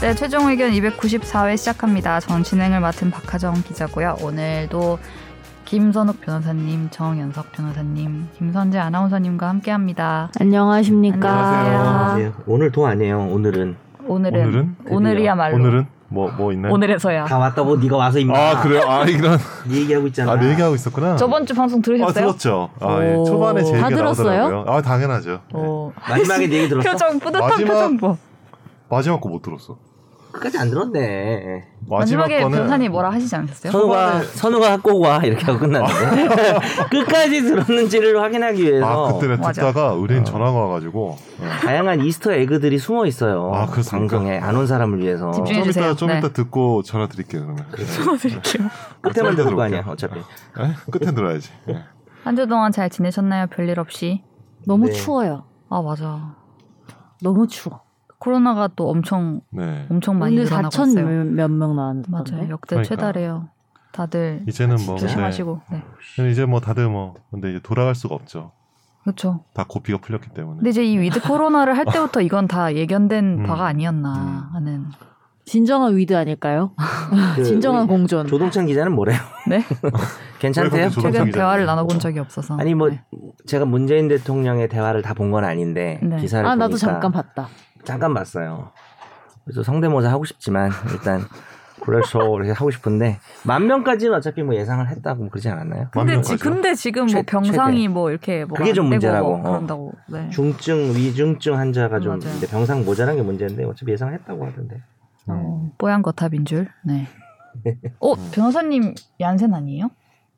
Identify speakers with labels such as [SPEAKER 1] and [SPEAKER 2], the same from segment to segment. [SPEAKER 1] 네, 최종 의견 294회 시작합니다. 전 진행을 맡은 박하정 기자고요. 오늘도 김선욱 변호사님, 정연석 변호사님, 김선재 아나운서님과 함께합니다.
[SPEAKER 2] 안녕하십니까.
[SPEAKER 1] 안녕하세요.
[SPEAKER 2] 아.
[SPEAKER 3] 안녕하세요. 예, 오늘 도 아니에요. 오늘은
[SPEAKER 1] 오늘은,
[SPEAKER 4] 오늘은?
[SPEAKER 1] 야말로
[SPEAKER 4] 오늘은 뭐 뭐 있나요?
[SPEAKER 1] 에서야
[SPEAKER 3] 다 왔다고 네가 와서 임마.
[SPEAKER 4] 아 그래요? 아 이런
[SPEAKER 3] 네 얘기하고 있잖아.
[SPEAKER 4] 아내 얘기하고 있었구나.
[SPEAKER 1] 저번 주 방송
[SPEAKER 4] 아
[SPEAKER 1] 들으셨어요?
[SPEAKER 4] 들었죠. 아 예.
[SPEAKER 1] 오.
[SPEAKER 4] 초반에 제
[SPEAKER 2] 다
[SPEAKER 4] 얘기가
[SPEAKER 2] 들었어요?
[SPEAKER 4] 나오더라고요. 아 당연하죠. 네.
[SPEAKER 1] 오.
[SPEAKER 3] 마지막에 내 얘기 들었어.
[SPEAKER 1] 표정 뿌듯한
[SPEAKER 4] 마지막-
[SPEAKER 1] 표정 뭐.
[SPEAKER 4] 마지막 거 못 들었어.
[SPEAKER 3] 끝까지 안 들었네.
[SPEAKER 4] 마지막
[SPEAKER 1] 마지막에
[SPEAKER 4] 거는
[SPEAKER 1] 변호사님 뭐라 하시지 않으셨어요?
[SPEAKER 3] 선우가 선우가 갖고 와 이렇게 하고 끝났는데 끝까지 들었는지를 확인하기 위해서
[SPEAKER 4] 아 그때는
[SPEAKER 1] 맞아. 어.
[SPEAKER 4] 듣다가 의뢰인 전화가 와가지고 네.
[SPEAKER 3] 다양한 이스터 에그들이 숨어 있어요.
[SPEAKER 4] 아, 그렇습니까?
[SPEAKER 3] 방송에 안 온 사람을 위해서
[SPEAKER 1] 집중해.
[SPEAKER 4] 좀
[SPEAKER 1] 해주세요.
[SPEAKER 4] 이따 좀
[SPEAKER 1] 네.
[SPEAKER 4] 이따 듣고 전화 드릴게요 그러면. 네,
[SPEAKER 1] 전화드릴게요.
[SPEAKER 3] 끝에만 들을 거
[SPEAKER 4] 들어볼게요.
[SPEAKER 3] 아니야 어차피.
[SPEAKER 4] 네? 끝에 들어야지. 네.
[SPEAKER 1] 한 주 동안 잘 지내셨나요? 별일 없이?
[SPEAKER 2] 너무
[SPEAKER 3] 네.
[SPEAKER 2] 추워요.
[SPEAKER 1] 아 맞아.
[SPEAKER 2] 너무 추워.
[SPEAKER 1] 코로나가 또 엄청
[SPEAKER 4] 네.
[SPEAKER 1] 엄청 많이
[SPEAKER 2] 오늘
[SPEAKER 1] 늘어나고 네. 있어요.
[SPEAKER 2] 4천 몇 명 나왔는데.
[SPEAKER 1] 맞아요. 역대
[SPEAKER 4] 그러니까.
[SPEAKER 1] 최다래요. 다들
[SPEAKER 4] 이제는 뭐 네.
[SPEAKER 1] 조심하시고. 네.
[SPEAKER 4] 이제 뭐 다들 뭐 근데 이제 돌아갈 수가 없죠.
[SPEAKER 1] 그렇죠.
[SPEAKER 4] 다 고삐가 풀렸기 때문에.
[SPEAKER 1] 근데 이제 이 위드 코로나를 할 때부터 이건 다 예견된
[SPEAKER 4] 음.
[SPEAKER 1] 바가 아니었나 하는.
[SPEAKER 2] 진정한 위드 아닐까요?
[SPEAKER 3] 그
[SPEAKER 2] 진정한
[SPEAKER 3] 우리
[SPEAKER 2] 공존.
[SPEAKER 3] 조동찬 기자는 뭐래요?
[SPEAKER 1] 네.
[SPEAKER 3] 괜찮대요?
[SPEAKER 4] 왜 그렇게
[SPEAKER 1] 최근
[SPEAKER 4] 조동찬
[SPEAKER 1] 대화를
[SPEAKER 4] 기자님.
[SPEAKER 1] 나눠본 적이 없어서.
[SPEAKER 3] 아니 뭐
[SPEAKER 1] 네.
[SPEAKER 3] 제가 문재인 대통령의 대화를 다 본 건 아닌데
[SPEAKER 1] 네.
[SPEAKER 3] 기사를
[SPEAKER 2] 아 나도
[SPEAKER 3] 보니까
[SPEAKER 2] 잠깐 봤다.
[SPEAKER 3] 잠깐 봤어요. 그래서 성대모사 하고 싶지만 일단 그래서 이렇게 하고 싶은데 만 명까지는 어차피 뭐 예상을 했다고 그러지 않았나요?
[SPEAKER 4] 만
[SPEAKER 1] 근데, 지,
[SPEAKER 4] 명까지요?
[SPEAKER 1] 근데 지금 뭐
[SPEAKER 3] 최-
[SPEAKER 1] 병상이
[SPEAKER 3] 최대.
[SPEAKER 1] 뭐 이렇게 뭐
[SPEAKER 3] 그게
[SPEAKER 1] 안
[SPEAKER 3] 좀
[SPEAKER 1] 되고
[SPEAKER 3] 문제라고.
[SPEAKER 1] 뭐
[SPEAKER 3] 어.
[SPEAKER 1] 그런다고. 네.
[SPEAKER 3] 중증, 위중증 환자가 좀
[SPEAKER 1] 맞아요.
[SPEAKER 3] 근데 병상 모자란 게 문제인데 어차피 예상했다고 하던데.
[SPEAKER 1] 어, 뽀얀 거탑인 줄. 네. 어 변호사님 얀센 아니에요?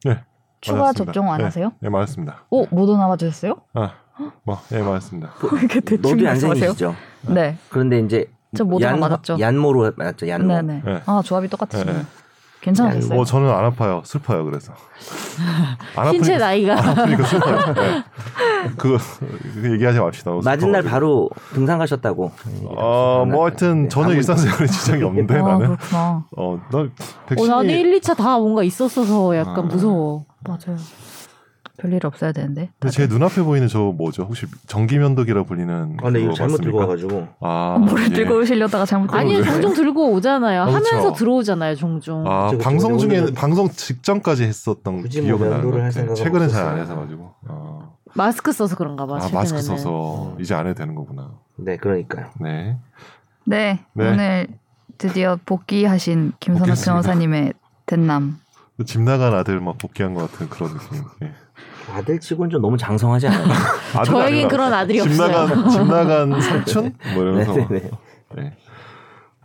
[SPEAKER 4] 네.
[SPEAKER 1] 추가
[SPEAKER 4] 맞았습니다.
[SPEAKER 1] 접종 안
[SPEAKER 4] 네.
[SPEAKER 1] 하세요?
[SPEAKER 4] 예 맞았습니다.
[SPEAKER 1] 어 모더나 맞으셨어요?
[SPEAKER 4] 아뭐예 맞았습니다.
[SPEAKER 1] 이렇게 대충
[SPEAKER 3] 너도
[SPEAKER 1] 말씀하세요?
[SPEAKER 3] 얀센이시죠?
[SPEAKER 1] 네.
[SPEAKER 3] 그런데 이제
[SPEAKER 1] 그 저 모두가
[SPEAKER 3] 얀-
[SPEAKER 1] 맞았죠.
[SPEAKER 3] 얀모로 맞죠? 얀모.
[SPEAKER 1] 네네.
[SPEAKER 4] 네.
[SPEAKER 1] 아 조합이 똑같으시네요.
[SPEAKER 4] 네, 네.
[SPEAKER 1] 괜찮으셨어요?
[SPEAKER 4] 뭐 저는 안 아파요. 슬퍼요. 그래서 안
[SPEAKER 2] 신체
[SPEAKER 4] 아프니까
[SPEAKER 2] 나이가
[SPEAKER 4] 그러니까 슬퍼요. 네. 그거 그 얘기하지 맙시다. 너무
[SPEAKER 3] 맞은 날
[SPEAKER 4] 슬퍼가지고.
[SPEAKER 3] 바로 등산 가셨다고. 네,
[SPEAKER 4] 어, 뭐 하여튼 전혀
[SPEAKER 3] 아무-
[SPEAKER 4] 일상생활에 지장이 없는데
[SPEAKER 1] 아
[SPEAKER 4] 나는
[SPEAKER 1] 그렇구나.
[SPEAKER 4] 어, 난
[SPEAKER 2] 어, 나도
[SPEAKER 4] 백신이
[SPEAKER 2] 1, 2차 다 뭔가 있었어서 약간
[SPEAKER 4] 아.
[SPEAKER 2] 무서워.
[SPEAKER 1] 맞아요. 별일 없어야 되는데.
[SPEAKER 4] 근데 제 눈앞에 보이는 저 뭐죠? 혹시 전기면도기라 불리는
[SPEAKER 3] 아, 근데 이거
[SPEAKER 4] 그거
[SPEAKER 3] 잘못 들고
[SPEAKER 4] 맞습니까?
[SPEAKER 3] 와가지고.
[SPEAKER 4] 아,
[SPEAKER 2] 어,
[SPEAKER 1] 모래
[SPEAKER 4] 예.
[SPEAKER 1] 들고 오시려다가 잘못 들고
[SPEAKER 2] 아니요,
[SPEAKER 4] 왜?
[SPEAKER 2] 종종 들고 오잖아요.
[SPEAKER 4] 아, 그렇죠.
[SPEAKER 2] 하면서 들어오잖아요, 종종.
[SPEAKER 4] 아,
[SPEAKER 3] 그쵸, 그쵸.
[SPEAKER 4] 방송
[SPEAKER 3] 근데
[SPEAKER 4] 중에
[SPEAKER 3] 오늘은-
[SPEAKER 4] 방송 직전까지 했었던
[SPEAKER 3] 굳이 뭐
[SPEAKER 4] 기억은
[SPEAKER 3] 면도를
[SPEAKER 4] 나는데
[SPEAKER 3] 할 생각은
[SPEAKER 4] 최근엔 잘 안
[SPEAKER 3] 없었어요.
[SPEAKER 4] 해서 가지고. 어.
[SPEAKER 2] 마스크 써서 그런가 봐.
[SPEAKER 4] 아,
[SPEAKER 2] 최근에는.
[SPEAKER 4] 마스크 써서 이제 안 해도 되는 거구나.
[SPEAKER 3] 네, 그러니까요.
[SPEAKER 4] 네.
[SPEAKER 1] 네,
[SPEAKER 4] 네.
[SPEAKER 1] 오늘 드디어 복귀하신 김선호
[SPEAKER 4] 복귀했습니다.
[SPEAKER 1] 변호사님의 된남.
[SPEAKER 4] 집 나간 아들 막 복귀한 것 같은 그런 느낌. 예.
[SPEAKER 3] 아들 치고는 좀 너무 장성하지 않아요?
[SPEAKER 4] 아들
[SPEAKER 2] 저에겐
[SPEAKER 4] 아니라
[SPEAKER 2] 그런 아들이
[SPEAKER 4] 집
[SPEAKER 2] 없어요.
[SPEAKER 4] 나간 집 나간 삼촌 뭐 이러면서 막
[SPEAKER 3] 네네네.
[SPEAKER 4] 네.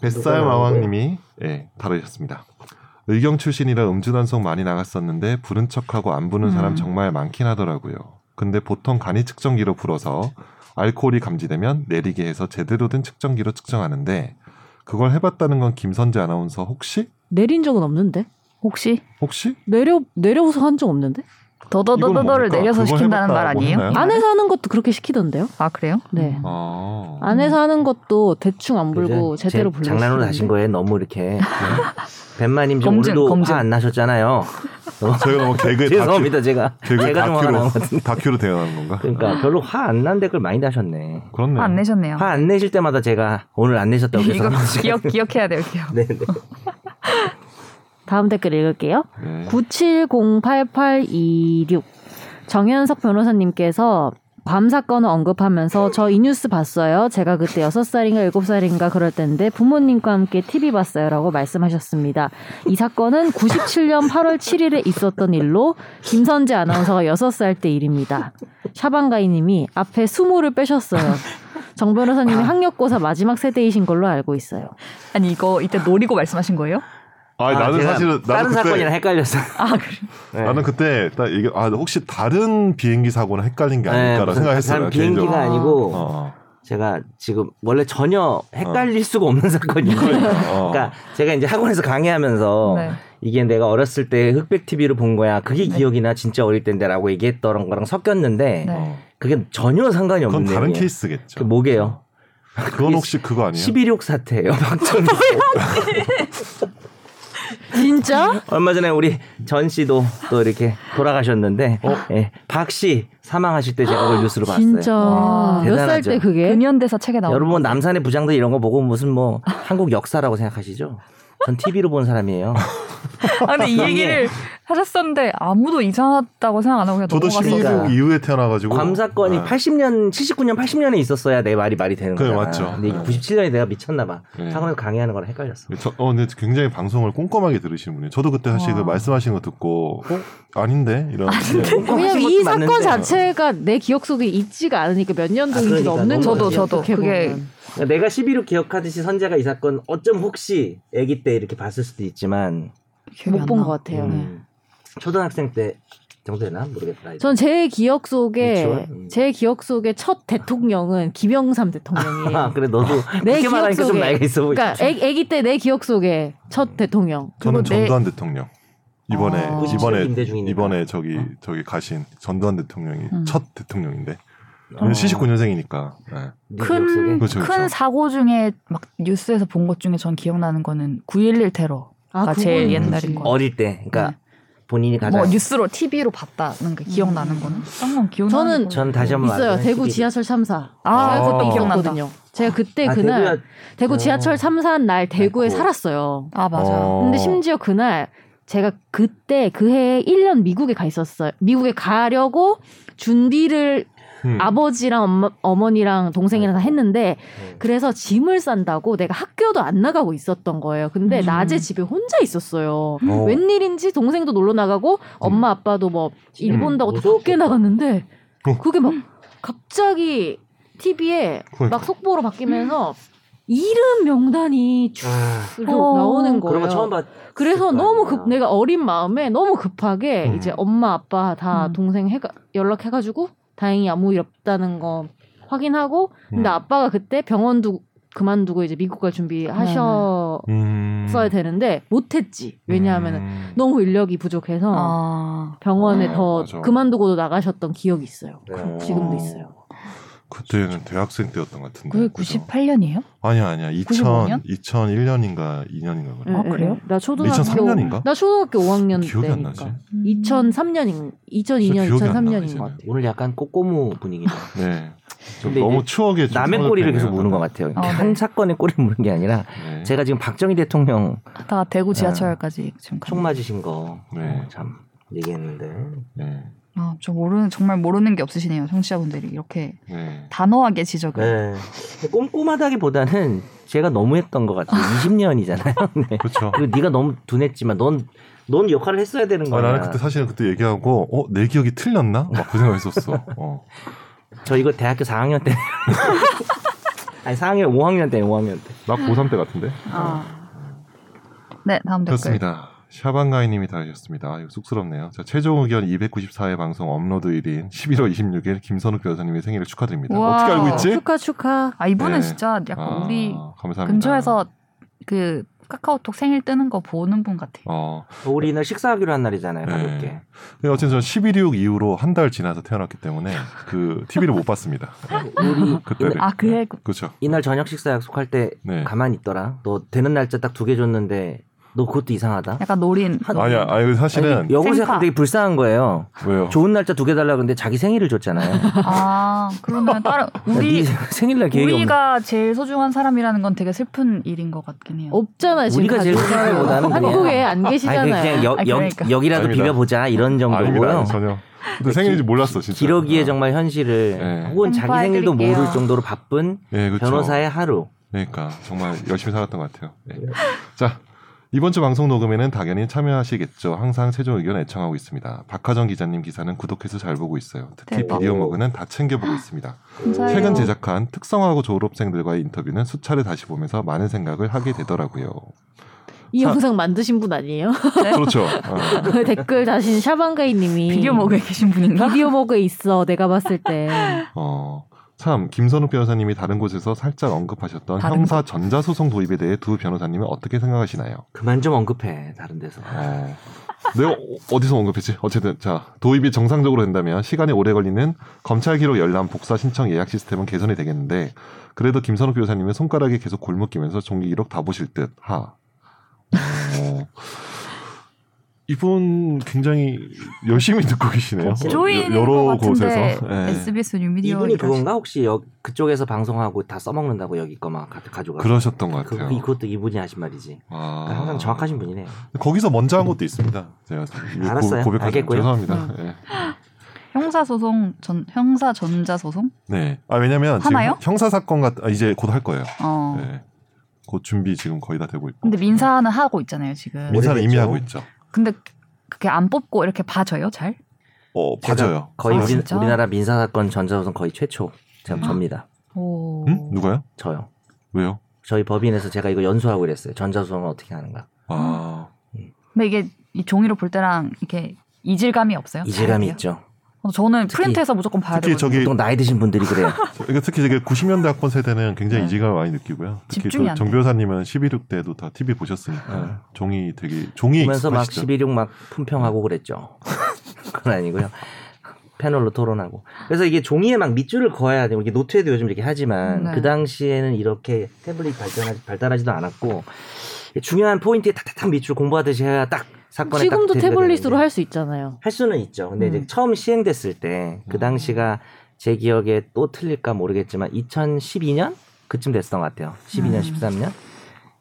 [SPEAKER 4] 뱃살 마왕님이 예, 다루셨습니다. 의경 출신이라 음주단속 많이 나갔었는데 부른 척하고 안 부는 사람
[SPEAKER 1] 음.
[SPEAKER 4] 정말 많긴 하더라고요. 근데 보통 간이 측정기로 불어서 알코올이 감지되면 내리게 해서 제대로 된 측정기로 측정하는데 그걸 해봤다는 건 김선재 아나운서 혹시
[SPEAKER 2] 내린 적은 없는데?
[SPEAKER 1] 혹시
[SPEAKER 4] 혹시
[SPEAKER 2] 내려 내려서 한 적 없는데?
[SPEAKER 1] 더더더더더를
[SPEAKER 4] 뭡니까?
[SPEAKER 1] 내려서
[SPEAKER 4] 뭐 그거
[SPEAKER 1] 시킨다는 말
[SPEAKER 4] 해봤다고
[SPEAKER 1] 아니에요?
[SPEAKER 4] 했나요?
[SPEAKER 1] 이 말은?
[SPEAKER 2] 안에서 하는 것도 그렇게 시키던데요?
[SPEAKER 1] 아 그래요?
[SPEAKER 2] 네.
[SPEAKER 4] 아
[SPEAKER 2] 안에서 하는 것도 대충 안 불고
[SPEAKER 3] 이제
[SPEAKER 2] 제대로
[SPEAKER 3] 제-
[SPEAKER 2] 불러.
[SPEAKER 3] 장난으로 다신 거예요. 너무 이렇게 네. 뱀마님 좀
[SPEAKER 1] 검증,
[SPEAKER 3] 오늘도
[SPEAKER 1] 검증.
[SPEAKER 3] 화 안 나셨잖아요. 너무
[SPEAKER 4] 저희가 너무 개그
[SPEAKER 3] 죄송합니다 제가
[SPEAKER 4] 개그
[SPEAKER 3] 제가 좀 화가 나는 것
[SPEAKER 4] 다큐로 다큐로 대응하는 건가?
[SPEAKER 3] 그러니까 별로 화 안 난 댓글 많이 다셨네.
[SPEAKER 4] 그렇네.
[SPEAKER 1] 화 안 아, 내셨네요.
[SPEAKER 3] 화 안 내실 때마다 제가 오늘 안 내셨다고
[SPEAKER 1] 이거
[SPEAKER 3] 해서
[SPEAKER 1] 기억 기억해야 돼요, 기억.
[SPEAKER 3] 네네.
[SPEAKER 2] 다음 댓글 읽을게요.
[SPEAKER 4] 네.
[SPEAKER 2] 9708826 정현석 변호사님께서 괌 사건을 언급하면서 저 이 뉴스 봤어요. 제가 그때 6살인가 7살인가 그럴 때인데 부모님과 함께 TV 봤어요라고 말씀하셨습니다. 이 사건은 97년 8월 7일에 있었던 일로 김선재 아나운서가 6살 때 일입니다. 샤방가이 님이 앞에 20를 빼셨어요. 정 변호사님이
[SPEAKER 3] 아.
[SPEAKER 2] 학력고사 마지막 세대이신 걸로 알고 있어요.
[SPEAKER 1] 아니 이거 이때 노리고 말씀하신 거예요?
[SPEAKER 4] 아니, 나는
[SPEAKER 3] 제가
[SPEAKER 4] 사실은
[SPEAKER 3] 다른
[SPEAKER 4] 나는 그때
[SPEAKER 3] 사건이랑 헷갈렸어.
[SPEAKER 1] 아 그래.
[SPEAKER 3] 네.
[SPEAKER 4] 나는 그때 딱 이게 아 혹시 다른 비행기 사고나 헷갈린 게 아닐까라고
[SPEAKER 3] 네, 무슨
[SPEAKER 4] 생각했어요.
[SPEAKER 3] 다른 비행기가
[SPEAKER 4] 개인적으로.
[SPEAKER 3] 아니고
[SPEAKER 4] 어,
[SPEAKER 3] 제가 지금 원래 전혀 헷갈릴 수가 없는 사건이에요.
[SPEAKER 4] 어.
[SPEAKER 3] 그러니까 제가 이제 학원에서 강의하면서
[SPEAKER 1] 네.
[SPEAKER 3] 이게 내가 어렸을 때 흑백 TV로 본 거야. 그게 기억이 나 진짜 어릴 때인데라고 얘기했던 거랑 섞였는데
[SPEAKER 1] 네.
[SPEAKER 4] 어.
[SPEAKER 3] 그게 전혀 상관이 없는
[SPEAKER 4] 그건 다른
[SPEAKER 3] 내용이에요.
[SPEAKER 4] 케이스겠죠.
[SPEAKER 3] 그 뭐게요?
[SPEAKER 4] 그건 혹시 그거 아니에요?
[SPEAKER 3] 11.6 사태예요. 박정희.
[SPEAKER 2] 진짜?
[SPEAKER 3] 얼마 전에 우리 전 씨도 또 이렇게 돌아가셨는데
[SPEAKER 4] 어?
[SPEAKER 3] 예, 박씨 사망하실 때 제가 그걸 뉴스로 봤어요.
[SPEAKER 2] 진짜.
[SPEAKER 1] 와,
[SPEAKER 2] 몇 살
[SPEAKER 3] 대단하죠.
[SPEAKER 2] 때 그게?
[SPEAKER 1] 예? 근현대사 책에 나오는
[SPEAKER 3] 여러분 남산의 부장들 이런 거 보고 무슨 뭐 한국 역사라고 생각하시죠? 전 TV로 본 사람이에요.
[SPEAKER 1] 아, 근데 이
[SPEAKER 4] 예.
[SPEAKER 1] 얘기를 하셨었는데 아무도 이상하다고 생각 안 하고 그냥
[SPEAKER 5] 저도
[SPEAKER 1] 넘어갔어요.
[SPEAKER 5] 12국
[SPEAKER 3] 넘어갔어요. 그러니까
[SPEAKER 5] 이후에 태어나가지고
[SPEAKER 3] 괌 사건이
[SPEAKER 5] 네.
[SPEAKER 3] 80년, 79년, 80년에 있었어야 내 말이 말이 되는
[SPEAKER 4] 그래,
[SPEAKER 3] 거잖아.
[SPEAKER 4] 맞죠.
[SPEAKER 3] 근데 이게
[SPEAKER 4] 네.
[SPEAKER 3] 97년에 내가 미쳤나 봐.
[SPEAKER 4] 네.
[SPEAKER 3] 사관에서 강의하는 거랑 헷갈렸어.
[SPEAKER 4] 저, 어, 근데 굉장히 방송을 꼼꼼하게 들으시는 분이에요. 저도 그때 사실 그
[SPEAKER 1] 와.
[SPEAKER 4] 말씀하신 거 듣고, 어? 아닌데? 이런. 네.
[SPEAKER 2] 왜냐면
[SPEAKER 3] 어, 하신
[SPEAKER 2] 이
[SPEAKER 3] 것도
[SPEAKER 2] 사건
[SPEAKER 3] 맞는데.
[SPEAKER 2] 자체가 내 기억 속에 있지가 않으니까 몇
[SPEAKER 3] 아,
[SPEAKER 2] 년도인지도
[SPEAKER 3] 그러니까
[SPEAKER 2] 없는
[SPEAKER 3] 너무
[SPEAKER 2] 거죠.
[SPEAKER 1] 저도, 저도.
[SPEAKER 2] 어떻게
[SPEAKER 1] 그게
[SPEAKER 2] 보면.
[SPEAKER 3] 그러니까 내가 11호 기억하듯이 선재가 이 사건 어쩜 혹시 아기 때 이렇게 봤을 수도 있지만
[SPEAKER 1] 기억이
[SPEAKER 2] 못
[SPEAKER 1] 안
[SPEAKER 2] 본것
[SPEAKER 1] 나.
[SPEAKER 2] 같아요.
[SPEAKER 3] 음,
[SPEAKER 2] 네.
[SPEAKER 3] 초등학생 때 정도 되나 모르겠다. 이제.
[SPEAKER 2] 전 제 기억 속에
[SPEAKER 3] 유치원? 음.
[SPEAKER 2] 제 기억 속에 첫 대통령은 김영삼 대통령이에요.
[SPEAKER 3] 아, 그렇죠. 그래 너도
[SPEAKER 2] 내
[SPEAKER 3] 그렇게
[SPEAKER 2] 기억
[SPEAKER 3] 말하니까 좀
[SPEAKER 2] 속에.
[SPEAKER 3] 나이가 있어 보이지.
[SPEAKER 2] 그러니까 애, 기 때 내 기억 속에
[SPEAKER 3] 음.
[SPEAKER 2] 첫 대통령.
[SPEAKER 4] 저는
[SPEAKER 1] 그거 내-
[SPEAKER 4] 전두환 대통령. 이번에,
[SPEAKER 1] 아.
[SPEAKER 4] 이번에,
[SPEAKER 3] 임대중이니까.
[SPEAKER 4] 이번에 저기,
[SPEAKER 2] 어?
[SPEAKER 4] 저기 가신 전두환 대통령이
[SPEAKER 1] 음.
[SPEAKER 4] 첫 대통령인데.
[SPEAKER 3] 어,
[SPEAKER 4] 그 79년생이니까.
[SPEAKER 3] 네 기억 속에.
[SPEAKER 1] 큰,
[SPEAKER 4] 그렇죠,
[SPEAKER 1] 큰
[SPEAKER 4] 그렇죠.
[SPEAKER 1] 사고 중에 막 뉴스에서 본 것 중에 전 기억나는 거는 9.11 테러.
[SPEAKER 2] 아,
[SPEAKER 1] 가 제일
[SPEAKER 2] 그건
[SPEAKER 1] 옛날인
[SPEAKER 2] 뭐지.
[SPEAKER 1] 것
[SPEAKER 3] 어릴 때, 그러니까
[SPEAKER 2] 네.
[SPEAKER 3] 본인이 가장.
[SPEAKER 1] 뭐 뉴스로 TV로 봤다는 게 기억나는 거는? 딴건 기억나는
[SPEAKER 2] 저는
[SPEAKER 1] 거는
[SPEAKER 3] 음. 전 다시 한번
[SPEAKER 2] 있어요.
[SPEAKER 3] 말하자면
[SPEAKER 2] 대구
[SPEAKER 3] 11호.
[SPEAKER 2] 지하철 참사.
[SPEAKER 1] 아,
[SPEAKER 2] 제가
[SPEAKER 1] 그것도
[SPEAKER 2] 그때
[SPEAKER 1] 기억난다.
[SPEAKER 2] 있었거든요. 제가 그때
[SPEAKER 3] 아,
[SPEAKER 2] 그날 대구,
[SPEAKER 3] 대구야- 네, 그 어.
[SPEAKER 2] 지하철 참사 날 대구에
[SPEAKER 3] 아이고.
[SPEAKER 2] 살았어요.
[SPEAKER 1] 아 맞아요.
[SPEAKER 2] 근데 심지어 그날 제가 그때 그 해에 1년 미국에 가 있었어요. 미국에 가려고 준비를
[SPEAKER 4] 음.
[SPEAKER 2] 아버지랑 엄마, 어머니랑 동생이랑 다 했는데
[SPEAKER 3] 음.
[SPEAKER 2] 그래서 짐을 싼다고 내가 학교도 안 나가고 있었던 거예요. 근데
[SPEAKER 1] 음.
[SPEAKER 2] 낮에 집에 혼자 있었어요.
[SPEAKER 4] 어.
[SPEAKER 2] 그
[SPEAKER 3] 음,
[SPEAKER 2] 웬일인지 동생도 놀러 나가고 엄마 아빠도 뭐 일본도 하고 다
[SPEAKER 3] 무서웠겠다.
[SPEAKER 2] 밖에 나갔는데
[SPEAKER 4] 어.
[SPEAKER 2] 그게 막 갑자기 TV에
[SPEAKER 4] 그러니까.
[SPEAKER 2] 막 속보로 바뀌면서 이름 명단이 쭉
[SPEAKER 3] 아,
[SPEAKER 2] 이렇게
[SPEAKER 1] 어.
[SPEAKER 2] 나오는 거예요.
[SPEAKER 3] 그런 거 처음 봤.
[SPEAKER 2] 그래서
[SPEAKER 3] 있을 거
[SPEAKER 2] 너무
[SPEAKER 3] 아니야.
[SPEAKER 2] 급 내가 어린 마음에 너무 급하게
[SPEAKER 4] 음.
[SPEAKER 2] 이제 엄마 아빠 다
[SPEAKER 1] 음.
[SPEAKER 2] 동생 해가, 연락해가지고 다행히 아무 일 없다는 거 확인하고 근데
[SPEAKER 4] 음.
[SPEAKER 2] 아빠가 그때 병원도 그만두고 이제 미국 갈 준비하셨어야
[SPEAKER 4] 음.
[SPEAKER 2] 되는데 못했지 왜냐하면 은
[SPEAKER 4] 음.
[SPEAKER 2] 너무 인력이
[SPEAKER 3] 어.
[SPEAKER 2] 부족해서
[SPEAKER 1] 아,
[SPEAKER 2] 병원에
[SPEAKER 4] 아,
[SPEAKER 2] 더
[SPEAKER 4] 맞아.
[SPEAKER 2] 그만두고도 나가셨던 기억이 있어요
[SPEAKER 1] 그
[SPEAKER 3] 네.
[SPEAKER 2] 지금도 있어요
[SPEAKER 4] 그때는 대학생 때였던 것 같은데.
[SPEAKER 1] 그게
[SPEAKER 4] 그죠?
[SPEAKER 1] 98년이에요?
[SPEAKER 4] 아니야, 아니야. 2000,
[SPEAKER 1] 95년?
[SPEAKER 4] 2001년인가 2년인가 그래.
[SPEAKER 1] 아,
[SPEAKER 2] 예, 예,
[SPEAKER 1] 그래요?
[SPEAKER 2] 예. 나 초등학교
[SPEAKER 4] 2003년인가?
[SPEAKER 2] 나 초등학교 5학년
[SPEAKER 4] 기억이 안
[SPEAKER 2] 때니까
[SPEAKER 4] 나지.
[SPEAKER 3] 음.
[SPEAKER 2] 2003년인 2002년
[SPEAKER 4] 기억이 안 나,
[SPEAKER 2] 2003년인
[SPEAKER 4] 이제는.
[SPEAKER 2] 것 같아요
[SPEAKER 3] 오늘 약간 꼬꼬무 분위기네.
[SPEAKER 4] 네. 좀
[SPEAKER 3] 근데
[SPEAKER 4] 너무
[SPEAKER 3] 이제
[SPEAKER 4] 추억에 좀
[SPEAKER 3] 남의
[SPEAKER 4] 사로잡혀
[SPEAKER 3] 꼬리를
[SPEAKER 4] 있네요,
[SPEAKER 3] 계속 무는 것
[SPEAKER 4] 나는.
[SPEAKER 3] 같아요.
[SPEAKER 2] 어,
[SPEAKER 1] 아,
[SPEAKER 3] 한
[SPEAKER 1] 네.
[SPEAKER 3] 사건의 꼬리를 무는 게 아니라
[SPEAKER 4] 네.
[SPEAKER 3] 제가 지금 박정희 대통령
[SPEAKER 1] 다
[SPEAKER 3] 네.
[SPEAKER 1] 대구 지하철까지 지금
[SPEAKER 3] 총
[SPEAKER 2] 음.
[SPEAKER 1] 가.
[SPEAKER 3] 맞으신 거 어,
[SPEAKER 4] 네.
[SPEAKER 3] 참 얘기했는데
[SPEAKER 4] 네.
[SPEAKER 1] 아, 저 모르는 정말 모르는 게 없으시네요, 청취자분들이 이렇게
[SPEAKER 4] 네.
[SPEAKER 1] 단호하게 지적을.
[SPEAKER 3] 네. 꼼꼼하다기보다는 제가 너무 했던 것 같아요. 20년이잖아요. 네.
[SPEAKER 4] 그렇죠.
[SPEAKER 3] 그리고 네가 너무 둔했지만 넌, 넌 역할을 했어야 되는
[SPEAKER 4] 아,
[SPEAKER 3] 거야.
[SPEAKER 4] 나는 그때 사실은 그때 얘기하고 어, 내 기억이 틀렸나? 막 그 생각했었어. 어.
[SPEAKER 3] 저 이거 대학교 4학년 때. 아니 4학년, 5학년 때, 5학년 때.
[SPEAKER 4] 나 고3 때 같은데.
[SPEAKER 1] 아. 네, 다음 댓글.
[SPEAKER 4] 그렇습니다. 샤방가이님이 다루셨습니다. 아, 이거 쑥스럽네요. 자, 최종 의견 294회 방송 업로드일인 11월 26일 김선욱 변호사님의 생일을 축하드립니다.
[SPEAKER 1] 와우.
[SPEAKER 4] 어떻게 알고 있지?
[SPEAKER 2] 축하 축하
[SPEAKER 1] 아 이분은
[SPEAKER 4] 네.
[SPEAKER 1] 진짜 약간
[SPEAKER 4] 아,
[SPEAKER 1] 우리
[SPEAKER 4] 감사합니다.
[SPEAKER 1] 근처에서 그 카카오톡 생일 뜨는 거 보는 분 같아요.
[SPEAKER 4] 어,
[SPEAKER 3] 우리는 식사하기로 한 날이잖아요.
[SPEAKER 4] 네.
[SPEAKER 3] 가볍게.
[SPEAKER 4] 근데 어쨌든 저는 11.26 이후로 한 달 지나서 태어났기 때문에 그 TV를 못 봤습니다.
[SPEAKER 3] 아, 우리
[SPEAKER 4] 그때를.
[SPEAKER 1] 아 그래 그-
[SPEAKER 4] 그렇죠.
[SPEAKER 3] 이날 저녁 식사 약속할 때
[SPEAKER 4] 네.
[SPEAKER 3] 가만히 있더라. 너 되는 날짜 딱 두 개 줬는데 너 그것도 이상하다.
[SPEAKER 1] 약간 노린.
[SPEAKER 3] 한-
[SPEAKER 4] 아니야, 아니 사실은
[SPEAKER 3] 아니, 여고
[SPEAKER 1] 생파.
[SPEAKER 3] 생각 되게 불쌍한 거예요.
[SPEAKER 4] 왜요?
[SPEAKER 3] 좋은 날짜 두 개 달라 근데 자기 생일을 줬잖아요.
[SPEAKER 1] 아 그러면 다른 우리
[SPEAKER 3] 네 생일날 계획이 없는.
[SPEAKER 1] 우리가 제일 소중한 사람이라는 건 되게 슬픈 일인 것 같긴 해요.
[SPEAKER 4] 어,
[SPEAKER 2] 없잖아요 지금
[SPEAKER 3] 우리가 제일
[SPEAKER 2] 가족들.
[SPEAKER 3] 생각을 못하는 거예요.
[SPEAKER 2] 한국에 안
[SPEAKER 3] 아니,
[SPEAKER 2] 계시잖아요
[SPEAKER 3] 그냥 여,
[SPEAKER 1] 아니,
[SPEAKER 3] 여,
[SPEAKER 1] 그러니까.
[SPEAKER 3] 여기라도
[SPEAKER 4] 아닙니다.
[SPEAKER 3] 비벼보자 이런
[SPEAKER 4] 아닙니다, 아.
[SPEAKER 3] 정도고요.
[SPEAKER 4] 아니, 전혀. 근데 생일인지 몰랐어, 진짜.
[SPEAKER 3] 기러기에 정말 현실을
[SPEAKER 4] 네.
[SPEAKER 3] 혹은 자기 생일도
[SPEAKER 2] 공부해드릴게요.
[SPEAKER 3] 모를 정도로 바쁜
[SPEAKER 4] 예, 그렇죠.
[SPEAKER 3] 변호사의 하루.
[SPEAKER 4] 그러니까 정말 열심히 살았던 것 같아요. 네. 자 이번 주 방송 녹음에는 당연히 참여하시겠죠. 항상 최종 의견 애청하고 있습니다. 박하정 기자님 기사는 구독해서 잘 보고 있어요. 특히
[SPEAKER 1] 대박.
[SPEAKER 4] 비디오 먹으는 다 챙겨 보고 있습니다.
[SPEAKER 1] 감사해요.
[SPEAKER 4] 최근 제작한 특성화고 졸업생들과의 인터뷰는 수차례 다시 보면서 많은 생각을 하게 되더라고요.
[SPEAKER 2] 이
[SPEAKER 4] 자-
[SPEAKER 2] 영상 만드신 분 아니에요?
[SPEAKER 4] 그렇죠. 어.
[SPEAKER 2] 댓글 다신 샤방가이님이
[SPEAKER 1] 비교 먹에 계신 분인가?
[SPEAKER 2] 비디오 먹에 있어 내가 봤을 때
[SPEAKER 4] 어, 참 김선욱 변호사님이 다른 곳에서 살짝 언급하셨던
[SPEAKER 1] 다른
[SPEAKER 4] 형사 전자소송 도입에 대해 두 변호사님은 어떻게 생각하시나요?
[SPEAKER 3] 그만 좀 언급해 다른 데서.
[SPEAKER 4] 어, 내가 어- 어디서 언급했지? 어쨌든 자 도입이 정상적으로 된다면 시간이 오래 걸리는 검찰 기록 열람 복사 신청 예약 시스템은 개선이 되겠는데 그래도 김선욱 교사님은 손가락이 계속 골무 끼면서 종기 기록 다 보실 듯 하. 어, 이분 굉장히 열심히 듣고 계시네요.
[SPEAKER 3] 그렇죠.
[SPEAKER 1] 조인인 것
[SPEAKER 4] 뭐, 여러
[SPEAKER 1] 같은데
[SPEAKER 4] 곳에서. 예.
[SPEAKER 1] SBS 뉴미디어
[SPEAKER 3] 이분이
[SPEAKER 1] 일하시-
[SPEAKER 3] 그건가 혹시 여, 그쪽에서 방송하고 다 써먹는다고 여기 거만 가- 가져가.
[SPEAKER 4] 그러셨던 것
[SPEAKER 3] 그,
[SPEAKER 4] 같아요.
[SPEAKER 3] 그- 그것도 이분이 하신 말이지.
[SPEAKER 4] 그렇죠. 아.
[SPEAKER 3] 그러니까 항상 정확하신 분이네요.
[SPEAKER 4] 거기서 먼저 한 것도 있습니다. 제가
[SPEAKER 3] 알았어요.
[SPEAKER 4] 고백하지
[SPEAKER 3] 알겠고요.
[SPEAKER 4] 죄송합니다.
[SPEAKER 1] 음.
[SPEAKER 4] 예.
[SPEAKER 1] 형사 소송 전 형사 전자 소송
[SPEAKER 4] 네. 아 왜냐면 지금
[SPEAKER 1] 하나요?
[SPEAKER 4] 형사 사건 같 아, 이제 곧 할 거예요.
[SPEAKER 1] 어
[SPEAKER 4] 네. 곧 준비 지금 거의 다 되고 있고.
[SPEAKER 1] 근데 민사는 하고 있잖아요 지금
[SPEAKER 4] 민사는 이미
[SPEAKER 3] 오래됐죠.
[SPEAKER 4] 하고 있죠.
[SPEAKER 1] 근데 그게 안 뽑고 이렇게 봐줘요 잘
[SPEAKER 4] 어 맞아요.
[SPEAKER 3] 거의
[SPEAKER 1] 아,
[SPEAKER 3] 우리,
[SPEAKER 1] 진짜?
[SPEAKER 3] 우리나라 민사 사건 전자소송 거의 최초 제가
[SPEAKER 4] 음.
[SPEAKER 2] 아.
[SPEAKER 3] 접니다.
[SPEAKER 1] 오.
[SPEAKER 4] 응? 음? 누가요?
[SPEAKER 3] 저요.
[SPEAKER 4] 왜요?
[SPEAKER 3] 저희 법인에서 제가 이거 연수하고 이랬어요. 전자소송은 어떻게 하는가.
[SPEAKER 4] 아
[SPEAKER 1] 근데 이게 이 종이로 볼 때랑 이렇게 이질감이
[SPEAKER 2] 아,
[SPEAKER 1] 없어요?
[SPEAKER 3] 이질감이
[SPEAKER 1] 잘해요?
[SPEAKER 3] 있죠.
[SPEAKER 1] 어, 저는
[SPEAKER 3] 특히-
[SPEAKER 1] 프린트해서 무조건 봐야
[SPEAKER 4] 특히
[SPEAKER 1] 되거든요.
[SPEAKER 4] 저기
[SPEAKER 3] 보통 나이 드신 분들이 그래요.
[SPEAKER 4] 이게 특히 이게 90년대 학번 세대는 굉장히
[SPEAKER 1] 네.
[SPEAKER 4] 이질감을 많이 느끼고요. 특히
[SPEAKER 1] 집중이 안
[SPEAKER 4] 또 정
[SPEAKER 1] 돼요.
[SPEAKER 4] 변호사님은 11.6 때도 다 TV 보셨으니까
[SPEAKER 3] 네.
[SPEAKER 4] 종이 되게 종이
[SPEAKER 3] 보면서 막
[SPEAKER 4] 익숙하시죠.
[SPEAKER 3] 11.6 막 품평하고 그랬죠. 그건 아니고요. 패널로 토론하고. 그래서 이게 종이에 막 밑줄을 그어야 되고 이게 노트에도 요즘 이렇게 하지만
[SPEAKER 1] 네.
[SPEAKER 3] 그 당시에는 이렇게 태블릿 발전하, 발달하지도 않았고 중요한 포인트에 탁탁탁 밑줄 공부하듯이 해야 딱 사건에
[SPEAKER 2] 지금도
[SPEAKER 3] 딱
[SPEAKER 2] 태블릿으로 할 수 있잖아요.
[SPEAKER 3] 할 수는 있죠. 근데
[SPEAKER 2] 음.
[SPEAKER 3] 이제 처음 시행됐을 때 그
[SPEAKER 4] 음.
[SPEAKER 3] 당시가 제 기억에 또 틀릴까 모르겠지만 2012년 그쯤 됐던 것 같아요. 12년,
[SPEAKER 1] 음.
[SPEAKER 3] 13년,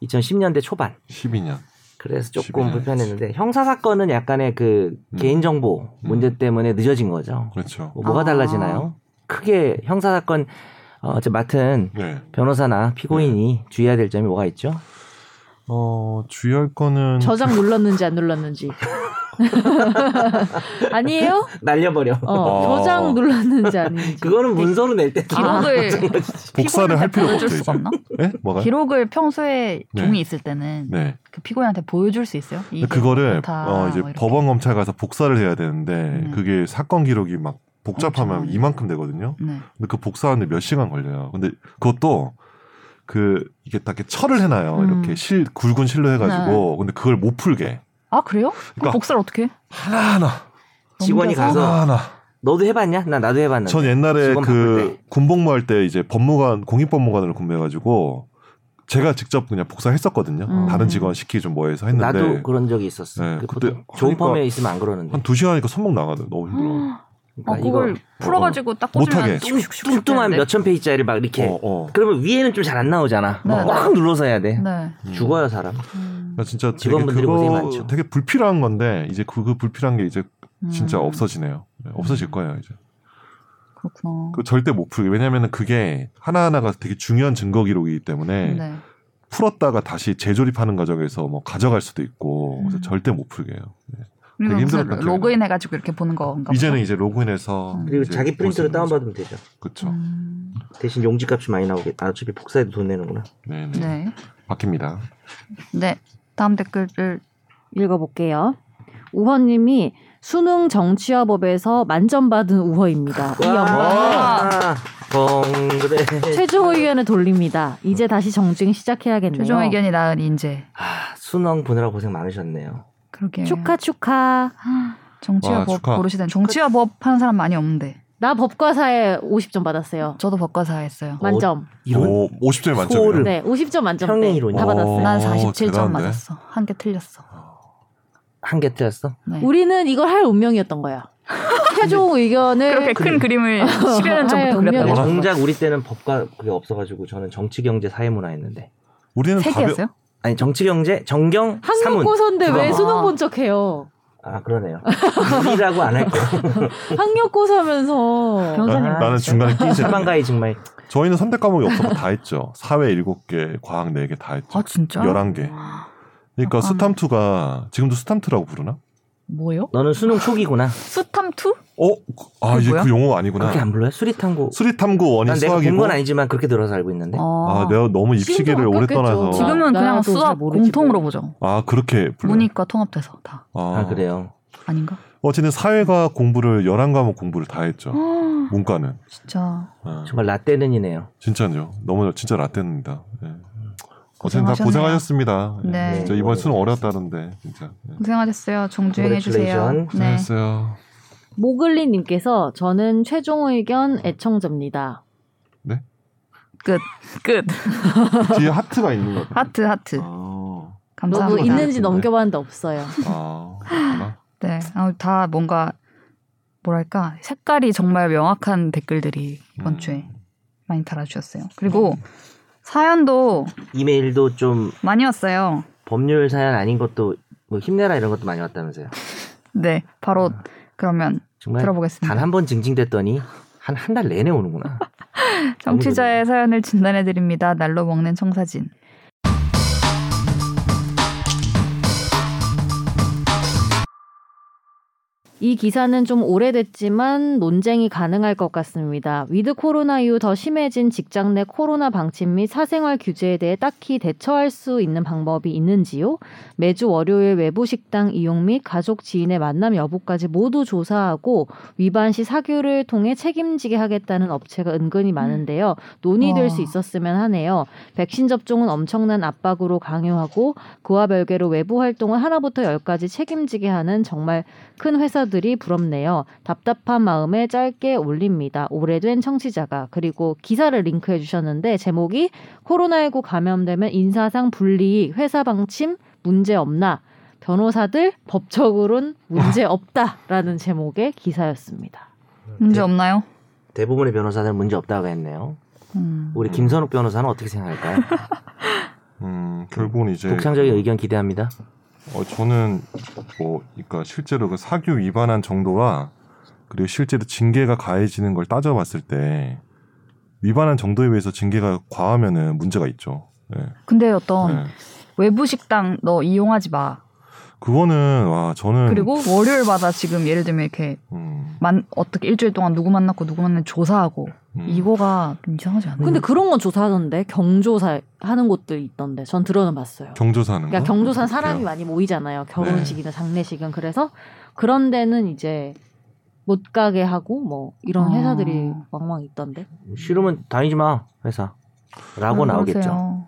[SPEAKER 3] 2010년대 초반.
[SPEAKER 4] 12년.
[SPEAKER 3] 그래서
[SPEAKER 4] 12년.
[SPEAKER 3] 조금 불편했는데 형사 사건은 약간의 그
[SPEAKER 4] 음.
[SPEAKER 3] 개인정보 문제 때문에 늦어진 거죠.
[SPEAKER 4] 그렇죠.
[SPEAKER 3] 뭐 뭐가
[SPEAKER 1] 아.
[SPEAKER 3] 달라지나요? 크게 형사 사건 어, 제 맡은
[SPEAKER 4] 네.
[SPEAKER 3] 변호사나 피고인이 주의해야 될 점이 뭐가 있죠?
[SPEAKER 4] 어 주의할 거는
[SPEAKER 2] 저장 눌렀는지 안 눌렀는지. 아니에요?
[SPEAKER 3] 날려버려.
[SPEAKER 2] 어,
[SPEAKER 4] 어.
[SPEAKER 2] 저장 눌렀는지 아닌지.
[SPEAKER 3] 그거는 문서로 낼 때.
[SPEAKER 1] 기록을
[SPEAKER 4] 복사를 할
[SPEAKER 1] 피고인한테
[SPEAKER 4] 필요가
[SPEAKER 1] 보여줄
[SPEAKER 4] 없죠.
[SPEAKER 1] 수가
[SPEAKER 4] 이제.
[SPEAKER 1] 없나?
[SPEAKER 4] 네? 뭐가? 요
[SPEAKER 1] 기록을 평소에
[SPEAKER 4] 네.
[SPEAKER 1] 종이 있을 때는
[SPEAKER 4] 네.
[SPEAKER 1] 그 피고인한테 보여줄 수 있어요? 이게
[SPEAKER 4] 그거를
[SPEAKER 1] 좋다,
[SPEAKER 4] 어 이제
[SPEAKER 1] 뭐 이렇게.
[SPEAKER 4] 법원 검찰 가서 복사를 해야 되는데
[SPEAKER 1] 음.
[SPEAKER 4] 그게 사건 기록이 막 복잡하면
[SPEAKER 1] 엄청.
[SPEAKER 4] 이만큼 되거든요.
[SPEAKER 1] 네.
[SPEAKER 4] 근데 그 복사하는데 몇 시간 걸려요. 근데 그것도 그 이게 딱 이렇게 철을 해놔요.
[SPEAKER 1] 음. 네.
[SPEAKER 4] 이렇게 실 굵은 실로 해가지고 근데 그걸 못 풀게
[SPEAKER 1] 아 그래요?
[SPEAKER 4] 그러니까-
[SPEAKER 1] 그럼 복사를 어떻게? 해?
[SPEAKER 4] 하나하나
[SPEAKER 3] 직원이
[SPEAKER 1] 넘겨서?
[SPEAKER 3] 가서
[SPEAKER 4] 하나하나.
[SPEAKER 3] 너도 해봤냐? 나 나도 해봤는데.
[SPEAKER 4] 전 옛날에
[SPEAKER 3] 직원
[SPEAKER 4] 그
[SPEAKER 3] 바쁠
[SPEAKER 4] 군복무 할 때 이제 법무관 공익법무관으로 근무해가지고 제가 직접 그냥 복사했었거든요.
[SPEAKER 2] 음.
[SPEAKER 4] 다른 직원 시키기 좀 뭐해서 했는데
[SPEAKER 3] 나도 그런 적이 있었어.
[SPEAKER 4] 네,
[SPEAKER 3] 그
[SPEAKER 4] 그때
[SPEAKER 3] 보통 좋은
[SPEAKER 4] 하니까
[SPEAKER 3] 펌에 있으면 안 그러는데.
[SPEAKER 4] 한 두 시간이니까 손목 나가는 너무 힘들어.
[SPEAKER 1] 아,
[SPEAKER 3] 그러니까
[SPEAKER 1] 그걸 풀어가지고 딱 꽂으면
[SPEAKER 4] 못하게.
[SPEAKER 3] 뚱- 뚱뚱한 몇천 페이지짜리 막 이렇게.
[SPEAKER 4] 어, 어.
[SPEAKER 3] 그러면 위에는 좀 잘 안 나오잖아.
[SPEAKER 1] 네.
[SPEAKER 3] 꽉 눌러서 해야 돼.
[SPEAKER 1] 네.
[SPEAKER 4] 음.
[SPEAKER 3] 죽어요 사람.
[SPEAKER 1] 음.
[SPEAKER 4] 그러니까 진짜 되게
[SPEAKER 3] 직원분들이
[SPEAKER 4] 그거
[SPEAKER 3] 고생이 많죠.
[SPEAKER 4] 되게 불필요한 건데 이제 그, 그 불필요한 게 이제 진짜
[SPEAKER 1] 음.
[SPEAKER 4] 없어지네요. 네, 없어질 거예요 이제.
[SPEAKER 1] 그렇구나.
[SPEAKER 4] 그 절대 못 풀게 왜냐면은 그게 하나하나가 되게 중요한 증거 기록이기 때문에
[SPEAKER 1] 네.
[SPEAKER 4] 풀었다가 다시 재조립하는 과정에서 뭐 가져갈 수도 있고 그래서
[SPEAKER 1] 음.
[SPEAKER 4] 절대 못 풀게 해요. 네.
[SPEAKER 1] 그리고
[SPEAKER 4] 되게
[SPEAKER 1] 무슨
[SPEAKER 4] 힘들었던 기억이
[SPEAKER 1] 로그인 해가지고 이렇게 보는 건가? 보죠?
[SPEAKER 4] 이제는 이제 로그인해서
[SPEAKER 1] 음.
[SPEAKER 3] 그리고 자기 프린트로 다운받으면 되죠.
[SPEAKER 4] 그렇죠.
[SPEAKER 1] 음,
[SPEAKER 3] 대신 용지 값이 많이 나오겠다. 아, 어차피 복사해도 돈 내는구나.
[SPEAKER 4] 네, 네.
[SPEAKER 1] 네.
[SPEAKER 4] 바뀝니다.
[SPEAKER 1] 네. 다음 댓글을
[SPEAKER 2] 읽어볼게요. 우허님이 수능 정치화법에서 만점 받은 우허입니다. 이 영광을
[SPEAKER 3] 와, 봉그레.
[SPEAKER 2] 최종 의견에 돌립니다. 이제 다시 정증 시작해야겠네요.
[SPEAKER 1] 최종 의견이 나은 인재.
[SPEAKER 3] 아, 수능 보느라 고생 많으셨네요.
[SPEAKER 1] 그러게요. 아,
[SPEAKER 2] 축하 축하.
[SPEAKER 4] 와,
[SPEAKER 1] 정치와 법
[SPEAKER 4] 축하.
[SPEAKER 1] 고르시던 정치와 법 하는 사람 많이 없는데
[SPEAKER 2] 나 법과사에 50점 받았어요.
[SPEAKER 1] 저도 법과사 했어요.
[SPEAKER 2] 만점.
[SPEAKER 3] 이런
[SPEAKER 4] 오, 50점이 만점이에요.
[SPEAKER 3] 스코어를
[SPEAKER 2] 네, 50점 만점 때
[SPEAKER 3] 평행이론이야.
[SPEAKER 2] 다 받았어요.
[SPEAKER 1] 난
[SPEAKER 4] 오,
[SPEAKER 1] 47점
[SPEAKER 4] 대단한데?
[SPEAKER 1] 맞았어. 한 개 틀렸어.
[SPEAKER 3] 한 개 틀렸어?
[SPEAKER 1] 네.
[SPEAKER 2] 우리는 이걸 할 운명이었던 거야. 최종 의견을
[SPEAKER 1] 그렇게 큰 그림을 10여 년
[SPEAKER 2] 아유,
[SPEAKER 1] 전부터 그렸다고.
[SPEAKER 2] 운명이야.
[SPEAKER 1] 하는 거예요.
[SPEAKER 3] 정작 우리 때는 법과 그게 없어가지고 저는 정치, 경제, 사회문화 했는데.
[SPEAKER 4] 우리는
[SPEAKER 1] 세
[SPEAKER 4] 가벼...
[SPEAKER 1] 개였어요?
[SPEAKER 3] 아니 정치, 경제, 정경, 사문.
[SPEAKER 2] 학력고사인데 왜
[SPEAKER 3] 그거.
[SPEAKER 2] 수능 본 척해요?
[SPEAKER 3] 아 그러네요. 우리라고 안 할게.
[SPEAKER 2] 학력고사면서
[SPEAKER 1] 변호사님.
[SPEAKER 3] 아,
[SPEAKER 4] 나는 중간에 끼지 않아요.
[SPEAKER 3] 사방가이 정말
[SPEAKER 4] 저희는 선택 과목이 없어서 다 했죠. 사회 7개, 과학 4개 다 했죠.
[SPEAKER 1] 아 진짜?
[SPEAKER 4] 11개. 그러니까
[SPEAKER 1] 아,
[SPEAKER 4] 스탐투가 지금도 스탐투라고 부르나?
[SPEAKER 1] 뭐요?
[SPEAKER 3] 너는 수능 초기구나.
[SPEAKER 1] 수탐투?
[SPEAKER 4] 어? 그- 아,
[SPEAKER 1] 그게
[SPEAKER 4] 이제
[SPEAKER 1] 뭐야?
[SPEAKER 4] 그 용어 아니구나.
[SPEAKER 3] 그렇게 안 불러요? 수리탐구.
[SPEAKER 4] 수리탐구원이
[SPEAKER 3] 난 내가 본
[SPEAKER 4] 수학이고.
[SPEAKER 3] 건 아니지만 그렇게 들어서 알고 있는데.
[SPEAKER 1] 어.
[SPEAKER 4] 아, 내가 너무 입시계를 오래
[SPEAKER 2] 아꼈겠죠.
[SPEAKER 4] 떠나서.
[SPEAKER 1] 지금은 그냥
[SPEAKER 2] 나도 잘
[SPEAKER 1] 수학
[SPEAKER 2] 모르지
[SPEAKER 1] 공통으로
[SPEAKER 2] 뭐.
[SPEAKER 1] 보죠.
[SPEAKER 4] 아, 그렇게 불러.
[SPEAKER 1] 문이과 통합돼서 다
[SPEAKER 4] 아,
[SPEAKER 3] 아 그래요.
[SPEAKER 1] 아닌가?
[SPEAKER 4] 어쨌든 사회과 공부를 11과목 공부를 다 했죠.
[SPEAKER 1] 아,
[SPEAKER 4] 문과는.
[SPEAKER 1] 진짜
[SPEAKER 4] 아.
[SPEAKER 3] 정말 라떼는이네요.
[SPEAKER 4] 진짜죠. 너무 진짜 라떼입니다. 예. 어쨌든 다
[SPEAKER 1] 고생하셨네요.
[SPEAKER 4] 고생하셨습니다. 예.
[SPEAKER 1] 네.
[SPEAKER 4] 진짜 이번 수능 어려웠다는데 진짜. 예.
[SPEAKER 1] 고생하셨어요. 정주행 해주세요.
[SPEAKER 3] Congratulations.
[SPEAKER 1] 네.
[SPEAKER 4] 고생했어요.
[SPEAKER 2] 모글리님께서 저는 최종 의견 애청자입니다.
[SPEAKER 1] 끝.
[SPEAKER 4] 뒤에 하트가 있는 것
[SPEAKER 1] 네.
[SPEAKER 4] 같아요.
[SPEAKER 1] 하트 하트.
[SPEAKER 4] 아.
[SPEAKER 2] 너무 뭐
[SPEAKER 1] 감사합니다.
[SPEAKER 2] 있는지
[SPEAKER 4] 근데.
[SPEAKER 2] 넘겨봤는데 없어요.
[SPEAKER 4] 아, 그렇구나.
[SPEAKER 1] 네, 아우, 다 뭔가 뭐랄까 색깔이 정말 명확한 댓글들이 이번
[SPEAKER 4] 음.
[SPEAKER 1] 주에 많이 달아주셨어요. 그리고 사연도
[SPEAKER 3] 이메일도 좀
[SPEAKER 1] 많이 왔어요.
[SPEAKER 3] 법률 사연 아닌 것도 뭐 힘내라 이런 것도 많이 왔다면서요.
[SPEAKER 1] 네, 바로
[SPEAKER 4] 아.
[SPEAKER 1] 그러면
[SPEAKER 4] 네,
[SPEAKER 3] 정말
[SPEAKER 1] 들어보겠습니다.
[SPEAKER 3] 단 한 번 징징댔더니 한 한 달 내내 오는구나.
[SPEAKER 1] 정치자의 사연을 진단해 드립니다. 날로 먹는 청사진.
[SPEAKER 2] 이 기사는 좀 오래됐지만 논쟁이 가능할 것 같습니다. 위드 코로나 이후 더 심해진 직장 내 코로나 방침 및 사생활 규제에 대해 딱히 대처할 수 있는 방법이 있는지요? 매주 월요일 외부 식당 이용 및 가족 지인의 만남 여부까지 모두 조사하고 위반 시 사규를 통해 책임지게 하겠다는 업체가 은근히 많은데요. 논의될
[SPEAKER 1] 와.
[SPEAKER 2] 수 있었으면 하네요. 백신 접종은 엄청난 압박으로 강요하고 그와 별개로 외부 활동은 하나부터 열까지 책임지게 하는 정말 큰 회사들이 부럽네요. 답답한 마음에 짧게 올립니다. 오래된 청취자가 그리고 기사를 링크해 주셨는데 제목이 코로나19 감염되면 인사상 불리익 회사 방침 문제 없나 변호사들 법적으론 문제 없다라는 제목의 기사였습니다.
[SPEAKER 1] 문제
[SPEAKER 4] 네.
[SPEAKER 1] 없나요?
[SPEAKER 3] 대부분의 변호사는 문제 없다고 했네요.
[SPEAKER 1] 음.
[SPEAKER 3] 우리 김선욱 변호사는 어떻게 생각할까요?
[SPEAKER 4] 음, 결국은 이제
[SPEAKER 3] 독창적인 의견 기대합니다.
[SPEAKER 4] 어, 저는 뭐 그러니까 실제로 그 사규 위반한 정도와 그리고 실제로 징계가 가해지는 걸 따져봤을 때 위반한 정도에 비해서 징계가 과하면은 문제가 있죠. 예.
[SPEAKER 1] 근데 어떤
[SPEAKER 2] 네.
[SPEAKER 4] 예.
[SPEAKER 1] 외부 식당 너 이용하지 마.
[SPEAKER 4] 그거는 와 저는
[SPEAKER 1] 그리고 월요일마다 지금 예를 들면 이렇게
[SPEAKER 4] 음,
[SPEAKER 1] 만 어떻게 일주일 동안 누구 만났고 누구 만났는 조사하고
[SPEAKER 4] 음.
[SPEAKER 1] 이거가 좀 이상하지 않나요? 음,
[SPEAKER 2] 근데 그런 건 조사하던데 경조사 하는 곳들 있던데 전 들어는 봤어요.
[SPEAKER 4] 경조사는
[SPEAKER 2] 그러니까
[SPEAKER 4] 거?
[SPEAKER 2] 경조사는 사람이
[SPEAKER 4] 그래요?
[SPEAKER 2] 많이 모이잖아요. 결혼식이나 장례식은 그래서 그런 데는 이제 못 가게 하고 뭐 이런
[SPEAKER 1] 아.
[SPEAKER 2] 회사들이 왕왕 있던데.
[SPEAKER 3] 싫으면 다니지 마 회사. 라고
[SPEAKER 1] 아,
[SPEAKER 3] 나오겠죠.
[SPEAKER 1] 그러세요.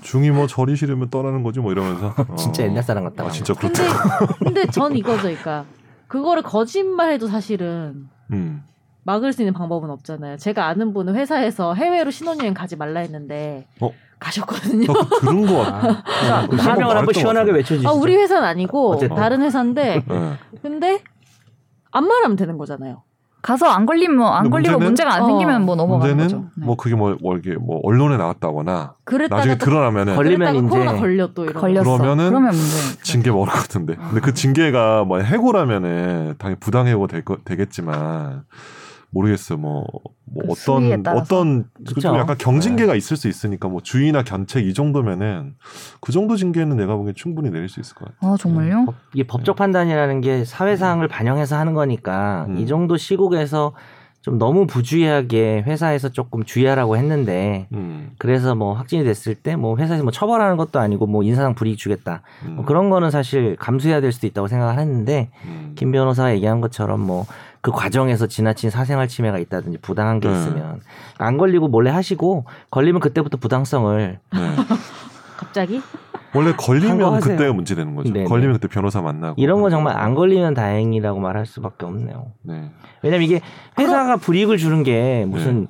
[SPEAKER 4] 중이 뭐 저리 싫으면 떠나는 거지 뭐 이러면서 어.
[SPEAKER 3] 진짜 옛날 사람 같다.
[SPEAKER 4] 아 진짜
[SPEAKER 2] 근데
[SPEAKER 4] 그렇다.
[SPEAKER 2] 근데 전 이거죠, 그러니까 그거를 거짓말해도 사실은
[SPEAKER 4] 음.
[SPEAKER 2] 막을 수 있는 방법은 없잖아요. 제가 아는 분은 회사에서 해외로 신혼여행 가지 말라 했는데
[SPEAKER 4] 어?
[SPEAKER 2] 가셨거든요.
[SPEAKER 4] 나 그거 들은 거 같아.
[SPEAKER 3] 아,
[SPEAKER 4] 자,
[SPEAKER 3] 그 실명을 한번 시원하게 외쳐주시죠.
[SPEAKER 2] 아 우리 회사는 아니고
[SPEAKER 3] 어, 어쨌든.
[SPEAKER 2] 다른 회사인데
[SPEAKER 4] 예.
[SPEAKER 2] 근데 안 말하면 되는 거잖아요.
[SPEAKER 1] 가서 안 걸리면 안
[SPEAKER 4] 근데
[SPEAKER 1] 걸리고
[SPEAKER 4] 문제는-
[SPEAKER 1] 문제가 안
[SPEAKER 2] 어.
[SPEAKER 1] 생기면 뭐 넘어가는
[SPEAKER 4] 문제는
[SPEAKER 1] 거죠. 네.
[SPEAKER 4] 뭐 그게 뭐, 뭐 이게 뭐 언론에 나왔다거나
[SPEAKER 2] 그랬다가
[SPEAKER 4] 나중에
[SPEAKER 2] 또
[SPEAKER 4] 드러나면은
[SPEAKER 3] 걸리- 걸리면
[SPEAKER 2] 그랬다가
[SPEAKER 3] 이제
[SPEAKER 2] 코로나 걸려 또 이런.
[SPEAKER 1] 걸렸어.
[SPEAKER 4] 그러면은
[SPEAKER 1] 그러면 문제.
[SPEAKER 4] 징계 먹을 것 같은데. 근데 그 징계가 뭐 해고라면은 당연히 부당해고 될 거, 되겠지만 모르겠어요. 뭐, 뭐
[SPEAKER 1] 그 수위에
[SPEAKER 4] 어떤
[SPEAKER 1] 따라서.
[SPEAKER 4] 어떤 그
[SPEAKER 3] 그쵸. 네.
[SPEAKER 4] 좀 약간 경징계가 있을 수 있으니까 뭐 주의나 견책 이 정도면은 그 정도 징계는 내가 보기엔 충분히 내릴 수 있을 것 같아요.
[SPEAKER 1] 아 정말요?
[SPEAKER 3] 법- 이게 법적 판단이라는 게 사회상황을 반영해서 하는 거니까
[SPEAKER 4] 네. 음.
[SPEAKER 3] 이 정도 시국에서 좀 너무 부주의하게 회사에서 조금 주의하라고 했는데
[SPEAKER 4] 음,
[SPEAKER 3] 그래서 뭐 확진이 됐을 때 뭐 회사에서 뭐 처벌하는 것도 아니고 뭐 인사상 불이익 주겠다
[SPEAKER 4] 음,
[SPEAKER 3] 뭐 그런 거는 사실 감수해야 될 수도 있다고 생각을 했는데
[SPEAKER 4] 음.
[SPEAKER 3] 김 변호사가 얘기한 것처럼 뭐 그 과정에서 지나친 사생활 침해가 있다든지 부당한 게
[SPEAKER 4] 네.
[SPEAKER 3] 있으면 안 걸리고 몰래 하시고 걸리면 그때부터 부당성을
[SPEAKER 4] 네.
[SPEAKER 2] 갑자기
[SPEAKER 4] 원래
[SPEAKER 3] 한거
[SPEAKER 4] 걸리면
[SPEAKER 3] 하세요.
[SPEAKER 4] 그때가 문제되는 거죠.
[SPEAKER 3] 네네.
[SPEAKER 4] 걸리면 그때 변호사 만나고
[SPEAKER 3] 이런 건 정말 안 걸리면 다행이라고 말할 수밖에 없네요.
[SPEAKER 4] 네.
[SPEAKER 3] 왜냐면 이게 회사가 불이익을 주는 게 무슨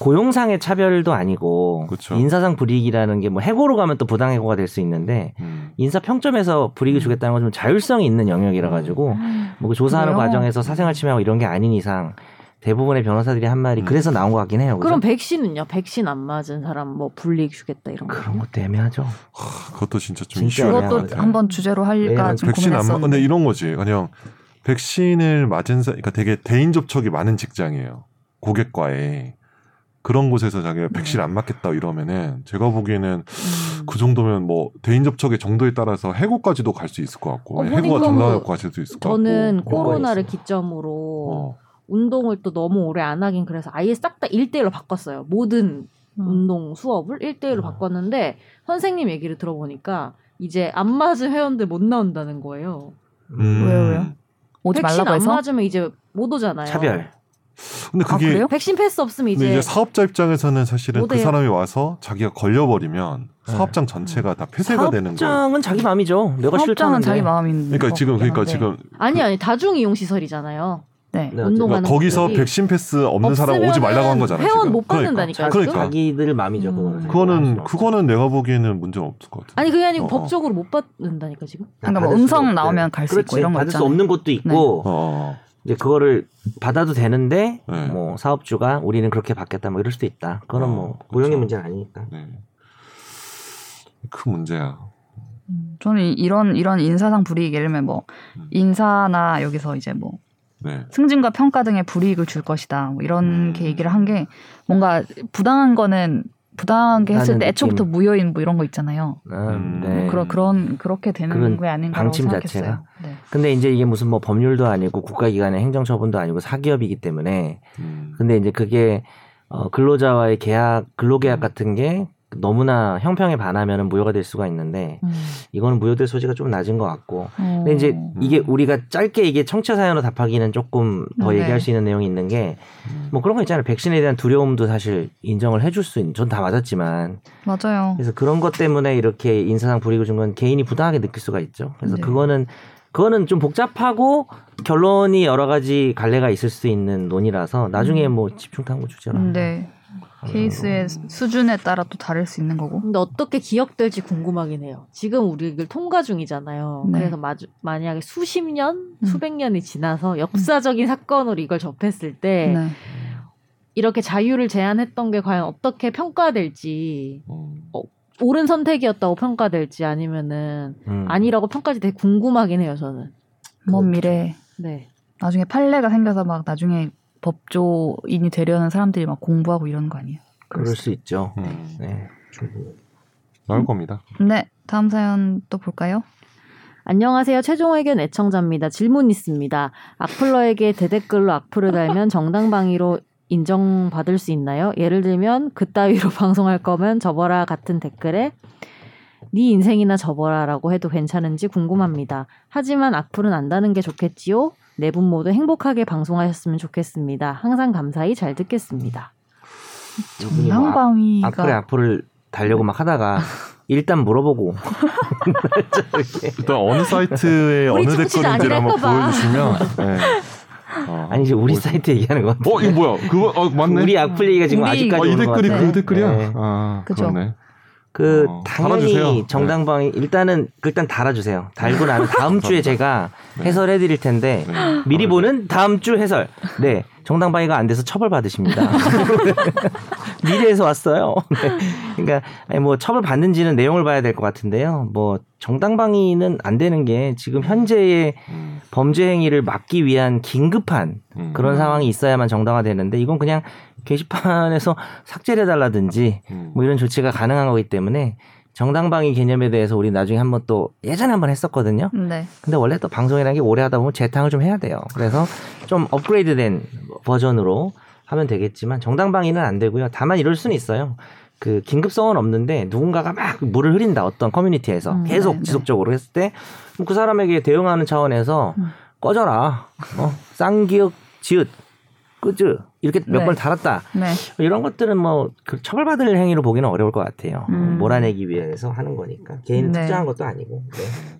[SPEAKER 3] 고용상의 차별도 아니고
[SPEAKER 4] 그쵸.
[SPEAKER 3] 인사상 불이익이라는 게 뭐 해고로 가면 또 부당해고가 될 수 있는데
[SPEAKER 4] 음.
[SPEAKER 3] 인사 평점에서 불이익을 주겠다는 건 좀 자율성이 있는 영역이라 가지고
[SPEAKER 4] 음.
[SPEAKER 3] 뭐그 조사하는
[SPEAKER 1] 음. 그래요?
[SPEAKER 3] 과정에서 사생활 침해하고 이런 게 아닌 이상 대부분의 변호사들이 한 말이
[SPEAKER 4] 음.
[SPEAKER 3] 그래서 나온 것 같긴 해요.
[SPEAKER 2] 그럼
[SPEAKER 3] 그죠?
[SPEAKER 2] 백신은요? 백신 안 맞은 사람 뭐 불리익 주겠다 이런
[SPEAKER 4] 그렇죠.
[SPEAKER 2] 거.
[SPEAKER 3] 그런 것도 애매하죠.
[SPEAKER 4] 하, 그것도 진짜 좀
[SPEAKER 3] 진짜
[SPEAKER 4] 이슈가
[SPEAKER 3] 그것도
[SPEAKER 1] 그것도
[SPEAKER 3] 네.
[SPEAKER 1] 한번 주제로 할까
[SPEAKER 3] 네,
[SPEAKER 1] 좀
[SPEAKER 4] 음. 백신 안 맞. 근데
[SPEAKER 1] 고민했었는데.
[SPEAKER 4] 이런 거지. 그냥 백신을 맞은 사, 그러니까 되게 대인 접촉이 많은 직장이에요. 고객과의 그런 곳에서 자기가 백신 안 맞겠다 이러면은 제가 보기에는
[SPEAKER 2] 음.
[SPEAKER 4] 그 정도면 뭐 대인 접촉의 정도에 따라서 해고까지도 갈 수 있을 것 같고
[SPEAKER 2] 어,
[SPEAKER 4] 아니면 해고가
[SPEAKER 2] 보니까
[SPEAKER 4] 당당할
[SPEAKER 2] 뭐
[SPEAKER 4] 것 같을 수 있을 것
[SPEAKER 2] 저는
[SPEAKER 4] 같고. 뭐
[SPEAKER 2] 코로나를
[SPEAKER 3] 있어요.
[SPEAKER 2] 기점으로
[SPEAKER 4] 어,
[SPEAKER 2] 운동을 또 너무 오래 안 하긴 그래서 아예 싹 다 1대1로 바꿨어요. 모든
[SPEAKER 1] 음.
[SPEAKER 2] 운동 수업을 1대1로
[SPEAKER 3] 음.
[SPEAKER 2] 바꿨는데 선생님 얘기를 들어보니까 이제 안 맞은 회원들 못 나온다는 거예요.
[SPEAKER 4] 음.
[SPEAKER 1] 왜요, 왜요? 오지
[SPEAKER 2] 백신
[SPEAKER 1] 말라고
[SPEAKER 2] 안
[SPEAKER 1] 해서
[SPEAKER 2] 맞으면 이제 못 오잖아요.
[SPEAKER 3] 차별.
[SPEAKER 4] 근데
[SPEAKER 1] 아
[SPEAKER 4] 그게
[SPEAKER 1] 그래요?
[SPEAKER 2] 백신 패스 없으면
[SPEAKER 4] 근데
[SPEAKER 2] 이제,
[SPEAKER 4] 이제 사업자 입장에서는 사실은
[SPEAKER 2] 못
[SPEAKER 4] 그
[SPEAKER 2] 해요.
[SPEAKER 4] 사람이 와서 자기가 걸려버리면 사업장 전체가 다 폐쇄가 되는 거예요.
[SPEAKER 3] 사업장은 자기 마음이죠. 내가
[SPEAKER 1] 사업장은
[SPEAKER 3] 싫다는데.
[SPEAKER 1] 자기 마음인.
[SPEAKER 4] 그러니까
[SPEAKER 1] 것
[SPEAKER 4] 지금
[SPEAKER 1] 같긴
[SPEAKER 4] 그러니까
[SPEAKER 1] 한데.
[SPEAKER 4] 지금
[SPEAKER 2] 아니 아니 다중 이용 시설이잖아요.
[SPEAKER 1] 네.
[SPEAKER 3] 네,
[SPEAKER 2] 운동하는
[SPEAKER 4] 그러니까 거기서
[SPEAKER 2] 분들이
[SPEAKER 4] 백신 패스 없는 사람
[SPEAKER 2] 없으면은
[SPEAKER 4] 오지 말라고 한 거잖아요.
[SPEAKER 2] 회원
[SPEAKER 4] 지금.
[SPEAKER 2] 못 받는다니까요.
[SPEAKER 4] 그러니까.
[SPEAKER 2] 지금?
[SPEAKER 3] 자기들 맘이죠
[SPEAKER 2] 음.
[SPEAKER 3] 그거는.
[SPEAKER 4] 그거는 그거는 내가 보기에는 문제 는 없을 것 같아요.
[SPEAKER 2] 아니 그게 아니고
[SPEAKER 4] 어.
[SPEAKER 2] 법적으로 못 받는다니까 지금.
[SPEAKER 1] 그러니까 뭐
[SPEAKER 3] 받을 수도
[SPEAKER 1] 음성
[SPEAKER 3] 없고.
[SPEAKER 1] 나오면 갈 수
[SPEAKER 3] 그렇지,
[SPEAKER 1] 있고 이런 거
[SPEAKER 3] 받을 수
[SPEAKER 1] 있잖아요. 네.
[SPEAKER 3] 없는 곳도 있고
[SPEAKER 4] 어, 어.
[SPEAKER 3] 이제 그거를 받아도 되는데
[SPEAKER 4] 네.
[SPEAKER 3] 뭐 사업주가 우리는 그렇게 받겠다 뭐 이럴 수도 있다. 그거는
[SPEAKER 4] 어,
[SPEAKER 3] 뭐
[SPEAKER 4] 그쵸.
[SPEAKER 3] 고용의 문제는 아니니까.
[SPEAKER 4] 네. 큰 문제야.
[SPEAKER 1] 음, 저는 이- 이런 이런 인사상 불이익 예를 들면 뭐
[SPEAKER 4] 음.
[SPEAKER 1] 인사나 여기서 이제 뭐
[SPEAKER 4] 네.
[SPEAKER 1] 승진과 평가 등의 불이익을 줄 것이다 뭐 이런
[SPEAKER 4] 음.
[SPEAKER 1] 게 얘기를 한 게 뭔가 부당한 거는 부당하게 했을
[SPEAKER 3] 나는
[SPEAKER 1] 때 애초부터
[SPEAKER 3] 느낌.
[SPEAKER 1] 무효인 뭐 이런 거 있잖아요. 뭐
[SPEAKER 3] 음,
[SPEAKER 4] 음.
[SPEAKER 3] 네.
[SPEAKER 1] 그런 그런 그렇게 되는
[SPEAKER 3] 그런
[SPEAKER 1] 게 아닌가라고
[SPEAKER 3] 방침
[SPEAKER 1] 생각했어요. 네.
[SPEAKER 3] 근데 이제 이게 무슨 뭐 법률도 아니고 국가기관의 행정처분도 아니고 사기업이기 때문에
[SPEAKER 4] 음.
[SPEAKER 3] 근데 이제 그게 어, 근로자와의 계약 근로계약 같은 게 너무나 형평에 반하면 무효가 될 수가 있는데
[SPEAKER 2] 음.
[SPEAKER 3] 이거는 무효될 소지가 좀 낮은 것 같고 근데 이제
[SPEAKER 1] 어,
[SPEAKER 4] 음.
[SPEAKER 3] 이게 우리가 짧게 이게 청취 자 사연으로 답하기는 조금 더
[SPEAKER 1] 네.
[SPEAKER 3] 얘기할 수 있는 내용이 있는 게 뭐
[SPEAKER 4] 음.
[SPEAKER 3] 그런 거 있잖아요 백신에 대한 두려움도 사실 인정을 해줄 수 있는 전 다 맞았지만
[SPEAKER 1] 맞아요.
[SPEAKER 3] 그래서 그런 것 때문에 이렇게 인사상 불이익을 준 건 개인이 부당하게 느낄 수가 있죠. 그래서
[SPEAKER 1] 네.
[SPEAKER 3] 그거는 그거는 좀 복잡하고 결론이 여러 가지 갈래가 있을 수 있는 논의라서
[SPEAKER 1] 음.
[SPEAKER 3] 나중에 뭐 집중 탐구 주제로
[SPEAKER 1] 근데
[SPEAKER 3] 아,
[SPEAKER 1] 케이스의
[SPEAKER 3] 음.
[SPEAKER 1] 수준에 따라 또 다를 수 있는 거고.
[SPEAKER 2] 근데 어떻게 기억될지 궁금하긴 해요. 지금 우리 이걸 통과 중이잖아요.
[SPEAKER 1] 네.
[SPEAKER 2] 그래서 마주, 만약에 수십 년,
[SPEAKER 1] 음.
[SPEAKER 2] 수백 년이 지나서 역사적인 사건으로 이걸 접했을 때
[SPEAKER 1] 네.
[SPEAKER 2] 이렇게 자유를 제한했던 게 과연 어떻게 평가될지
[SPEAKER 3] 뭐-
[SPEAKER 4] 음.
[SPEAKER 2] 옳은 선택이었다고 평가될지 아니면은
[SPEAKER 3] 음.
[SPEAKER 2] 아니라고 평가지 되게 궁금하긴 해요. 저는.
[SPEAKER 3] 그렇죠.
[SPEAKER 1] 먼 미래
[SPEAKER 2] 네.
[SPEAKER 1] 나중에 판례가 생겨서 막 나중에 법조인이 되려는 사람들이 막 공부하고 이런 거 아니에요?
[SPEAKER 3] 그럴 수 있죠.
[SPEAKER 4] 음.
[SPEAKER 3] 네. 충분히.
[SPEAKER 4] 나올 겁니다.
[SPEAKER 1] 네, 다음 사연 또 볼까요?
[SPEAKER 2] 안녕하세요. 최종 의견 애청자입니다. 질문 있습니다. 악플러에게 대댓글로 악플을 달면 정당방위로 인정받을 수 있나요? 예를 들면 그따위로 방송할 거면 접어라 같은 댓글에 네 인생이나 접어라라고 해도 괜찮은지 궁금합니다. 하지만 악플은 안다는 게 좋겠지요. 네 분 모두 행복하게 방송하셨으면 좋겠습니다. 항상 감사히 잘 듣겠습니다.
[SPEAKER 3] 이분이 뭐
[SPEAKER 1] 정당방위가
[SPEAKER 3] 악플에 악플을 달려고 막 하다가 일단 물어보고 이렇게.
[SPEAKER 4] 일단 어느 사이트에
[SPEAKER 2] 우리
[SPEAKER 4] 어느
[SPEAKER 2] 청취자 아니랄까
[SPEAKER 4] 댓글인지를 한번
[SPEAKER 2] 봐.
[SPEAKER 4] 보여주시면. 네. 어,
[SPEAKER 3] 아니 이제 우리
[SPEAKER 4] 뭐-
[SPEAKER 3] 사이트 얘기하는 건
[SPEAKER 4] 어 이거 뭐야? 그거 어, 맞네.
[SPEAKER 3] 우리 악플 얘기가 지금
[SPEAKER 1] 우리-
[SPEAKER 3] 아직까지
[SPEAKER 4] 아, 이
[SPEAKER 3] 오는 것
[SPEAKER 4] 댓글이
[SPEAKER 3] 같아요.
[SPEAKER 4] 그 댓글이야.
[SPEAKER 3] 네.
[SPEAKER 4] 아
[SPEAKER 1] 그죠.
[SPEAKER 4] 그렇네.
[SPEAKER 3] 그
[SPEAKER 4] 어,
[SPEAKER 3] 당연히
[SPEAKER 4] 달아주세요.
[SPEAKER 3] 정당방위 일단은 일단 달아주세요. 달고 나면 다음 주에 제가 해설해드릴 텐데
[SPEAKER 4] 네.
[SPEAKER 3] 미리
[SPEAKER 4] 아,
[SPEAKER 3] 보는 다음 주 해설. 네 정당방위가 안 돼서 처벌 받으십니다. 미래에서 왔어요. 네. 그러니까 아니 뭐 처벌 받는지는 내용을 봐야 될 것 같은데요. 뭐 정당방위는 안 되는 게 지금 현재의
[SPEAKER 4] 음,
[SPEAKER 3] 범죄 행위를 막기 위한 긴급한
[SPEAKER 4] 음.
[SPEAKER 3] 그런 상황이 있어야만 정당화되는데 이건 그냥 게시판에서 삭제를 해달라든지
[SPEAKER 4] 음.
[SPEAKER 3] 뭐 이런 조치가 가능한 거기 때문에 정당방위 개념에 대해서 우리 나중에 한번 또 예전에 한번 했었거든요.
[SPEAKER 1] 네.
[SPEAKER 3] 근데 원래 또 방송이라는 게 오래 하다 보면 재탕을 좀 해야 돼요. 그래서 좀 업그레이드된 버전으로 하면 되겠지만 정당방위는 안 되고요. 다만 이럴 수는 있어요. 그 긴급성은 없는데 누군가가 막 물을 흐린다 어떤 커뮤니티에서
[SPEAKER 2] 음,
[SPEAKER 3] 계속
[SPEAKER 1] 네, 네.
[SPEAKER 3] 지속적으로 했을 때 그 사람에게 대응하는 차원에서
[SPEAKER 1] 음.
[SPEAKER 3] 꺼져라 어, 쌍기역 지읒 끄즈 이렇게 몇
[SPEAKER 1] 네.
[SPEAKER 3] 번 달았다
[SPEAKER 1] 네.
[SPEAKER 3] 이런 것들은 뭐그 처벌받을 행위로 보기는 어려울 것 같아요.
[SPEAKER 1] 음.
[SPEAKER 3] 몰아내기 위해서 하는 거니까 개인을
[SPEAKER 1] 네.
[SPEAKER 3] 특정한 것도 아니고. 네.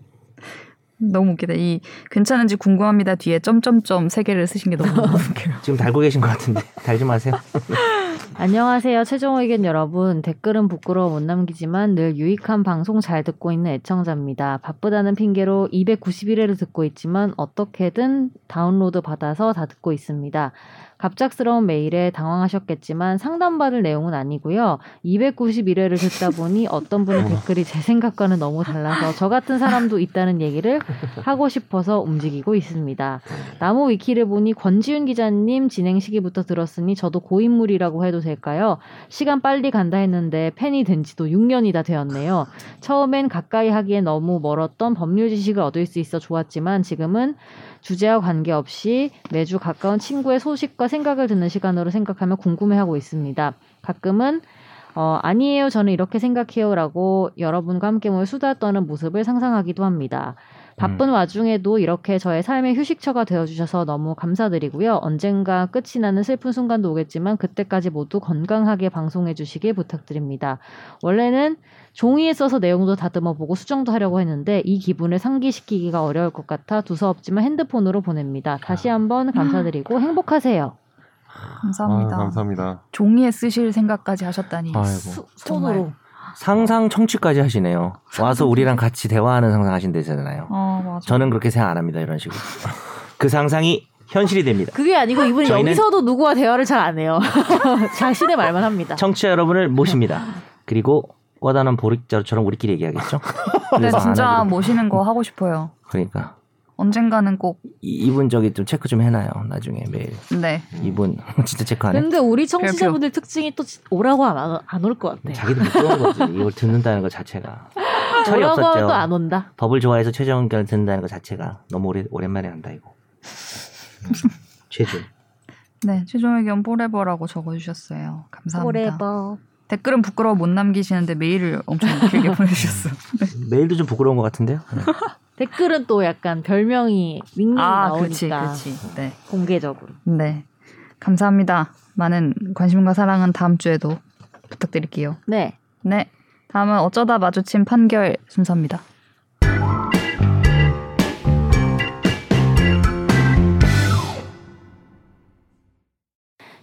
[SPEAKER 1] 너무 웃기다. 이 괜찮은지 궁금합니다. 뒤에 점점점 세 개를 쓰신 게 너무 웃겨요.
[SPEAKER 3] 지금 달고 계신 것 같은데 달지 마세요.
[SPEAKER 2] 안녕하세요. 최종 의견 여러분. 댓글은 부끄러워 못 남기지만 늘 유익한 방송 잘 듣고 있는 애청자입니다. 바쁘다는 핑계로 291회를 듣고 있지만 어떻게든 다운로드 받아서 다 듣고 있습니다. 갑작스러운 메일에 당황하셨겠지만 상담받을 내용은 아니고요. 291회를 듣다 보니 어떤 분의 댓글이 제 생각과는 너무 달라서 저 같은 사람도 있다는 얘기를 하고 싶어서 움직이고 있습니다. 나무 위키를 보니 권지윤 기자님 진행 시기부터 들었으니 저도 고인물이라고 해도 될까요? 시간 빨리 간다 했는데 팬이 된 지도 6년이 다 되었네요. 처음엔 가까이 하기에 너무 멀었던 법률 지식을 얻을 수 있어 좋았지만 지금은 주제와 관계없이 매주 가까운 친구의 소식과 생각을 듣는 시간으로 생각하며 궁금해하고 있습니다. 가끔은 어, 아니에요. 저는 이렇게 생각해요라고 여러분과 함께 모여 수다 떠는 모습을 상상하기도 합니다. 바쁜
[SPEAKER 3] 음.
[SPEAKER 2] 와중에도 이렇게 저의 삶의 휴식처가 되어주셔서 너무 감사드리고요. 언젠가 끝이 나는 슬픈 순간도 오겠지만 그때까지 모두 건강하게 방송해주시길 부탁드립니다. 원래는 종이에 써서 내용도 다듬어보고 수정도 하려고 했는데 이 기분을 상기시키기가 어려울 것 같아 두서없지만 핸드폰으로 보냅니다. 다시 한번 감사드리고 행복하세요.
[SPEAKER 1] 감사합니다.
[SPEAKER 4] 아, 감사합니다.
[SPEAKER 1] 종이에 쓰실 생각까지 하셨다니.
[SPEAKER 3] 아이고.
[SPEAKER 2] 수-
[SPEAKER 1] 정말.
[SPEAKER 2] 손으로.
[SPEAKER 3] 상상 청취까지 하시네요. 와서 우리랑 같이 대화하는 상상 하신다잖아요.
[SPEAKER 1] 어 맞아.
[SPEAKER 3] 저는 그렇게 생각 안 합니다. 이런 식으로. 그 상상이 현실이 됩니다.
[SPEAKER 2] 그게 아니고 이분이
[SPEAKER 3] 저희는-
[SPEAKER 2] 여기서도 누구와 대화를 잘 안 해요. 자신의 말만 합니다.
[SPEAKER 3] 청취자 여러분을 모십니다. 그리고 꼬다는 보릭자루처럼 우리끼리 얘기하겠죠.
[SPEAKER 1] 근데
[SPEAKER 3] 그래서 안
[SPEAKER 1] 진짜
[SPEAKER 3] 하기로.
[SPEAKER 1] 모시는 거 하고 싶어요.
[SPEAKER 3] 그러니까
[SPEAKER 1] 언젠가는 꼭
[SPEAKER 3] 이, 분 저기 좀 체크 좀 해놔요. 나중에 매일
[SPEAKER 1] 네.
[SPEAKER 3] 이분 진짜 체크 안 해.
[SPEAKER 2] 근데 우리 청취자분들 특징이 또 지- 오라고 안올것 같아.
[SPEAKER 3] 자기도 무서운 거지. 이걸 듣는다는 것 자체가 철이
[SPEAKER 2] 오라고
[SPEAKER 3] 없었죠.
[SPEAKER 2] 하면 또 안 온다.
[SPEAKER 3] 법을 좋아해서 최종 의견을 듣는다는 것 자체가 너무 오래, 오랜만에 한다 이거. 최준.
[SPEAKER 1] 네, 최종 의견 포레버라고 적어주셨어요. 감사합니다.
[SPEAKER 2] 오래버.
[SPEAKER 1] 댓글은 부끄러워 못 남기시는데 메일을 엄청 길게 보내주셨어요.
[SPEAKER 3] 메일도 좀 부끄러운 것 같은데요. 네.
[SPEAKER 2] 댓글은 또 약간 별명이 윙윙
[SPEAKER 1] 아,
[SPEAKER 2] 나오니까
[SPEAKER 1] 그렇지, 그렇지. 네,
[SPEAKER 2] 공개적으로.
[SPEAKER 1] 네, 감사합니다. 많은 관심과 사랑은 다음 주에도 부탁드릴게요.
[SPEAKER 2] 네.
[SPEAKER 1] 네, 다음은 어쩌다 마주친 판결 순서입니다.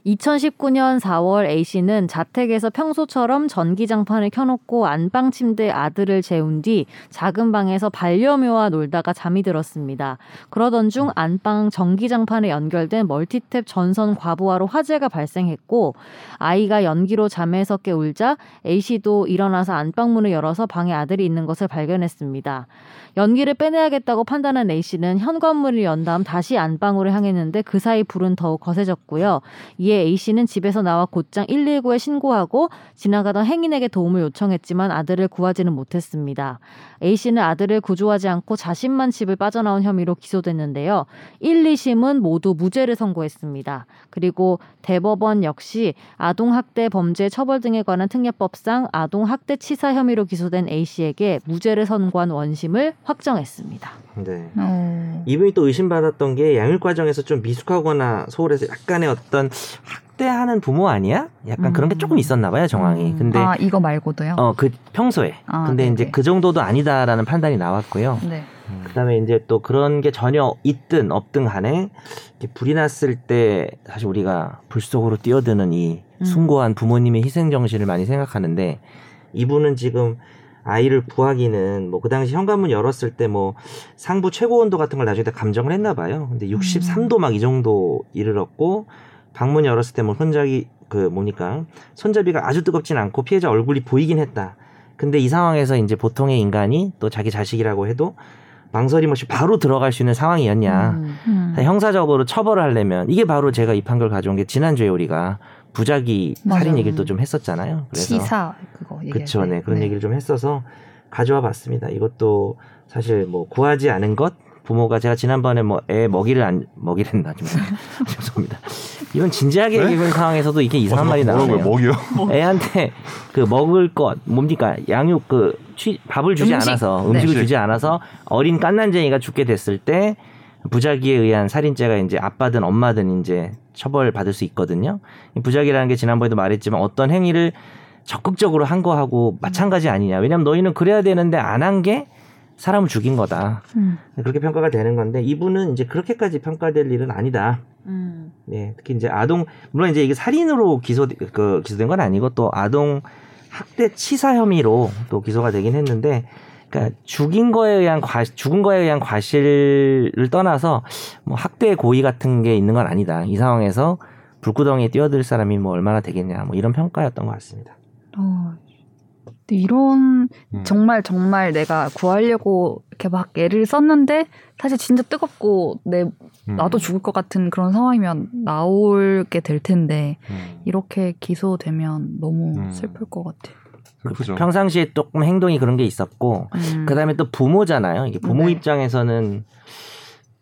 [SPEAKER 2] 2019년 년 4월 A 씨는 자택에서 평소처럼 전기장판을 켜놓고 안방 침대 아들을 재운 뒤 작은 방에서 반려묘와 놀다가 잠이 들었습니다. 그러던 중 안방 전기장판에 연결된 멀티탭 전선 과부하로 화재가 발생했고 아이가 연기로 잠에서 깨 울자 A 씨도 일어나서 안방문을 열어서 방에 아들이 있는 것을 발견했습니다. 연기를 빼내야겠다고 판단한 A 씨는 현관문을 연 다음 다시 안방으로 향했는데 그 사이 불은 더욱 거세졌고요. 이에 예, A 씨는 집에서 나와 곧장 119에 신고하고 지나가던 행인에게 도움을 요청했지만 아들을 구하지는 못했습니다. A 씨는 아들을 구조하지 않고 자신만 집을 빠져나온 혐의로 기소됐는데요. 1, 2심은 모두 무죄를 선고했습니다. 그리고 대법원 역시 아동학대 범죄 처벌 등에 관한 특례법상 아동학대 치사 혐의로 기소된 A 씨에게 무죄를 선고한 원심을 확정했습니다.
[SPEAKER 3] 네.
[SPEAKER 1] 어,
[SPEAKER 3] 이분이 또 의심받았던 게 양육 과정에서 좀 미숙하거나 소홀해서 약간의 어떤 학대하는 부모 아니야? 약간 그런 게
[SPEAKER 1] 음.
[SPEAKER 3] 조금 있었나 봐요 정황이.
[SPEAKER 2] 음.
[SPEAKER 3] 근데
[SPEAKER 1] 아 이거 말고도요.
[SPEAKER 3] 어 그 평소에.
[SPEAKER 1] 아,
[SPEAKER 3] 근데
[SPEAKER 1] 네네.
[SPEAKER 3] 이제 그 정도도 아니다라는 판단이 나왔고요.
[SPEAKER 1] 네,
[SPEAKER 4] 음.
[SPEAKER 3] 그다음에 이제 또 그런 게 전혀 있든 없든 간에 이렇게 불이 났을 때 사실 우리가 불 속으로 뛰어드는 이
[SPEAKER 2] 음.
[SPEAKER 3] 숭고한 부모님의 희생 정신을 많이 생각하는데 이분은 지금 아이를 구하기는 뭐 그 당시 현관문 열었을 때 뭐 상부 최고 온도 같은 걸 나중에 다 감정을 했나 봐요. 근데 63도 막 이 정도 이르렀고 방문 열었을 때 뭐 손잡이 그 뭡니까 손잡이가 아주 뜨겁진 않고 피해자 얼굴이 보이긴 했다. 근데 이 상황에서 이제 보통의 인간이 또 자기 자식이라고 해도 망설임 없이 바로 들어갈 수 있는 상황이었냐.
[SPEAKER 2] 음.
[SPEAKER 1] 음,
[SPEAKER 3] 형사적으로 처벌을 하려면 이게 바로 제가 이 판결 가져온 게 지난주에 우리가 부작위
[SPEAKER 1] 맞아요.
[SPEAKER 3] 살인 얘기를 또 좀 했었잖아요. 그래서
[SPEAKER 1] 치사 그거 얘기.
[SPEAKER 3] 그쵸, 네 그런 얘기를 좀 했어서 가져와 봤습니다. 이것도 사실 뭐 구하지 않은 것 부모가 제가 지난번에 뭐 애 먹이를 안 먹이랬나 좀 죄송합니다. 이건 진지하게
[SPEAKER 4] 네? 어,
[SPEAKER 3] 얘기한 상황에서도 이게 이상한 말이
[SPEAKER 4] 뭐라고요?
[SPEAKER 3] 나오네요.
[SPEAKER 4] 먹이요? 음.
[SPEAKER 3] 애한테 그 먹을 것 뭡니까 양육 그 취, 밥을 주지
[SPEAKER 1] 음식.
[SPEAKER 3] 않아서
[SPEAKER 1] 네.
[SPEAKER 3] 음식을
[SPEAKER 4] 음식.
[SPEAKER 3] 주지 않아서 어린 깐난쟁이가 죽게 됐을 때 부작위에 의한 살인죄가 이제 아빠든 엄마든 이제 처벌 받을 수 있거든요. 이 부작위라는 게 지난번에도 말했지만 어떤 행위를 적극적으로 한 거하고 마찬가지 아니냐. 왜냐면 너희는 그래야 되는데 안 한 게 사람을 죽인 거다.
[SPEAKER 1] 음.
[SPEAKER 3] 그렇게 평가가 되는 건데 이분은 이제 그렇게까지 평가될 일은 아니다.
[SPEAKER 2] 음.
[SPEAKER 3] 네, 특히 이제 아동 물론 이제 이게 살인으로 기소 그 기소된 건 아니고 또 아동 학대 치사 혐의로 또 기소가 되긴 했는데 그러니까 죽인 거에 의한 과 죽은 거에 의한 과실을 떠나서 뭐 학대 고의 같은 게 있는 건 아니다. 이 상황에서 불구덩이에 뛰어들 사람이 뭐 얼마나 되겠냐 뭐 이런 평가였던 것 같습니다.
[SPEAKER 1] 어, 근데 이런
[SPEAKER 4] 음.
[SPEAKER 1] 정말 정말 내가 구하려고 이렇게 막 애를 썼는데 사실 진짜 뜨겁고 내
[SPEAKER 4] 음.
[SPEAKER 1] 나도 죽을 것 같은 그런 상황이면 나올게 될 텐데
[SPEAKER 4] 음.
[SPEAKER 1] 이렇게 기소되면 너무
[SPEAKER 4] 음.
[SPEAKER 1] 슬플 것 같아.
[SPEAKER 4] 슬프죠.
[SPEAKER 3] 그 평상시에 조금 행동이 그런 게 있었고
[SPEAKER 1] 음.
[SPEAKER 3] 그다음에 또 부모잖아요. 이게 부모
[SPEAKER 1] 네.
[SPEAKER 3] 입장에서는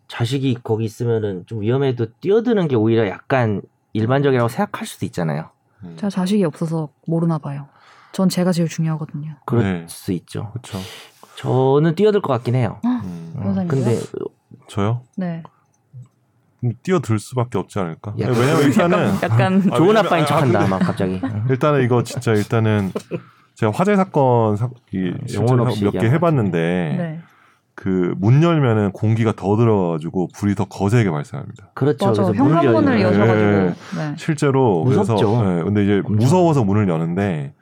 [SPEAKER 3] 자식이 거기 있으면은 좀 위험해도 뛰어드는 게 오히려 약간 일반적이라고 생각할 수도 있잖아요.
[SPEAKER 4] 음.
[SPEAKER 1] 제가 자식이 없어서 모르나 봐요. 전 제가 제일 중요하거든요.
[SPEAKER 3] 그럴
[SPEAKER 4] 네.
[SPEAKER 3] 수 있죠.
[SPEAKER 4] 그렇죠.
[SPEAKER 3] 저는 뛰어들 것 같긴 해요.
[SPEAKER 4] 음.
[SPEAKER 1] 변호사님.
[SPEAKER 3] 근데
[SPEAKER 4] 저요?
[SPEAKER 1] 네.
[SPEAKER 4] 좀 뛰어들 수밖에 없지 않을까?
[SPEAKER 3] 야,
[SPEAKER 4] 왜냐면 일단은
[SPEAKER 1] 약간
[SPEAKER 4] 아,
[SPEAKER 3] 좋은
[SPEAKER 4] 왜냐면-
[SPEAKER 3] 아빠인
[SPEAKER 4] 아,
[SPEAKER 3] 척한다
[SPEAKER 4] 근데-
[SPEAKER 3] 막 갑자기. 음.
[SPEAKER 4] 일단은 이거 진짜 일단은 제가 화재 사건 사, 이
[SPEAKER 3] 영혼 아, 없이
[SPEAKER 4] 몇개
[SPEAKER 3] 얘기하는
[SPEAKER 4] 해봤는데
[SPEAKER 1] 네.
[SPEAKER 4] 그 문 열면은 공기가 더 들어가지고 불이 더 거세게 발생합니다.
[SPEAKER 3] 그렇죠.
[SPEAKER 1] 맞아.
[SPEAKER 3] 그래서 문을
[SPEAKER 1] 현관문을
[SPEAKER 3] 열어요.
[SPEAKER 4] 열어요.
[SPEAKER 1] 여셔가지고. 네.
[SPEAKER 4] 실제로
[SPEAKER 3] 무섭죠.
[SPEAKER 4] 그래서 예, 근데 이제
[SPEAKER 3] 엄청.
[SPEAKER 4] 무서워서 문을 여는데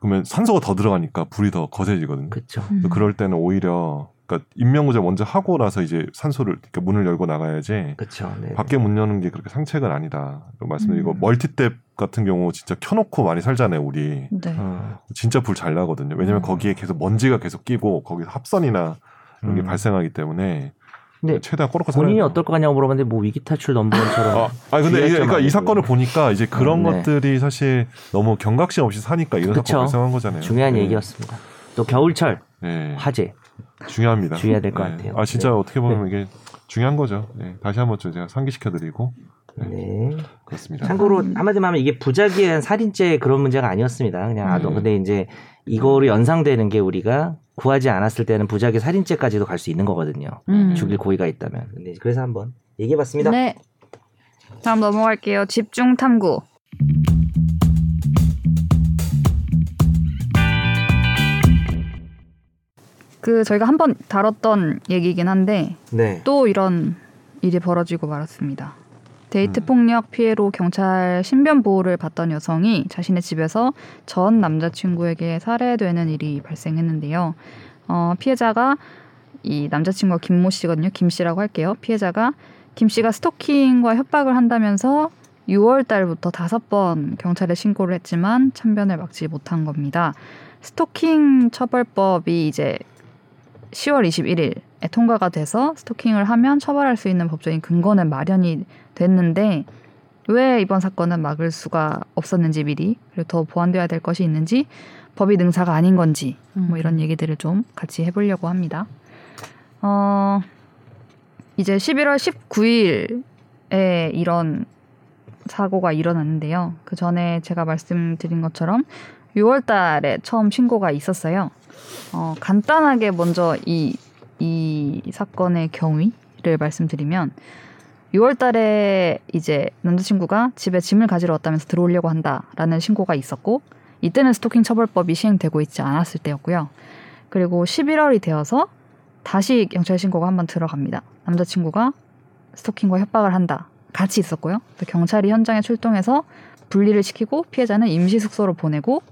[SPEAKER 4] 그러면 산소가 더 들어가니까 불이 더 거세지거든요.
[SPEAKER 3] 그렇죠.
[SPEAKER 1] 음.
[SPEAKER 4] 그럴 때는 오히려 그러니까 인명구조 먼저 하고 나서 이제 산소를 그러니까 문을 열고 나가야지
[SPEAKER 3] 그렇죠. 네.
[SPEAKER 4] 밖에 문 여는 게 그렇게 상책은 아니다. 말씀드리고
[SPEAKER 1] 음.
[SPEAKER 4] 멀티탭 같은 경우 진짜 켜놓고 많이 살잖아요, 우리.
[SPEAKER 1] 네.
[SPEAKER 3] 어,
[SPEAKER 4] 진짜 불 잘 나거든요. 왜냐면
[SPEAKER 1] 음.
[SPEAKER 4] 거기에 계속 먼지가 계속 끼고 거기서 합선이나 이런 게
[SPEAKER 3] 음.
[SPEAKER 4] 발생하기 때문에
[SPEAKER 3] 근데
[SPEAKER 4] 최대한 꼬르륵
[SPEAKER 3] 본인이
[SPEAKER 4] 살아야
[SPEAKER 3] 어떨 것 같냐고 물어봤는데 뭐 위기 탈출 넘버원처럼
[SPEAKER 4] 아, 아니 근데 이,
[SPEAKER 3] 주의할
[SPEAKER 4] 그러니까
[SPEAKER 3] 점은
[SPEAKER 4] 이 사건을
[SPEAKER 3] 아니고요.
[SPEAKER 4] 보니까 이제 그런
[SPEAKER 3] 음, 네.
[SPEAKER 4] 것들이 사실 너무 경각심 없이 사니까 이런
[SPEAKER 3] 그쵸.
[SPEAKER 4] 사건 발생한 거잖아요.
[SPEAKER 3] 중요한
[SPEAKER 4] 네.
[SPEAKER 3] 얘기였습니다. 또 겨울철
[SPEAKER 4] 네.
[SPEAKER 3] 화재.
[SPEAKER 4] 중요합니다.
[SPEAKER 3] 주의해야 될것
[SPEAKER 4] 네.
[SPEAKER 3] 같아요.
[SPEAKER 4] 아 진짜
[SPEAKER 3] 네.
[SPEAKER 4] 어떻게 보면 이게 중요한 거죠. 네. 다시 한번 좀 제가 상기시켜드리고 네.
[SPEAKER 3] 네.
[SPEAKER 4] 그렇습니다.
[SPEAKER 3] 참고로
[SPEAKER 1] 음.
[SPEAKER 3] 한마디만 하면 이게 부작위에 한 살인죄 그런 문제가 아니었습니다. 그냥 아동.
[SPEAKER 4] 음.
[SPEAKER 3] 근데 이제 이거로 연상되는 게 우리가 구하지 않았을 때는 부작위 살인죄까지도 갈 수 있는 거거든요.
[SPEAKER 2] 음.
[SPEAKER 3] 죽일 고의가 있다면. 근데 그래서 한번 얘기해봤습니다.
[SPEAKER 2] 네.
[SPEAKER 1] 다음 넘어갈게요. 집중 탐구. 그 저희가 한 번 다뤘던 얘기긴 한데
[SPEAKER 3] 네.
[SPEAKER 1] 또 이런 일이 벌어지고 말았습니다. 데이트
[SPEAKER 4] 음.
[SPEAKER 1] 폭력 피해로 경찰 신변 보호를 받던 여성이 자신의 집에서 전 남자친구에게 살해되는 일이 발생했는데요. 어, 피해자가 이 남자친구가 김모 씨거든요. 김 씨라고 할게요. 피해자가 김 씨가 스토킹과 협박을 한다면서 6월 달부터 다섯 번 경찰에 신고를 했지만 참변을 막지 못한 겁니다. 스토킹 처벌법이 이제 10월 21일에 통과가 돼서 스토킹을 하면 처벌할 수 있는 법적인 근거는 마련이 됐는데 왜 이번 사건은 막을 수가 없었는지 미리 그리고 더 보완돼야 될 것이 있는지 법이 능사가 아닌 건지
[SPEAKER 2] 음.
[SPEAKER 1] 뭐 이런 얘기들을 좀 같이 해보려고 합니다. 어 이제 11월 19일에 이런 사고가 일어났는데요. 그 전에 제가 말씀드린 것처럼 6월달에 처음 신고가 있었어요. 어, 간단하게 먼저 이, 이 사건의 경위를 말씀드리면 6월달에 이제 남자친구가 집에 짐을 가지러 왔다면서 들어오려고 한다라는 신고가 있었고 이때는 스토킹 처벌법이 시행되고 있지 않았을 때였고요. 그리고 11월이 되어서 다시 경찰 신고가 한번 들어갑니다. 남자친구가 스토킹과 협박을 한다. 같이 있었고요. 또 경찰이 현장에 출동해서 분리를 시키고 피해자는 임시 숙소로 보내고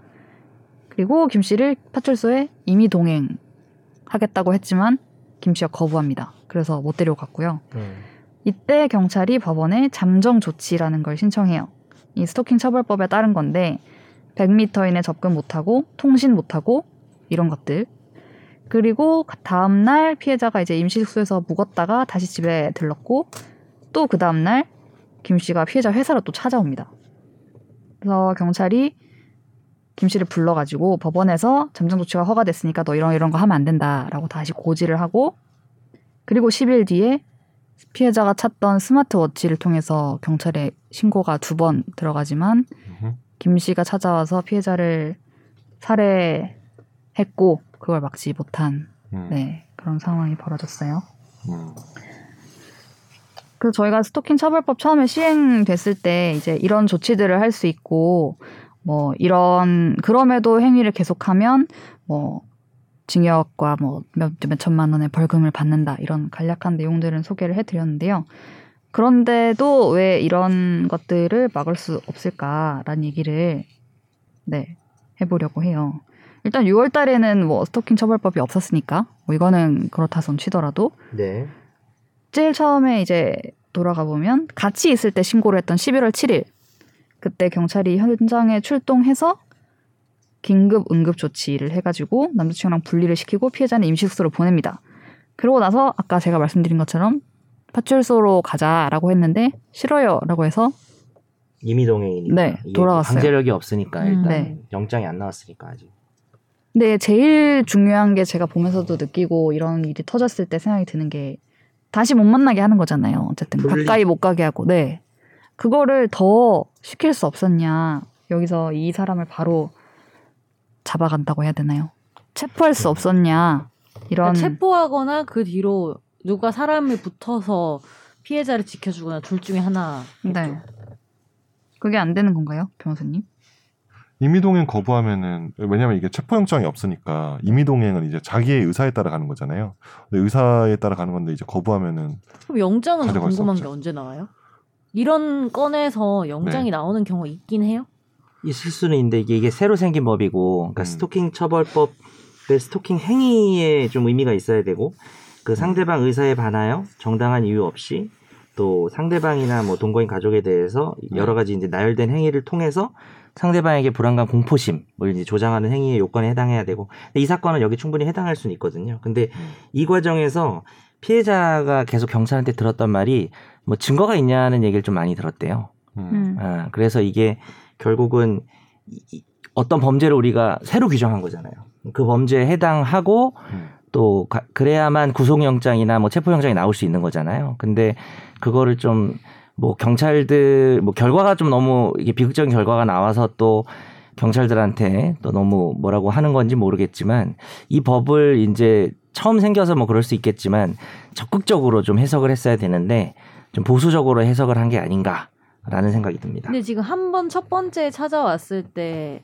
[SPEAKER 1] 그리고 김 씨를 파출소에 임의 동행 하겠다고 했지만 김 씨가 거부합니다. 그래서 못 데려갔고요.
[SPEAKER 3] 음.
[SPEAKER 1] 이때 경찰이 법원에 잠정 조치라는 걸 신청해요. 이 스토킹 처벌법에 따른 건데 100m 이내 접근 못하고 통신 못하고 이런 것들. 그리고 다음 날 피해자가 이제 임시 숙소에서 묵었다가 다시 집에 들렀고 또 그 다음 날 김 씨가 피해자 회사로 또 찾아옵니다. 그래서 경찰이 김 씨를 불러가지고 법원에서 잠정 조치가 허가됐으니까 너 이런 이런 거 하면 안 된다라고 다시 고지를 하고 그리고 10일 뒤에 피해자가 찾던 스마트워치를 통해서 경찰에 신고가 두 번 들어가지만
[SPEAKER 4] 음흠.
[SPEAKER 1] 김 씨가 찾아와서 피해자를 살해했고 그걸 막지 못한
[SPEAKER 4] 음,
[SPEAKER 1] 네 그런 상황이 벌어졌어요.
[SPEAKER 4] 음.
[SPEAKER 1] 그래서 저희가 스토킹 처벌법 처음에 시행됐을 때 이제 이런 조치들을 할 수 있고 뭐 이런 그럼에도 행위를 계속하면 뭐 징역과 뭐몇 몇 천만 원의 벌금을 받는다 이런 간략한 내용들은 소개를 해드렸는데요. 그런데도 왜 이런 것들을 막을 수 없을까라는 얘기를 네 해보려고 해요. 일단 6월 달에는 뭐 스토킹 처벌법이 없었으니까 뭐 이거는 그렇다 손 치더라도
[SPEAKER 3] 네.
[SPEAKER 1] 제일 처음에 이제 돌아가 보면 같이 있을 때 신고를 했던 11월 7일 그때 경찰이 현장에 출동해서 긴급 응급 조치를 해가지고 남자친구랑 분리를 시키고 피해자는 임시숙소로 보냅니다. 그러고 나서 아까 제가 말씀드린 것처럼 파출소로 가자라고 했는데 싫어요라고 해서
[SPEAKER 3] 임의 동행이니까.
[SPEAKER 1] 네,
[SPEAKER 3] 이게
[SPEAKER 1] 돌아왔어요.
[SPEAKER 3] 강제력이 없으니까
[SPEAKER 2] 음.
[SPEAKER 3] 일단
[SPEAKER 1] 네.
[SPEAKER 3] 영장이 안 나왔으니까 아직.
[SPEAKER 1] 근데 제일 중요한 게 제가 보면서도 느끼고 이런 일이 터졌을 때 생각이 드는 게 다시 못 만나게 하는 거잖아요. 어쨌든
[SPEAKER 3] 분리.
[SPEAKER 1] 가까이 못 가게 하고 네 그거를 더 시킬 수 없었냐 여기서 이 사람을 바로 잡아간다고 해야 되나요? 네, 체포할 수 없었냐 이런
[SPEAKER 2] 그러니까 체포하거나 그 뒤로 누가 사람이 붙어서 피해자를 지켜주거나 둘 중에 하나.
[SPEAKER 1] 네. 그게 안 되는 건가요, 변호사님?
[SPEAKER 4] 임의동행 거부하면은 왜냐면 이게 체포영장이 없으니까 임의동행은 이제 자기의 의사에 따라 가는 거잖아요. 근데 의사에 따라 가는 건데 이제 거부하면은
[SPEAKER 2] 그럼 영장은
[SPEAKER 4] 가져갈 수
[SPEAKER 2] 궁금한
[SPEAKER 4] 없죠.
[SPEAKER 2] 게 언제 나와요? 이런 건에서 영장이
[SPEAKER 4] 네.
[SPEAKER 2] 나오는 경우가 있긴 해요.
[SPEAKER 3] 있을 수는 있는데 이게, 이게 새로 생긴 법이고 그러니까
[SPEAKER 4] 음.
[SPEAKER 3] 스토킹 처벌법 의 스토킹 행위에 좀 의미가 있어야 되고
[SPEAKER 4] 음.
[SPEAKER 3] 그 상대방 의사에 반하여 정당한 이유 없이 또 상대방이나 뭐 동거인 가족에 대해서
[SPEAKER 4] 네.
[SPEAKER 3] 여러 가지 이제 나열된 행위를 통해서 상대방에게 불안감 공포심을 이제 조장하는 행위의 요건에 해당해야 되고 근데 이 사건은 여기 충분히 해당할 수는 있거든요. 근데
[SPEAKER 4] 음.
[SPEAKER 3] 이 과정에서 피해자가 계속 경찰한테 들었던 말이 뭐 증거가 있냐는 얘기를 좀 많이 들었대요.
[SPEAKER 4] 음,
[SPEAKER 3] 아, 그래서 이게 결국은 이- 이- 어떤 범죄를 우리가 새로 규정한 거잖아요. 그 범죄에 해당하고
[SPEAKER 4] 음.
[SPEAKER 3] 또 가- 그래야만 구속영장이나 뭐 체포영장이 나올 수 있는 거잖아요. 근데 그거를 좀 뭐 경찰들 뭐 결과가 좀 너무 이게 비극적인 결과가 나와서 또 경찰들한테 또 너무 뭐라고 하는 건지 모르겠지만 이 법을 이제 처음 생겨서 뭐 그럴 수 있겠지만 적극적으로 좀 해석을 했어야 되는데 좀 보수적으로 해석을 한 게 아닌가라는 생각이 듭니다.
[SPEAKER 2] 근데 지금 한 번 첫 번째 찾아왔을 때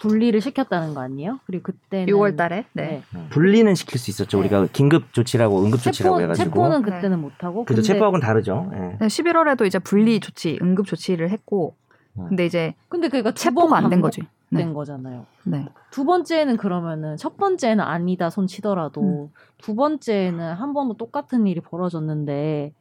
[SPEAKER 2] 분리를 시켰다는 거 아니에요? 그리고 그때는
[SPEAKER 1] 6월달에
[SPEAKER 2] 네.
[SPEAKER 1] 네.
[SPEAKER 3] 음. 분리는 시킬 수 있었죠.
[SPEAKER 2] 네.
[SPEAKER 3] 우리가 긴급 그 조치라고 응급 조치라고
[SPEAKER 2] 체포,
[SPEAKER 3] 해가지고
[SPEAKER 2] 체포는
[SPEAKER 1] 네.
[SPEAKER 2] 그때는 못 하고
[SPEAKER 3] 그죠
[SPEAKER 2] 근데 네.
[SPEAKER 3] 체포하고는 다르죠. 예.
[SPEAKER 1] 11월에도 네, 이제 분리 조치, 응급 조치를 했고,
[SPEAKER 3] 네.
[SPEAKER 4] 음.
[SPEAKER 1] 근데 이제
[SPEAKER 2] 근데 그러니까 두
[SPEAKER 1] 체포가
[SPEAKER 2] 번
[SPEAKER 1] 안 된
[SPEAKER 2] 반복-
[SPEAKER 1] 아, 거지.
[SPEAKER 2] 된 거잖아요.
[SPEAKER 1] 네.
[SPEAKER 2] 두 번째는 그러면은 첫 번째는 아니다 손 치더라도
[SPEAKER 1] 음.
[SPEAKER 2] 두 번째는 한 번도 똑같은 일이 벌어졌는데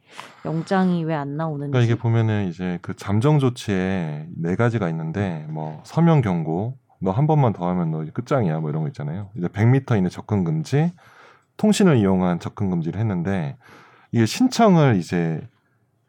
[SPEAKER 2] 영장이 왜 안 나오는지
[SPEAKER 4] 그러니까 이게 보면은 이제 그 잠정 조치에 네 가지가 있는데 뭐 서명 경고, 너 한 번만 더 하면 너 끝장이야 뭐 이런 거 있잖아요. 이제 100m 이내 접근 금지, 통신을 이용한 접근 금지를 했는데 이게 신청을 이제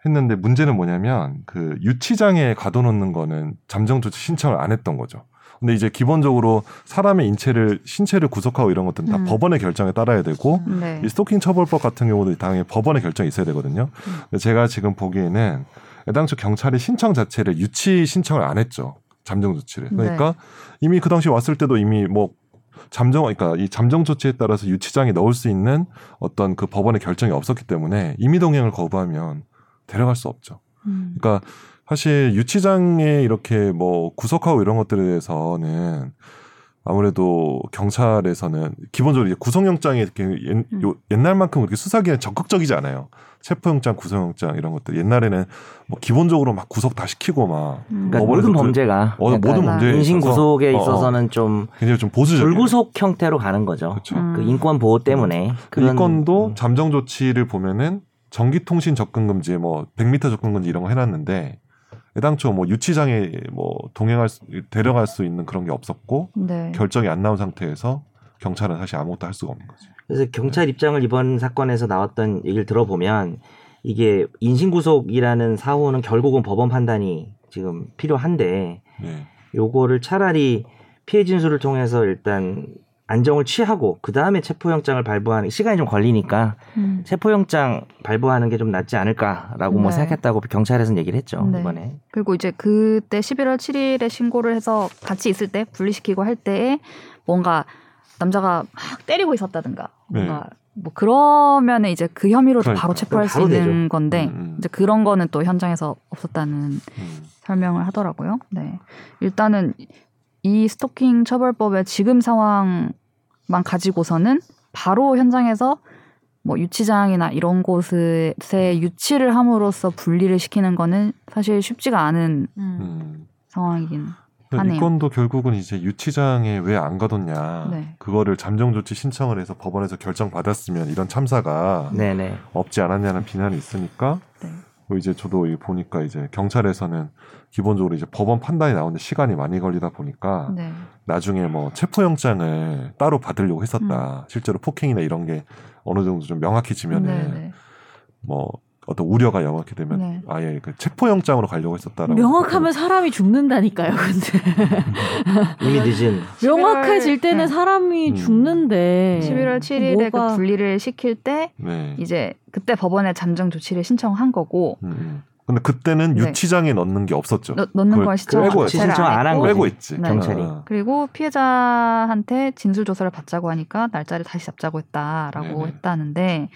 [SPEAKER 4] 했는데 문제는 뭐냐면 그 유치장에 가둬놓는 거는 잠정 조치 신청을 안 했던 거죠. 근데 이제 기본적으로 사람의 인체를 신체를 구속하고 이런 것들은 다
[SPEAKER 1] 음.
[SPEAKER 4] 법원의 결정에 따라야 되고
[SPEAKER 1] 네.
[SPEAKER 4] 이 스토킹 처벌법 같은 경우도 당연히 법원의 결정이 있어야 되거든요.
[SPEAKER 1] 음.
[SPEAKER 4] 근데 제가 지금 보기에는 당초 경찰이 신청 자체를 유치 신청을 안 했죠. 잠정 조치를. 그러니까 이미 그 당시 왔을 때도 이미 뭐 잠정 그러니까 이 잠정 조치에 따라서 유치장에 넣을 수 있는 어떤 그 법원의 결정이 없었기 때문에 임의 동행을 거부하면 데려갈 수 없죠.
[SPEAKER 2] 음.
[SPEAKER 4] 그러니까 사실 유치장에 이렇게 뭐 구속하고 이런 것들에 대해서는 아무래도 경찰에서는 기본적으로 이제 구속영장이 이렇게 옛,
[SPEAKER 1] 음.
[SPEAKER 4] 요- 옛날만큼 그렇게 수사기는 적극적이지 않아요. 체포영장, 구속영장 이런 것들 옛날에는 뭐 기본적으로 막 구속 다 시키고 막
[SPEAKER 1] 음.
[SPEAKER 3] 그러니까
[SPEAKER 4] 어,
[SPEAKER 3] 모든
[SPEAKER 4] 그래도
[SPEAKER 3] 범죄가
[SPEAKER 4] 어, 모든
[SPEAKER 3] 약간
[SPEAKER 4] 문제에
[SPEAKER 3] 인신
[SPEAKER 4] 있어서-
[SPEAKER 3] 구속에
[SPEAKER 4] 어, 어.
[SPEAKER 3] 있어서는 좀
[SPEAKER 4] 굉장히 좀 보수적이에요.
[SPEAKER 3] 불구속 형태로 가는 거죠.
[SPEAKER 4] 그렇죠.
[SPEAKER 1] 음.
[SPEAKER 3] 그 인권 보호 때문에
[SPEAKER 4] 그
[SPEAKER 3] 그런-
[SPEAKER 4] 이건도
[SPEAKER 3] 음.
[SPEAKER 4] 잠정 조치를 보면은 전기통신 접근 금지, 뭐 100m 접근 금지 이런 거 해놨는데 애당초 뭐 유치장에 뭐 동행할 수, 데려갈 수 있는 그런 게 없었고
[SPEAKER 1] 네.
[SPEAKER 4] 결정이 안 나온 상태에서 경찰은 사실 아무것도 할 수가 없는 거지.
[SPEAKER 3] 그래서 경찰 입장을 이번 사건에서 나왔던 얘기를 들어보면 이게 인신 구속이라는 사호는 결국은 법원 판단이 지금 필요한데
[SPEAKER 4] 네.
[SPEAKER 3] 요거를 차라리 피해 진술을 통해서 일단 안정을 취하고 그 다음에 체포영장을 발부하는 시간이 좀 걸리니까
[SPEAKER 1] 음.
[SPEAKER 3] 체포영장 발부하는 게 좀 낫지 않을까라고 뭐
[SPEAKER 1] 네.
[SPEAKER 3] 생각했다고 경찰에서는 얘기를 했죠
[SPEAKER 1] 네.
[SPEAKER 3] 이번에
[SPEAKER 1] 그리고 이제 그때 11월 7일에 신고를 해서 같이 있을 때 분리시키고 할 때에 뭔가 남자가 막 때리고 있었다든가
[SPEAKER 4] 음,
[SPEAKER 1] 뭔가 뭐 그러면은 이제 그 혐의로도
[SPEAKER 4] 그러니까.
[SPEAKER 1] 바로 체포할 수
[SPEAKER 3] 바로
[SPEAKER 1] 있는
[SPEAKER 3] 되죠.
[SPEAKER 1] 건데
[SPEAKER 4] 음, 음,
[SPEAKER 1] 네. 이제 그런 거는 또 현장에서 없었다는
[SPEAKER 4] 음.
[SPEAKER 1] 설명을 하더라고요. 네. 일단은 이 스토킹 처벌법의 지금 상황만 가지고서는 바로 현장에서 뭐 유치장이나 이런 곳에 유치를 함으로써 분리를 시키는 거는 사실 쉽지가 않은
[SPEAKER 2] 음.
[SPEAKER 4] 음.
[SPEAKER 1] 상황이긴. 하네요.
[SPEAKER 4] 이 건도 결국은 이제 유치장에 왜 안 가뒀냐.
[SPEAKER 1] 네.
[SPEAKER 4] 그거를 잠정 조치 신청을 해서 법원에서 결정 받았으면 이런 참사가
[SPEAKER 3] 네네
[SPEAKER 4] 없지 않았냐는 비난이 있으니까
[SPEAKER 1] 네.
[SPEAKER 4] 뭐 이제 저도 이 보니까 이제 경찰에서는 기본적으로 이제 법원 판단이 나오는데 시간이 많이 걸리다 보니까
[SPEAKER 1] 네.
[SPEAKER 4] 나중에 뭐 체포영장을 따로 받으려고 했었다. 실제로 폭행이나 이런 게 어느 정도 좀 명확해지면은
[SPEAKER 1] 음. 네,
[SPEAKER 4] 뭐 어떤 우려가 명확히 되면
[SPEAKER 1] 네.
[SPEAKER 4] 아예 그 체포영장으로 가려고 했었다라고
[SPEAKER 2] 명확하면 사람이 죽는다니까요. 근데
[SPEAKER 3] 이미 늦은
[SPEAKER 2] 명확해질
[SPEAKER 3] 네.
[SPEAKER 2] 때는 사람이
[SPEAKER 4] 음.
[SPEAKER 2] 죽는데
[SPEAKER 1] 네. 11월 7일에
[SPEAKER 2] 뭐가-
[SPEAKER 1] 그 분리를 시킬 때
[SPEAKER 4] 네.
[SPEAKER 1] 이제 그때 법원에 잠정 조치를 신청한 거고
[SPEAKER 4] 음, 음. 근데 그때는
[SPEAKER 1] 네.
[SPEAKER 4] 유치장에 넣는 게 없었죠.
[SPEAKER 1] 넣, 넣는
[SPEAKER 4] 그걸
[SPEAKER 1] 걸 시청
[SPEAKER 4] 빼고
[SPEAKER 1] 자체를
[SPEAKER 3] 신청 안한
[SPEAKER 1] 했고
[SPEAKER 3] 거지.
[SPEAKER 4] 빼고 있지.
[SPEAKER 1] 네.
[SPEAKER 3] 경찰이.
[SPEAKER 4] 아,
[SPEAKER 1] 그리고 피해자한테 진술 조사를 받자고 하니까 날짜를 다시 잡자고 했다라고
[SPEAKER 4] 네네.
[SPEAKER 1] 했다는데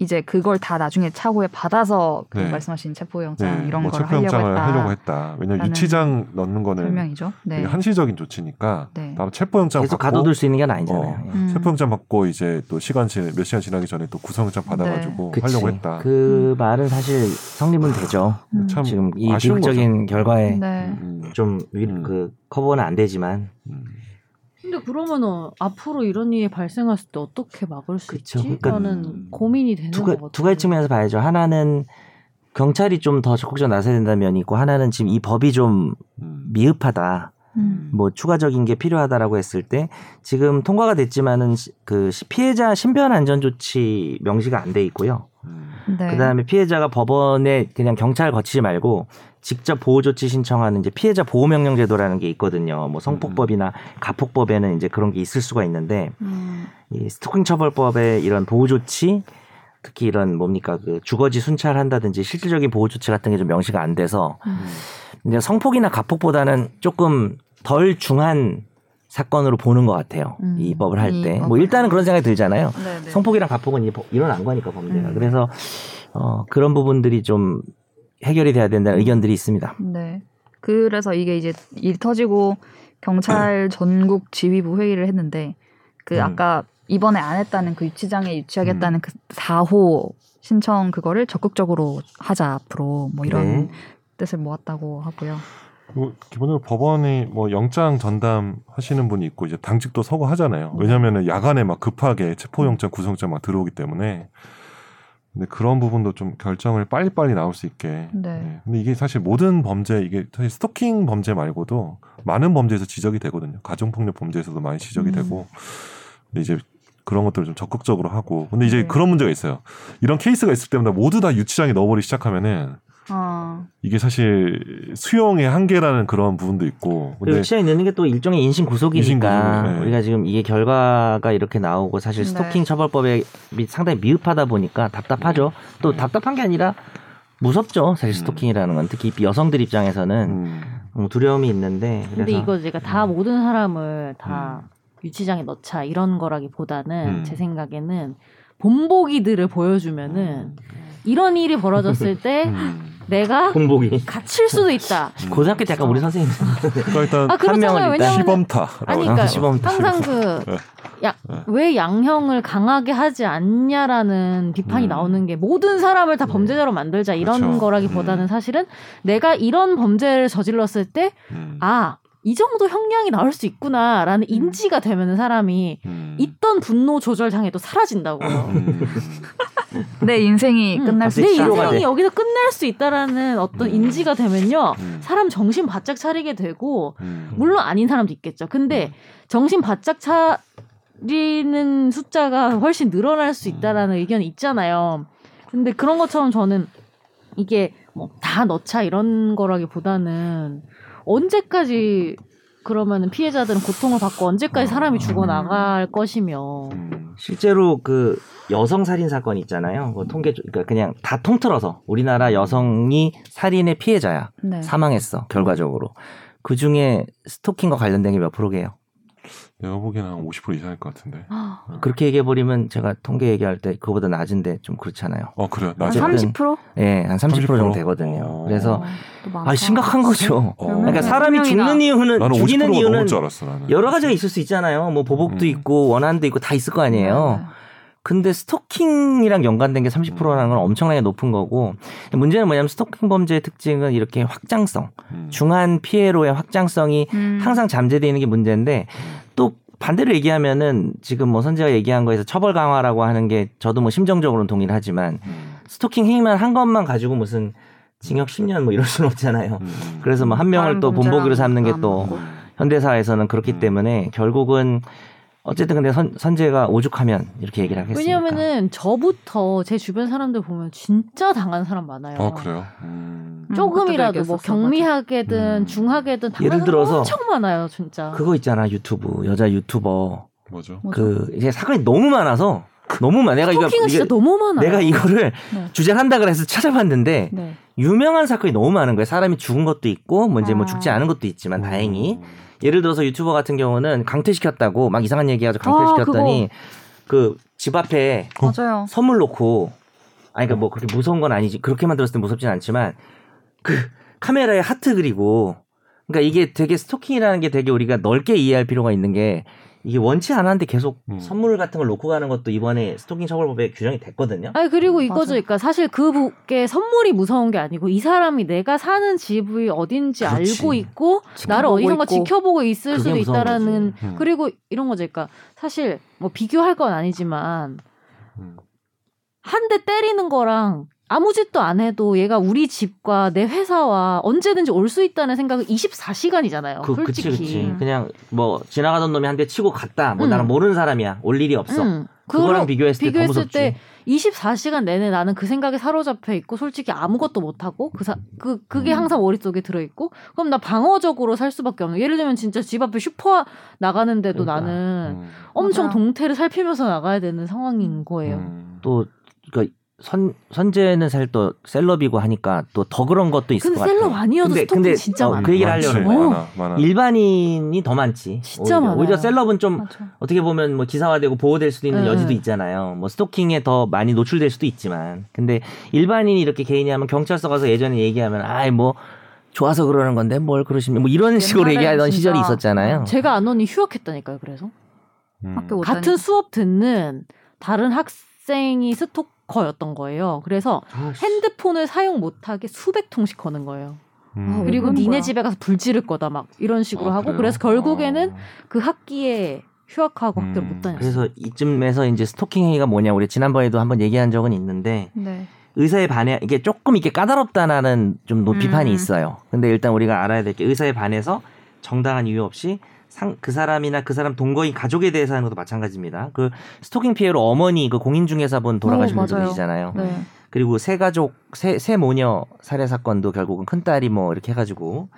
[SPEAKER 1] 이제 그걸 다 나중에 차후에 받아서 그
[SPEAKER 4] 네.
[SPEAKER 1] 말씀하신 체포 영장
[SPEAKER 4] 네,
[SPEAKER 1] 이런
[SPEAKER 4] 뭐
[SPEAKER 1] 걸
[SPEAKER 4] 체포
[SPEAKER 1] 하려고 했다.
[SPEAKER 4] 영장을 하려고 했다. 왜냐
[SPEAKER 1] 라는
[SPEAKER 4] 면 유치장 넣는 거는
[SPEAKER 1] 설명이죠. 네.
[SPEAKER 4] 되게 한시적인 조치니까
[SPEAKER 1] 네.
[SPEAKER 4] 다음 체포 영장
[SPEAKER 3] 계속
[SPEAKER 4] 받고
[SPEAKER 3] 가둬둘 수 있는 건 아니잖아요.
[SPEAKER 4] 어.
[SPEAKER 3] 예.
[SPEAKER 1] 음.
[SPEAKER 4] 체포 영장 받고 이제 또 시간 지, 몇 시간 지나기 전에 또 구속영장
[SPEAKER 1] 네.
[SPEAKER 4] 받아가지고
[SPEAKER 3] 그치.
[SPEAKER 4] 하려고 했다.
[SPEAKER 3] 그 말은 사실 성립은 되죠.
[SPEAKER 1] 음.
[SPEAKER 4] 참
[SPEAKER 3] 지금 이
[SPEAKER 4] 아쉬운
[SPEAKER 3] 비극적인 결과에
[SPEAKER 1] 네.
[SPEAKER 4] 음, 음,
[SPEAKER 3] 좀 위,
[SPEAKER 4] 음.
[SPEAKER 3] 그 커버는 안 되지만
[SPEAKER 4] 음.
[SPEAKER 2] 근데 그러면 어, 앞으로 이런 일이 발생했을 때 어떻게 막을 수 있지?
[SPEAKER 3] 그쵸. 그러니까
[SPEAKER 2] 라는 고민이 되는
[SPEAKER 3] 두,
[SPEAKER 2] 것
[SPEAKER 3] 가,
[SPEAKER 2] 같아요.
[SPEAKER 3] 두 가지 측면에서 봐야죠. 하나는 경찰이 좀 더 적극적으로 나서야 된다는 면이 있고 하나는 지금 이 법이 좀
[SPEAKER 4] 음.
[SPEAKER 3] 미흡하다.
[SPEAKER 1] 음.
[SPEAKER 3] 뭐 추가적인 게 필요하다라고 했을 때 지금 통과가 됐지만은 시- 그 시- 피해자 신변 안전 조치 명시가 안 돼 있고요.
[SPEAKER 4] 음.
[SPEAKER 1] 네.
[SPEAKER 3] 그다음에 피해자가 법원에 그냥 경찰 거치지 말고 직접 보호 조치 신청하는 이제 피해자 보호 명령 제도라는 게 있거든요. 뭐
[SPEAKER 1] 음.
[SPEAKER 3] 성폭법이나 가폭법에는 이제 그런 게 있을 수가 있는데
[SPEAKER 2] 음.
[SPEAKER 3] 이 스토킹 처벌법의 이런 보호 조치 특히 이런 뭡니까 그 주거지 순찰한다든지 실질적인 보호 조치 같은 게 좀 명시가 안 돼서
[SPEAKER 4] 음.
[SPEAKER 3] 이제 성폭이나 가폭보다는 조금 덜 중한 사건으로 보는 것 같아요.
[SPEAKER 2] 음.
[SPEAKER 3] 이 법을 할
[SPEAKER 1] 이
[SPEAKER 3] 때 뭐
[SPEAKER 1] 법을.
[SPEAKER 3] 일단은 그런 생각이 들잖아요.
[SPEAKER 1] 네, 네.
[SPEAKER 3] 성폭이랑 가폭은 이 법- 일어난 거니까 범죄가
[SPEAKER 1] 음.
[SPEAKER 3] 그래서 어, 그런 부분들이 좀 해결이 돼야 된다는 의견들이 있습니다.
[SPEAKER 1] 네. 그래서 이게 이제 일 터지고 경찰 전국 지휘부 회의를 했는데 그
[SPEAKER 3] 네.
[SPEAKER 4] 음.
[SPEAKER 1] 아까 이번에 안 했다는 그 유치장에
[SPEAKER 3] 음.
[SPEAKER 1] 유치하겠다는 그 4호 신청 그거를 적극적으로 하자 앞으로 뭐 이런
[SPEAKER 3] 네.
[SPEAKER 1] 뜻을 모았다고 하고요.
[SPEAKER 4] 그리고 기본적으로 법원이 뭐 영장 전담 하시는 분이 있고 이제 당직도 서고 하잖아요. 왜냐면은 야간에 막 급하게 체포 영장, 구속영장 막 들어오기 때문에 근데 그런 부분도 좀 결정을 빨리빨리 나올 수 있게.
[SPEAKER 1] 네.
[SPEAKER 4] 근데 이게 사실 모든 범죄 이게 사실 스토킹 범죄 말고도 많은 범죄에서 지적이 되거든요. 가정폭력 범죄에서도 많이 지적이
[SPEAKER 1] 음.
[SPEAKER 4] 되고 근데 이제 그런 것들을 좀 적극적으로 하고 근데 이제
[SPEAKER 1] 네.
[SPEAKER 4] 그런 문제가 있어요. 이런 케이스가 있을 때마다 모두 다 유치장에 넣어버리기 시작하면은
[SPEAKER 1] 아,
[SPEAKER 4] 이게 사실 수용의 한계라는 그런 부분도 있고 근데
[SPEAKER 3] 유치에 있는 게 또 일종의 인신 구속이니까
[SPEAKER 4] 인신 구속이네.
[SPEAKER 3] 우리가 지금 이게 결과가 이렇게 나오고 사실
[SPEAKER 1] 네.
[SPEAKER 3] 스토킹 처벌법에 미- 상당히 미흡하다 보니까 답답하죠. 또
[SPEAKER 4] 네.
[SPEAKER 3] 답답한 게 아니라 무섭죠. 사실
[SPEAKER 4] 음.
[SPEAKER 3] 스토킹이라는 건 특히 여성들 입장에서는
[SPEAKER 4] 음,
[SPEAKER 3] 음, 두려움이 있는데
[SPEAKER 2] 근데
[SPEAKER 3] 그래서
[SPEAKER 2] 이거 제가 다 모든 사람을 다 유치장에 넣자 이런 거라기보다는
[SPEAKER 4] 음.
[SPEAKER 2] 제 생각에는 본보기들을 보여주면은 이런 일이 벌어졌을 때
[SPEAKER 4] 음.
[SPEAKER 2] 내가
[SPEAKER 3] 본보기
[SPEAKER 2] 갇힐 수도 있다.
[SPEAKER 3] 고등학교 때 약간 우리 선생님
[SPEAKER 4] 그러니까 일단
[SPEAKER 2] 아 그렇잖아요.
[SPEAKER 3] 명은 일단
[SPEAKER 2] 왜냐면 아니
[SPEAKER 4] 시범타라고 어.
[SPEAKER 2] 그러니까
[SPEAKER 3] 시범 다
[SPEAKER 2] 항상 그 그야왜 양형을 강하게 하지 않냐라는 비판이
[SPEAKER 4] 음.
[SPEAKER 2] 나오는 게 모든 사람을 다
[SPEAKER 3] 네.
[SPEAKER 2] 범죄자로 만들자 이런
[SPEAKER 4] 그렇죠.
[SPEAKER 2] 거라기보다는
[SPEAKER 4] 음.
[SPEAKER 2] 사실은 내가 이런 범죄를 저질렀을
[SPEAKER 4] 음.
[SPEAKER 2] 때 아 이 정도 형량이 나올 수 있구나라는
[SPEAKER 1] 음.
[SPEAKER 2] 인지가 되면은 사람이
[SPEAKER 4] 음.
[SPEAKER 2] 있던 분노 조절 장애도 사라진다고.
[SPEAKER 4] 음.
[SPEAKER 1] 내 네, 인생이
[SPEAKER 2] 음,
[SPEAKER 1] 끝날 수
[SPEAKER 3] 갑자기
[SPEAKER 2] 내
[SPEAKER 1] 있다.
[SPEAKER 3] 아, 치료가
[SPEAKER 2] 인생이
[SPEAKER 3] 돼.
[SPEAKER 2] 여기서 끝날 수 있다라는 어떤
[SPEAKER 4] 음.
[SPEAKER 2] 인지가 되면요
[SPEAKER 4] 음.
[SPEAKER 2] 사람 정신 바짝 차리게 되고
[SPEAKER 4] 음.
[SPEAKER 2] 물론 아닌 사람도 있겠죠.
[SPEAKER 3] 음.
[SPEAKER 2] 근데 정신 바짝 차리는 숫자가 훨씬 늘어날 수
[SPEAKER 3] 음.
[SPEAKER 2] 있다라는 의견이 있잖아요. 근데 그런 것처럼 저는 이게 뭐 다 넣자 이런 거라기보다는 언제까지 그러면은 피해자들은 고통을 받고 언제까지
[SPEAKER 3] 음.
[SPEAKER 2] 사람이 죽어나갈 것이며
[SPEAKER 4] 음.
[SPEAKER 3] 실제로 그 여성 살인 사건 있잖아요. 그 통계 조- 그러니까 그냥 다 통틀어서 우리나라 여성이 살인의 피해자야.
[SPEAKER 1] 네.
[SPEAKER 3] 사망했어. 결과적으로. 그 중에 스토킹과 관련된 게 몇 프로게요?
[SPEAKER 4] 내가 보기에는 한 50% 이상일 것 같은데
[SPEAKER 2] 아.
[SPEAKER 4] 음.
[SPEAKER 3] 그렇게 얘기해 버리면 제가 통계 얘기할 때 그거보다 낮은데 좀 그렇잖아요.
[SPEAKER 4] 어 그래요
[SPEAKER 1] 한
[SPEAKER 4] 낮에
[SPEAKER 3] 어쨌든
[SPEAKER 1] 30%?
[SPEAKER 3] 예, 한 30%
[SPEAKER 4] 30%
[SPEAKER 3] 정도 되거든요.
[SPEAKER 4] 어.
[SPEAKER 3] 그래서
[SPEAKER 1] 또 많다.
[SPEAKER 3] 아 심각한 거죠.
[SPEAKER 4] 어.
[SPEAKER 3] 그러니까
[SPEAKER 1] 음.
[SPEAKER 3] 사람이 죽는
[SPEAKER 1] 명이나.
[SPEAKER 3] 이유는
[SPEAKER 4] 나는 50%가
[SPEAKER 3] 죽이는 이유는
[SPEAKER 4] 넘을 줄 알았어 나는
[SPEAKER 3] 여러 가지가 있을 수 있잖아요. 뭐 보복도
[SPEAKER 4] 음.
[SPEAKER 3] 있고 원한도 있고 다 있을 거
[SPEAKER 1] 네,
[SPEAKER 3] 아니에요. 근데 스토킹이랑 연관된 게 30%라는 건 엄청나게 높은 거고 문제는 뭐냐면 스토킹 범죄의 특징은 이렇게 확장성
[SPEAKER 4] 음.
[SPEAKER 3] 중한 피해로의 확장성이
[SPEAKER 1] 음.
[SPEAKER 3] 항상 잠재되어 있는 게 문제인데 또 반대로 얘기하면은 지금 뭐 선재가 얘기한 거에서 처벌 강화라고 하는 게 저도 뭐 심정적으로는 동의를 하지만
[SPEAKER 4] 음.
[SPEAKER 3] 스토킹 행위만 한 것만 가지고 무슨 징역 10년 뭐 이럴 수는 없잖아요.
[SPEAKER 4] 음.
[SPEAKER 3] 그래서 뭐 한 명을
[SPEAKER 1] 다른
[SPEAKER 3] 또 본보기로 삼는 게 또
[SPEAKER 1] 범죄랑
[SPEAKER 3] 현대사에서는 그렇기
[SPEAKER 4] 음.
[SPEAKER 3] 때문에 결국은 어쨌든 근데 선, 선재가 오죽하면 이렇게 얘기를 하겠습니까?
[SPEAKER 2] 왜냐면은 저부터 제 주변 사람들 보면 진짜 당한 사람 많아요.
[SPEAKER 3] 어,
[SPEAKER 4] 아 그래요 음.
[SPEAKER 1] 음,
[SPEAKER 2] 조금이라도
[SPEAKER 1] 그것도
[SPEAKER 2] 뭐
[SPEAKER 1] 얘기했었어,
[SPEAKER 2] 경미하게든
[SPEAKER 4] 맞아.
[SPEAKER 2] 중하게든 당한
[SPEAKER 3] 음. 예를
[SPEAKER 2] 사람
[SPEAKER 3] 들어서
[SPEAKER 2] 엄청 많아요, 진짜.
[SPEAKER 3] 그거 있잖아 유튜브 여자 유튜버
[SPEAKER 4] 뭐죠
[SPEAKER 3] 음.
[SPEAKER 1] 뭐죠?
[SPEAKER 3] 그 이제 사건이 너무 많아서 너무 많아. 내가 이거
[SPEAKER 2] 토킹은 진짜
[SPEAKER 3] 이거-
[SPEAKER 2] 너무 많아.
[SPEAKER 3] 내가 이거를
[SPEAKER 1] 네.
[SPEAKER 3] 주제를 한다 그래서 찾아봤는데
[SPEAKER 1] 네.
[SPEAKER 3] 유명한 사건이 너무 많은 거예요. 사람이 죽은 것도 있고 뭐 이제 뭐
[SPEAKER 1] 아.
[SPEAKER 3] 죽지 않은 것도 있지만
[SPEAKER 4] 음.
[SPEAKER 3] 다행히 예를 들어서 유튜버 같은 경우는 강퇴시켰다고 막 이상한 얘기하고
[SPEAKER 2] 아,
[SPEAKER 3] 강퇴시켰더니 그 집 앞에
[SPEAKER 4] 어.
[SPEAKER 1] 맞아요.
[SPEAKER 3] 선물 놓고 아니 그러니까 뭐 그렇게 무서운 건 아니지 그렇게만 들었을 때 무섭진 않지만 그 카메라에 하트 그리고 그러니까 이게 되게 스토킹이라는 게 되게 우리가 넓게 이해할 필요가 있는 게 이게 원치 않았는데 계속
[SPEAKER 4] 음.
[SPEAKER 3] 선물 같은 걸 놓고 가는 것도 이번에 스토킹 처벌법에 규정이 됐거든요.
[SPEAKER 2] 아니 그리고 이거죠.
[SPEAKER 1] 맞아.
[SPEAKER 2] 그러니까 사실 그 분께 선물이 무서운 게 아니고 이 사람이 내가 사는 집이 어딘지
[SPEAKER 3] 그렇지.
[SPEAKER 2] 알고 있고
[SPEAKER 3] 지켜보고
[SPEAKER 2] 나를 어디선가
[SPEAKER 1] 있고.
[SPEAKER 2] 지켜보고 있을
[SPEAKER 3] 그게
[SPEAKER 2] 수도
[SPEAKER 3] 무서운
[SPEAKER 2] 있다라는
[SPEAKER 4] 거지. 음.
[SPEAKER 2] 그리고 이런 거죠. 그러니까 사실 뭐 비교할 건 아니지만
[SPEAKER 4] 음.
[SPEAKER 2] 한 대 때리는 거랑 아무 짓도 안 해도 얘가 우리 집과 내 회사와 언제든지 올 수 있다는 생각은 24시간이잖아요.
[SPEAKER 3] 그,
[SPEAKER 2] 솔직히.
[SPEAKER 3] 그치, 그치. 그냥 뭐 지나가던 놈이 한 대 치고 갔다. 뭐
[SPEAKER 2] 음.
[SPEAKER 3] 나랑 모르는 사람이야. 올 일이 없어.
[SPEAKER 2] 음.
[SPEAKER 3] 그거랑 비교했을 때 더
[SPEAKER 2] 비교했을
[SPEAKER 3] 무섭지.
[SPEAKER 2] 때 24시간 내내 나는 그 생각에 사로잡혀 있고 솔직히 아무것도 못 하고 그, 사, 그 그게
[SPEAKER 3] 음.
[SPEAKER 2] 항상 머릿속에 들어 있고 그럼 나 방어적으로 살 수밖에 없는 예를 들면 진짜 집 앞에 슈퍼 나가는데도
[SPEAKER 3] 그러니까.
[SPEAKER 2] 나는
[SPEAKER 4] 음.
[SPEAKER 2] 엄청
[SPEAKER 1] 맞아요.
[SPEAKER 2] 동태를 살피면서 나가야 되는 상황인 거예요.
[SPEAKER 4] 음.
[SPEAKER 3] 또 그러니까 선 선재는 사실 또 셀럽이고 하니까 또 더 그런 것도 있을
[SPEAKER 2] 근데
[SPEAKER 3] 것 같아.
[SPEAKER 2] 셀럽 아니어도
[SPEAKER 3] 근데-
[SPEAKER 2] 스토킹
[SPEAKER 3] 근데,
[SPEAKER 2] 진짜
[SPEAKER 3] 어,
[SPEAKER 2] 많아.
[SPEAKER 3] 그 얘기를
[SPEAKER 4] 많지,
[SPEAKER 3] 하려는
[SPEAKER 2] 거야.
[SPEAKER 4] 많아, 많아.
[SPEAKER 3] 일반인이 더 많지.
[SPEAKER 2] 진짜
[SPEAKER 3] 오히려.
[SPEAKER 2] 많아요.
[SPEAKER 3] 오히려 셀럽은 좀
[SPEAKER 1] 맞아요.
[SPEAKER 3] 어떻게 보면 뭐 기사화되고 보호될 수도 있는
[SPEAKER 2] 음.
[SPEAKER 3] 여지도 있잖아요. 뭐 스토킹에 더 많이 노출될 수도 있지만. 근데 일반인이 이렇게 개인이 하면 경찰서 가서 예전에 얘기하면 아이 뭐 좋아서 그러는 건데 뭘 그러시면 뭐 이런 식으로
[SPEAKER 1] 옛날에는
[SPEAKER 3] 얘기하던
[SPEAKER 1] 진짜
[SPEAKER 3] 시절이 있었잖아요.
[SPEAKER 2] 제가 안 오니 휴학했다니까요. 그래서
[SPEAKER 4] 음.
[SPEAKER 1] 학교 못
[SPEAKER 2] 같은 수업 듣는 다른 학생이 스토커였던 거예요. 그래서
[SPEAKER 3] 아,
[SPEAKER 2] 핸드폰을 사용 못하게 수백 통씩 거는 거예요.
[SPEAKER 1] 아, 왜
[SPEAKER 2] 음. 그리고
[SPEAKER 1] 그러는
[SPEAKER 2] 니네
[SPEAKER 1] 거야?
[SPEAKER 2] 집에 가서 불 지를 거다 막 이런 식으로
[SPEAKER 4] 아,
[SPEAKER 2] 하고
[SPEAKER 4] 그래요?
[SPEAKER 2] 그래서 결국에는
[SPEAKER 4] 아.
[SPEAKER 2] 그 학기에 휴학하고 학교를
[SPEAKER 4] 음.
[SPEAKER 2] 못 다녔어요.
[SPEAKER 3] 어. 그래서 이쯤에서 이제 스토킹 행위가 뭐냐 우리 지난번에도 한번 얘기한 적은 있는데
[SPEAKER 1] 네.
[SPEAKER 3] 의사에 반해 이게 조금 이게 까다롭다는 좀 노-
[SPEAKER 1] 음.
[SPEAKER 3] 비판이 있어요. 근데 일단 우리가 알아야 될 게 의사에 반해서 정당한 이유 없이 상, 그 사람이나 그 사람 동거인 가족에 대해서 하는 것도 마찬가지입니다. 그 스토킹 피해로 어머니 그 공인중개사분 돌아가신
[SPEAKER 1] 어,
[SPEAKER 3] 분들
[SPEAKER 1] 맞아요.
[SPEAKER 3] 계시잖아요.
[SPEAKER 1] 네.
[SPEAKER 3] 그리고 새 가족 새, 새 모녀 살해 사건도 결국은 큰 딸이 뭐 이렇게 해가지고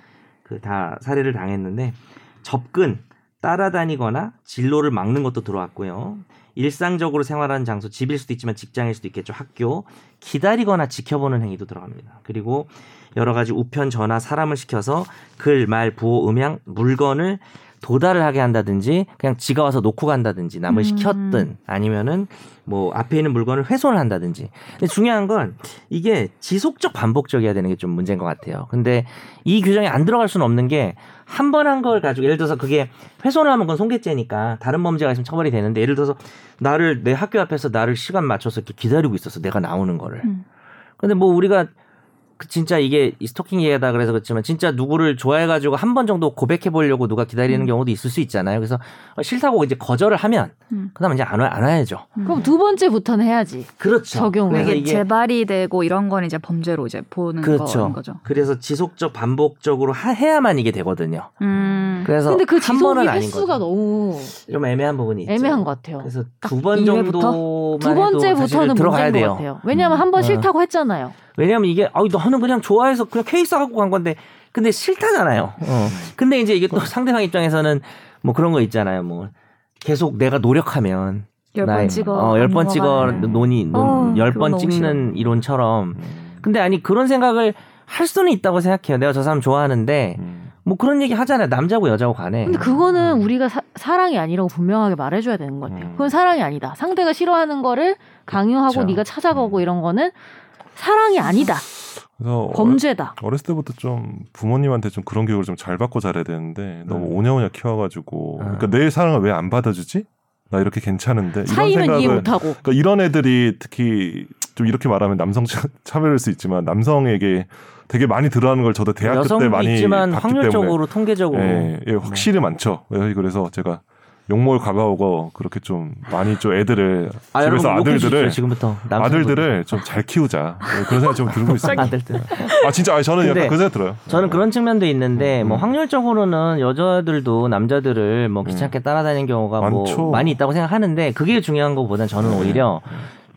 [SPEAKER 3] 그 다 살해를 당했는데 접근 따라다니거나 진로를 막는 것도 들어왔고요. 일상적으로 생활하는 장소 집일 수도 있지만 직장일 수도 있겠죠. 학교 기다리거나 지켜보는 행위도 들어갑니다. 그리고 여러 가지 우편 전화 사람을 시켜서 글, 말, 부호, 음향, 물건을 도달을 하게 한다든지 그냥 지가 와서 놓고 간다든지 남을
[SPEAKER 1] 음.
[SPEAKER 3] 시켰든 아니면은 뭐 앞에 있는 물건을 훼손을 한다든지 근데 중요한 건 이게 지속적 반복적이어야 되는 게 좀 문제인 것 같아요. 근데 이 규정에 안 들어갈 수는 없는 게 한 번 한 걸 가지고 예를 들어서 그게 훼손을 하면 그건 손괴죄니까 다른 범죄가 있으면 처벌이 되는데 예를 들어서 나를 내 학교 앞에서 나를 시간 맞춰서 이렇게 기다리고 있었어 내가 나오는 거를.
[SPEAKER 1] 음.
[SPEAKER 3] 근데 뭐 우리가 그 진짜 이게 이 스토킹 얘기다 그래서 그렇지만 진짜 누구를 좋아해가지고 한 번 정도 고백해 보려고 누가 기다리는
[SPEAKER 1] 음.
[SPEAKER 3] 경우도 있을 수 있잖아요. 그래서 싫다고 이제 거절을 하면
[SPEAKER 1] 음.
[SPEAKER 3] 그다음 이제 안, 와- 안 와야죠.
[SPEAKER 2] 그럼 두 번째부터는 해야지.
[SPEAKER 3] 그렇죠.
[SPEAKER 2] 적용을.
[SPEAKER 1] 어.
[SPEAKER 3] 그래서
[SPEAKER 1] 이게,
[SPEAKER 3] 이게
[SPEAKER 1] 재발이 되고 이런 건 이제 범죄로 이제 보는
[SPEAKER 3] 그렇죠.
[SPEAKER 1] 거인 거죠.
[SPEAKER 3] 그래서 지속적 반복적으로 하- 해야만 이게 되거든요.
[SPEAKER 1] 음.
[SPEAKER 3] 그래서
[SPEAKER 2] 근데 그
[SPEAKER 3] 한
[SPEAKER 2] 지속이
[SPEAKER 3] 번은 아닌
[SPEAKER 2] 횟수가
[SPEAKER 3] 거죠.
[SPEAKER 2] 너무
[SPEAKER 3] 좀 애매한 부분이 있죠.
[SPEAKER 2] 애매한 것 같아요.
[SPEAKER 3] 그래서 두 번
[SPEAKER 1] 이회부터?
[SPEAKER 3] 정도만
[SPEAKER 2] 두
[SPEAKER 3] 해도 사실은
[SPEAKER 2] 번째부터는
[SPEAKER 3] 들어가야
[SPEAKER 2] 문제인
[SPEAKER 3] 돼요.
[SPEAKER 2] 것 같아요. 왜냐하면 한 번
[SPEAKER 3] 음.
[SPEAKER 2] 싫다고 했잖아요.
[SPEAKER 3] 왜냐하면 이게 아 너는 그냥 좋아해서 그냥 케이스 하고 간 건데 근데 싫다잖아요. 어. 근데 이제 이게 또 상대방 입장에서는 뭐 그런 거 있잖아요. 뭐 계속 내가 노력하면
[SPEAKER 1] 열
[SPEAKER 3] 나의-
[SPEAKER 1] 번 찍어.
[SPEAKER 3] 어, 열번 찍어
[SPEAKER 1] 넘어가는.
[SPEAKER 3] 논이
[SPEAKER 1] 어, 그거
[SPEAKER 3] 열번
[SPEAKER 1] 너무
[SPEAKER 3] 찍는
[SPEAKER 1] 싫어.
[SPEAKER 3] 이론처럼
[SPEAKER 4] 음.
[SPEAKER 3] 근데 아니 그런 생각을 할 수는 있다고 생각해요. 내가 저 사람 좋아하는데
[SPEAKER 4] 음.
[SPEAKER 3] 뭐 그런 얘기 하잖아요. 남자고 여자고 간에.
[SPEAKER 2] 근데 그거는
[SPEAKER 3] 음.
[SPEAKER 2] 우리가 사, 랑이 아니라고 분명하게 말해줘야 되는 것 같아요.
[SPEAKER 4] 음.
[SPEAKER 2] 그건 사랑이 아니다. 상대가 싫어하는 거를 강요하고
[SPEAKER 3] 그쵸. 음.
[SPEAKER 2] 네가 찾아가고 이런 거는 사랑이 아니다.
[SPEAKER 4] 그래서
[SPEAKER 3] 어,
[SPEAKER 2] 범죄다.
[SPEAKER 4] 어렸을 때부터 좀 부모님한테 좀 그런 교육을 좀 잘 받고 자라야 되는데 너무
[SPEAKER 3] 음.
[SPEAKER 4] 오냐오냐 키워가지고
[SPEAKER 3] 아.
[SPEAKER 4] 그러니까 내 사랑을 왜 안 받아주지? 나 이렇게 괜찮은데 이런
[SPEAKER 2] 사이면
[SPEAKER 4] 생각을
[SPEAKER 2] 이해 못하고.
[SPEAKER 4] 그러니까 이런 애들이 특히 좀 이렇게 말하면 남성 차- 차별일 수 있지만 남성에게 되게 많이 들어가는 걸 저도 대학교
[SPEAKER 3] 여성도
[SPEAKER 4] 때 많이
[SPEAKER 3] 있지만
[SPEAKER 4] 봤기
[SPEAKER 3] 확률적으로 통계적으로
[SPEAKER 4] 때문에 예, 예,
[SPEAKER 3] 네.
[SPEAKER 4] 확실히 많죠. 예, 그래서 제가 욕먹을 가가오고 그렇게 좀 많이 좀 애들을
[SPEAKER 3] 아,
[SPEAKER 4] 집에서
[SPEAKER 3] 여러분 욕해 주십시오,
[SPEAKER 4] 아들들을
[SPEAKER 3] 지금부터 남성분.
[SPEAKER 4] 아들들을 좀 잘 키우자 예, 그런 생각 좀 들고 있습니다.
[SPEAKER 3] 아들들.
[SPEAKER 4] 아 진짜 아 저는
[SPEAKER 3] 근데
[SPEAKER 4] 약간 그 생각 들어요.
[SPEAKER 3] 저는
[SPEAKER 4] 예.
[SPEAKER 3] 그런 측면도 있는데 뭐
[SPEAKER 4] 음.
[SPEAKER 3] 확률적으로는 여자들도 남자들을 뭐 귀찮게 따라다니는 경우가
[SPEAKER 4] 많죠. 네.
[SPEAKER 3] 뭐 많이 있다고 생각하는데 그게 중요한 것보다는 저는 오히려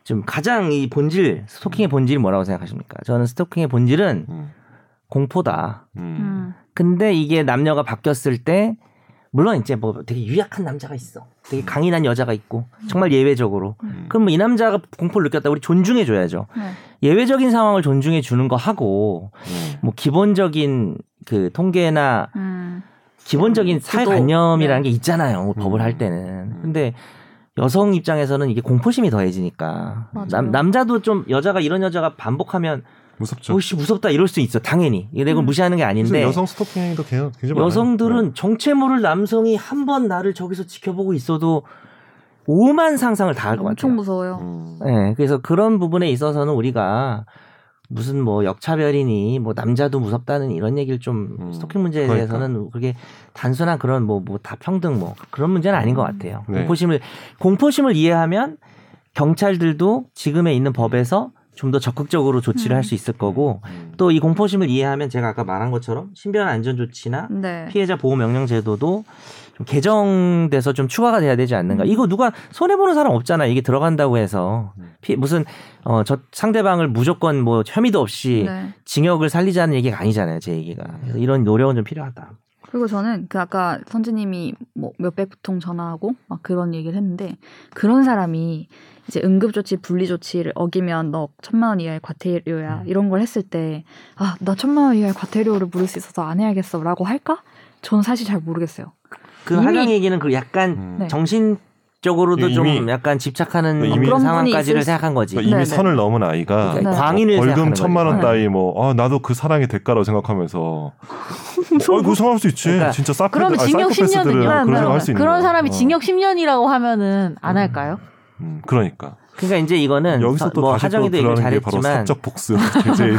[SPEAKER 3] 좀 가장 이 본질 스토킹의 본질이 뭐라고 생각하십니까? 저는 스토킹의 본질은
[SPEAKER 4] 음,
[SPEAKER 3] 공포다.
[SPEAKER 4] 음.
[SPEAKER 1] 음.
[SPEAKER 3] 근데 이게 남녀가 바뀌었을 때 물론 이제 뭐 되게 유약한 남자가 있어. 되게 강인한 여자가 있고 정말
[SPEAKER 2] 음.
[SPEAKER 3] 예외적으로.
[SPEAKER 4] 음.
[SPEAKER 3] 그럼 뭐 이 남자가 공포를 느꼈다 우리 존중해 줘야죠.
[SPEAKER 1] 네.
[SPEAKER 3] 예외적인 상황을 존중해 주는 거 하고
[SPEAKER 4] 예,
[SPEAKER 3] 뭐 기본적인 그 통계나
[SPEAKER 1] 음. 네.
[SPEAKER 3] 기본적인 사회관념이라는 게 있잖아요. 뭐 법을 할 때는.
[SPEAKER 4] 음.
[SPEAKER 3] 근데 여성 입장에서는 이게 공포심이 더해지니까
[SPEAKER 1] 맞아요.
[SPEAKER 3] 남, 남자도 좀 여자가 이런 여자가 반복하면 어,
[SPEAKER 4] 무섭죠.
[SPEAKER 3] 오씨 무섭다 이럴 수 있어 당연히 이게 내가
[SPEAKER 1] 음.
[SPEAKER 3] 무시하는 게
[SPEAKER 4] 그래서
[SPEAKER 3] 아닌데
[SPEAKER 4] 여성 스토킹도 개- 굉장히 많아요. 네.
[SPEAKER 3] 여성들은 정체모를 남성이 한 번 나를 저기서 지켜보고 있어도 오만 상상을 다 할 것
[SPEAKER 1] 엄청
[SPEAKER 3] 같아요.
[SPEAKER 4] 네.
[SPEAKER 1] 무서워요.
[SPEAKER 4] 음.
[SPEAKER 3] 네, 그래서 그런 부분에 있어서는 우리가 무슨 뭐 역차별이니 뭐 남자도 무섭다는 이런 얘기를 좀
[SPEAKER 4] 음,
[SPEAKER 3] 스토킹 문제에
[SPEAKER 4] 그러니까.
[SPEAKER 3] 대해서는 그게 단순한 그런 뭐 뭐 다 평등 뭐 그런 문제는 아닌 것 같아요.
[SPEAKER 4] 네.
[SPEAKER 3] 공포심을 공포심을 이해하면 경찰들도 지금에 있는 법에서 좀 더 적극적으로 조치를
[SPEAKER 1] 음.
[SPEAKER 3] 할 수 있을 거고 또 이 공포심을 이해하면 제가 아까 말한 것처럼 신변 안전 조치나
[SPEAKER 1] 네.
[SPEAKER 3] 피해자 보호 명령 제도도 좀 개정돼서 좀 추가가 돼야 되지 않는가. 이거 누가 손해 보는 사람 없잖아. 이게 들어간다고 해서
[SPEAKER 4] 네.
[SPEAKER 3] 피- 무슨 어 저 상대방을 무조건 뭐 혐의도 없이
[SPEAKER 1] 네.
[SPEAKER 3] 징역을 살리자는 얘기가 아니잖아요. 제 얘기가. 그래서 이런 노력은 좀 필요하다.
[SPEAKER 1] 그리고 저는 그 아까 선지님이 뭐 몇백 통 전화하고 막 그런 얘기를 했는데 그런 사람이 이제 응급조치 분리조치를 어기면 너 천만 원 이하의 과태료야
[SPEAKER 3] 음.
[SPEAKER 1] 이런 걸 했을 때 아 나 천만 원 이하의 과태료를 물을 수 있어서 안 해야겠어라고 할까? 저는 사실 잘 모르겠어요.
[SPEAKER 3] 그
[SPEAKER 1] 이미-
[SPEAKER 3] 하강 얘기는 그 약간
[SPEAKER 4] 음.
[SPEAKER 1] 네.
[SPEAKER 3] 정신적으로도 좀
[SPEAKER 4] 이미- 네,
[SPEAKER 3] 약간 집착하는
[SPEAKER 4] 이미-
[SPEAKER 3] 그런
[SPEAKER 1] 그런 분이
[SPEAKER 3] 상황까지를
[SPEAKER 1] 있을 수-
[SPEAKER 3] 생각한 거지.
[SPEAKER 4] 그러니까 이미
[SPEAKER 1] 네네.
[SPEAKER 4] 선을 넘은 아이가
[SPEAKER 3] 그러니까
[SPEAKER 1] 네.
[SPEAKER 3] 광인을
[SPEAKER 4] 벌금
[SPEAKER 3] 생각하는
[SPEAKER 4] 천만 원
[SPEAKER 2] 네.
[SPEAKER 3] 거죠.
[SPEAKER 4] 따위 뭐 아, 나도 그 사랑의 대가라고 생각하면서 아이고 상할 수 있지
[SPEAKER 3] 그러니까
[SPEAKER 4] 진짜 사이코,
[SPEAKER 2] 그럼
[SPEAKER 4] 아,
[SPEAKER 2] 징역
[SPEAKER 4] 사이코패스들은
[SPEAKER 2] 10년은요?
[SPEAKER 4] 그런 생각 할수 있는
[SPEAKER 2] 그런
[SPEAKER 4] 거야.
[SPEAKER 2] 사람이
[SPEAKER 4] 어.
[SPEAKER 2] 징역 10년이라고 하면은 안 할까요?
[SPEAKER 4] 음, 그러니까
[SPEAKER 3] 그러니까 이제 이거는
[SPEAKER 4] 여기서 또
[SPEAKER 3] 뭐
[SPEAKER 4] 다시 또
[SPEAKER 3] 하정이도 얘기를
[SPEAKER 4] 들어가는 게 바로
[SPEAKER 3] 잘했지만
[SPEAKER 4] 사적 복수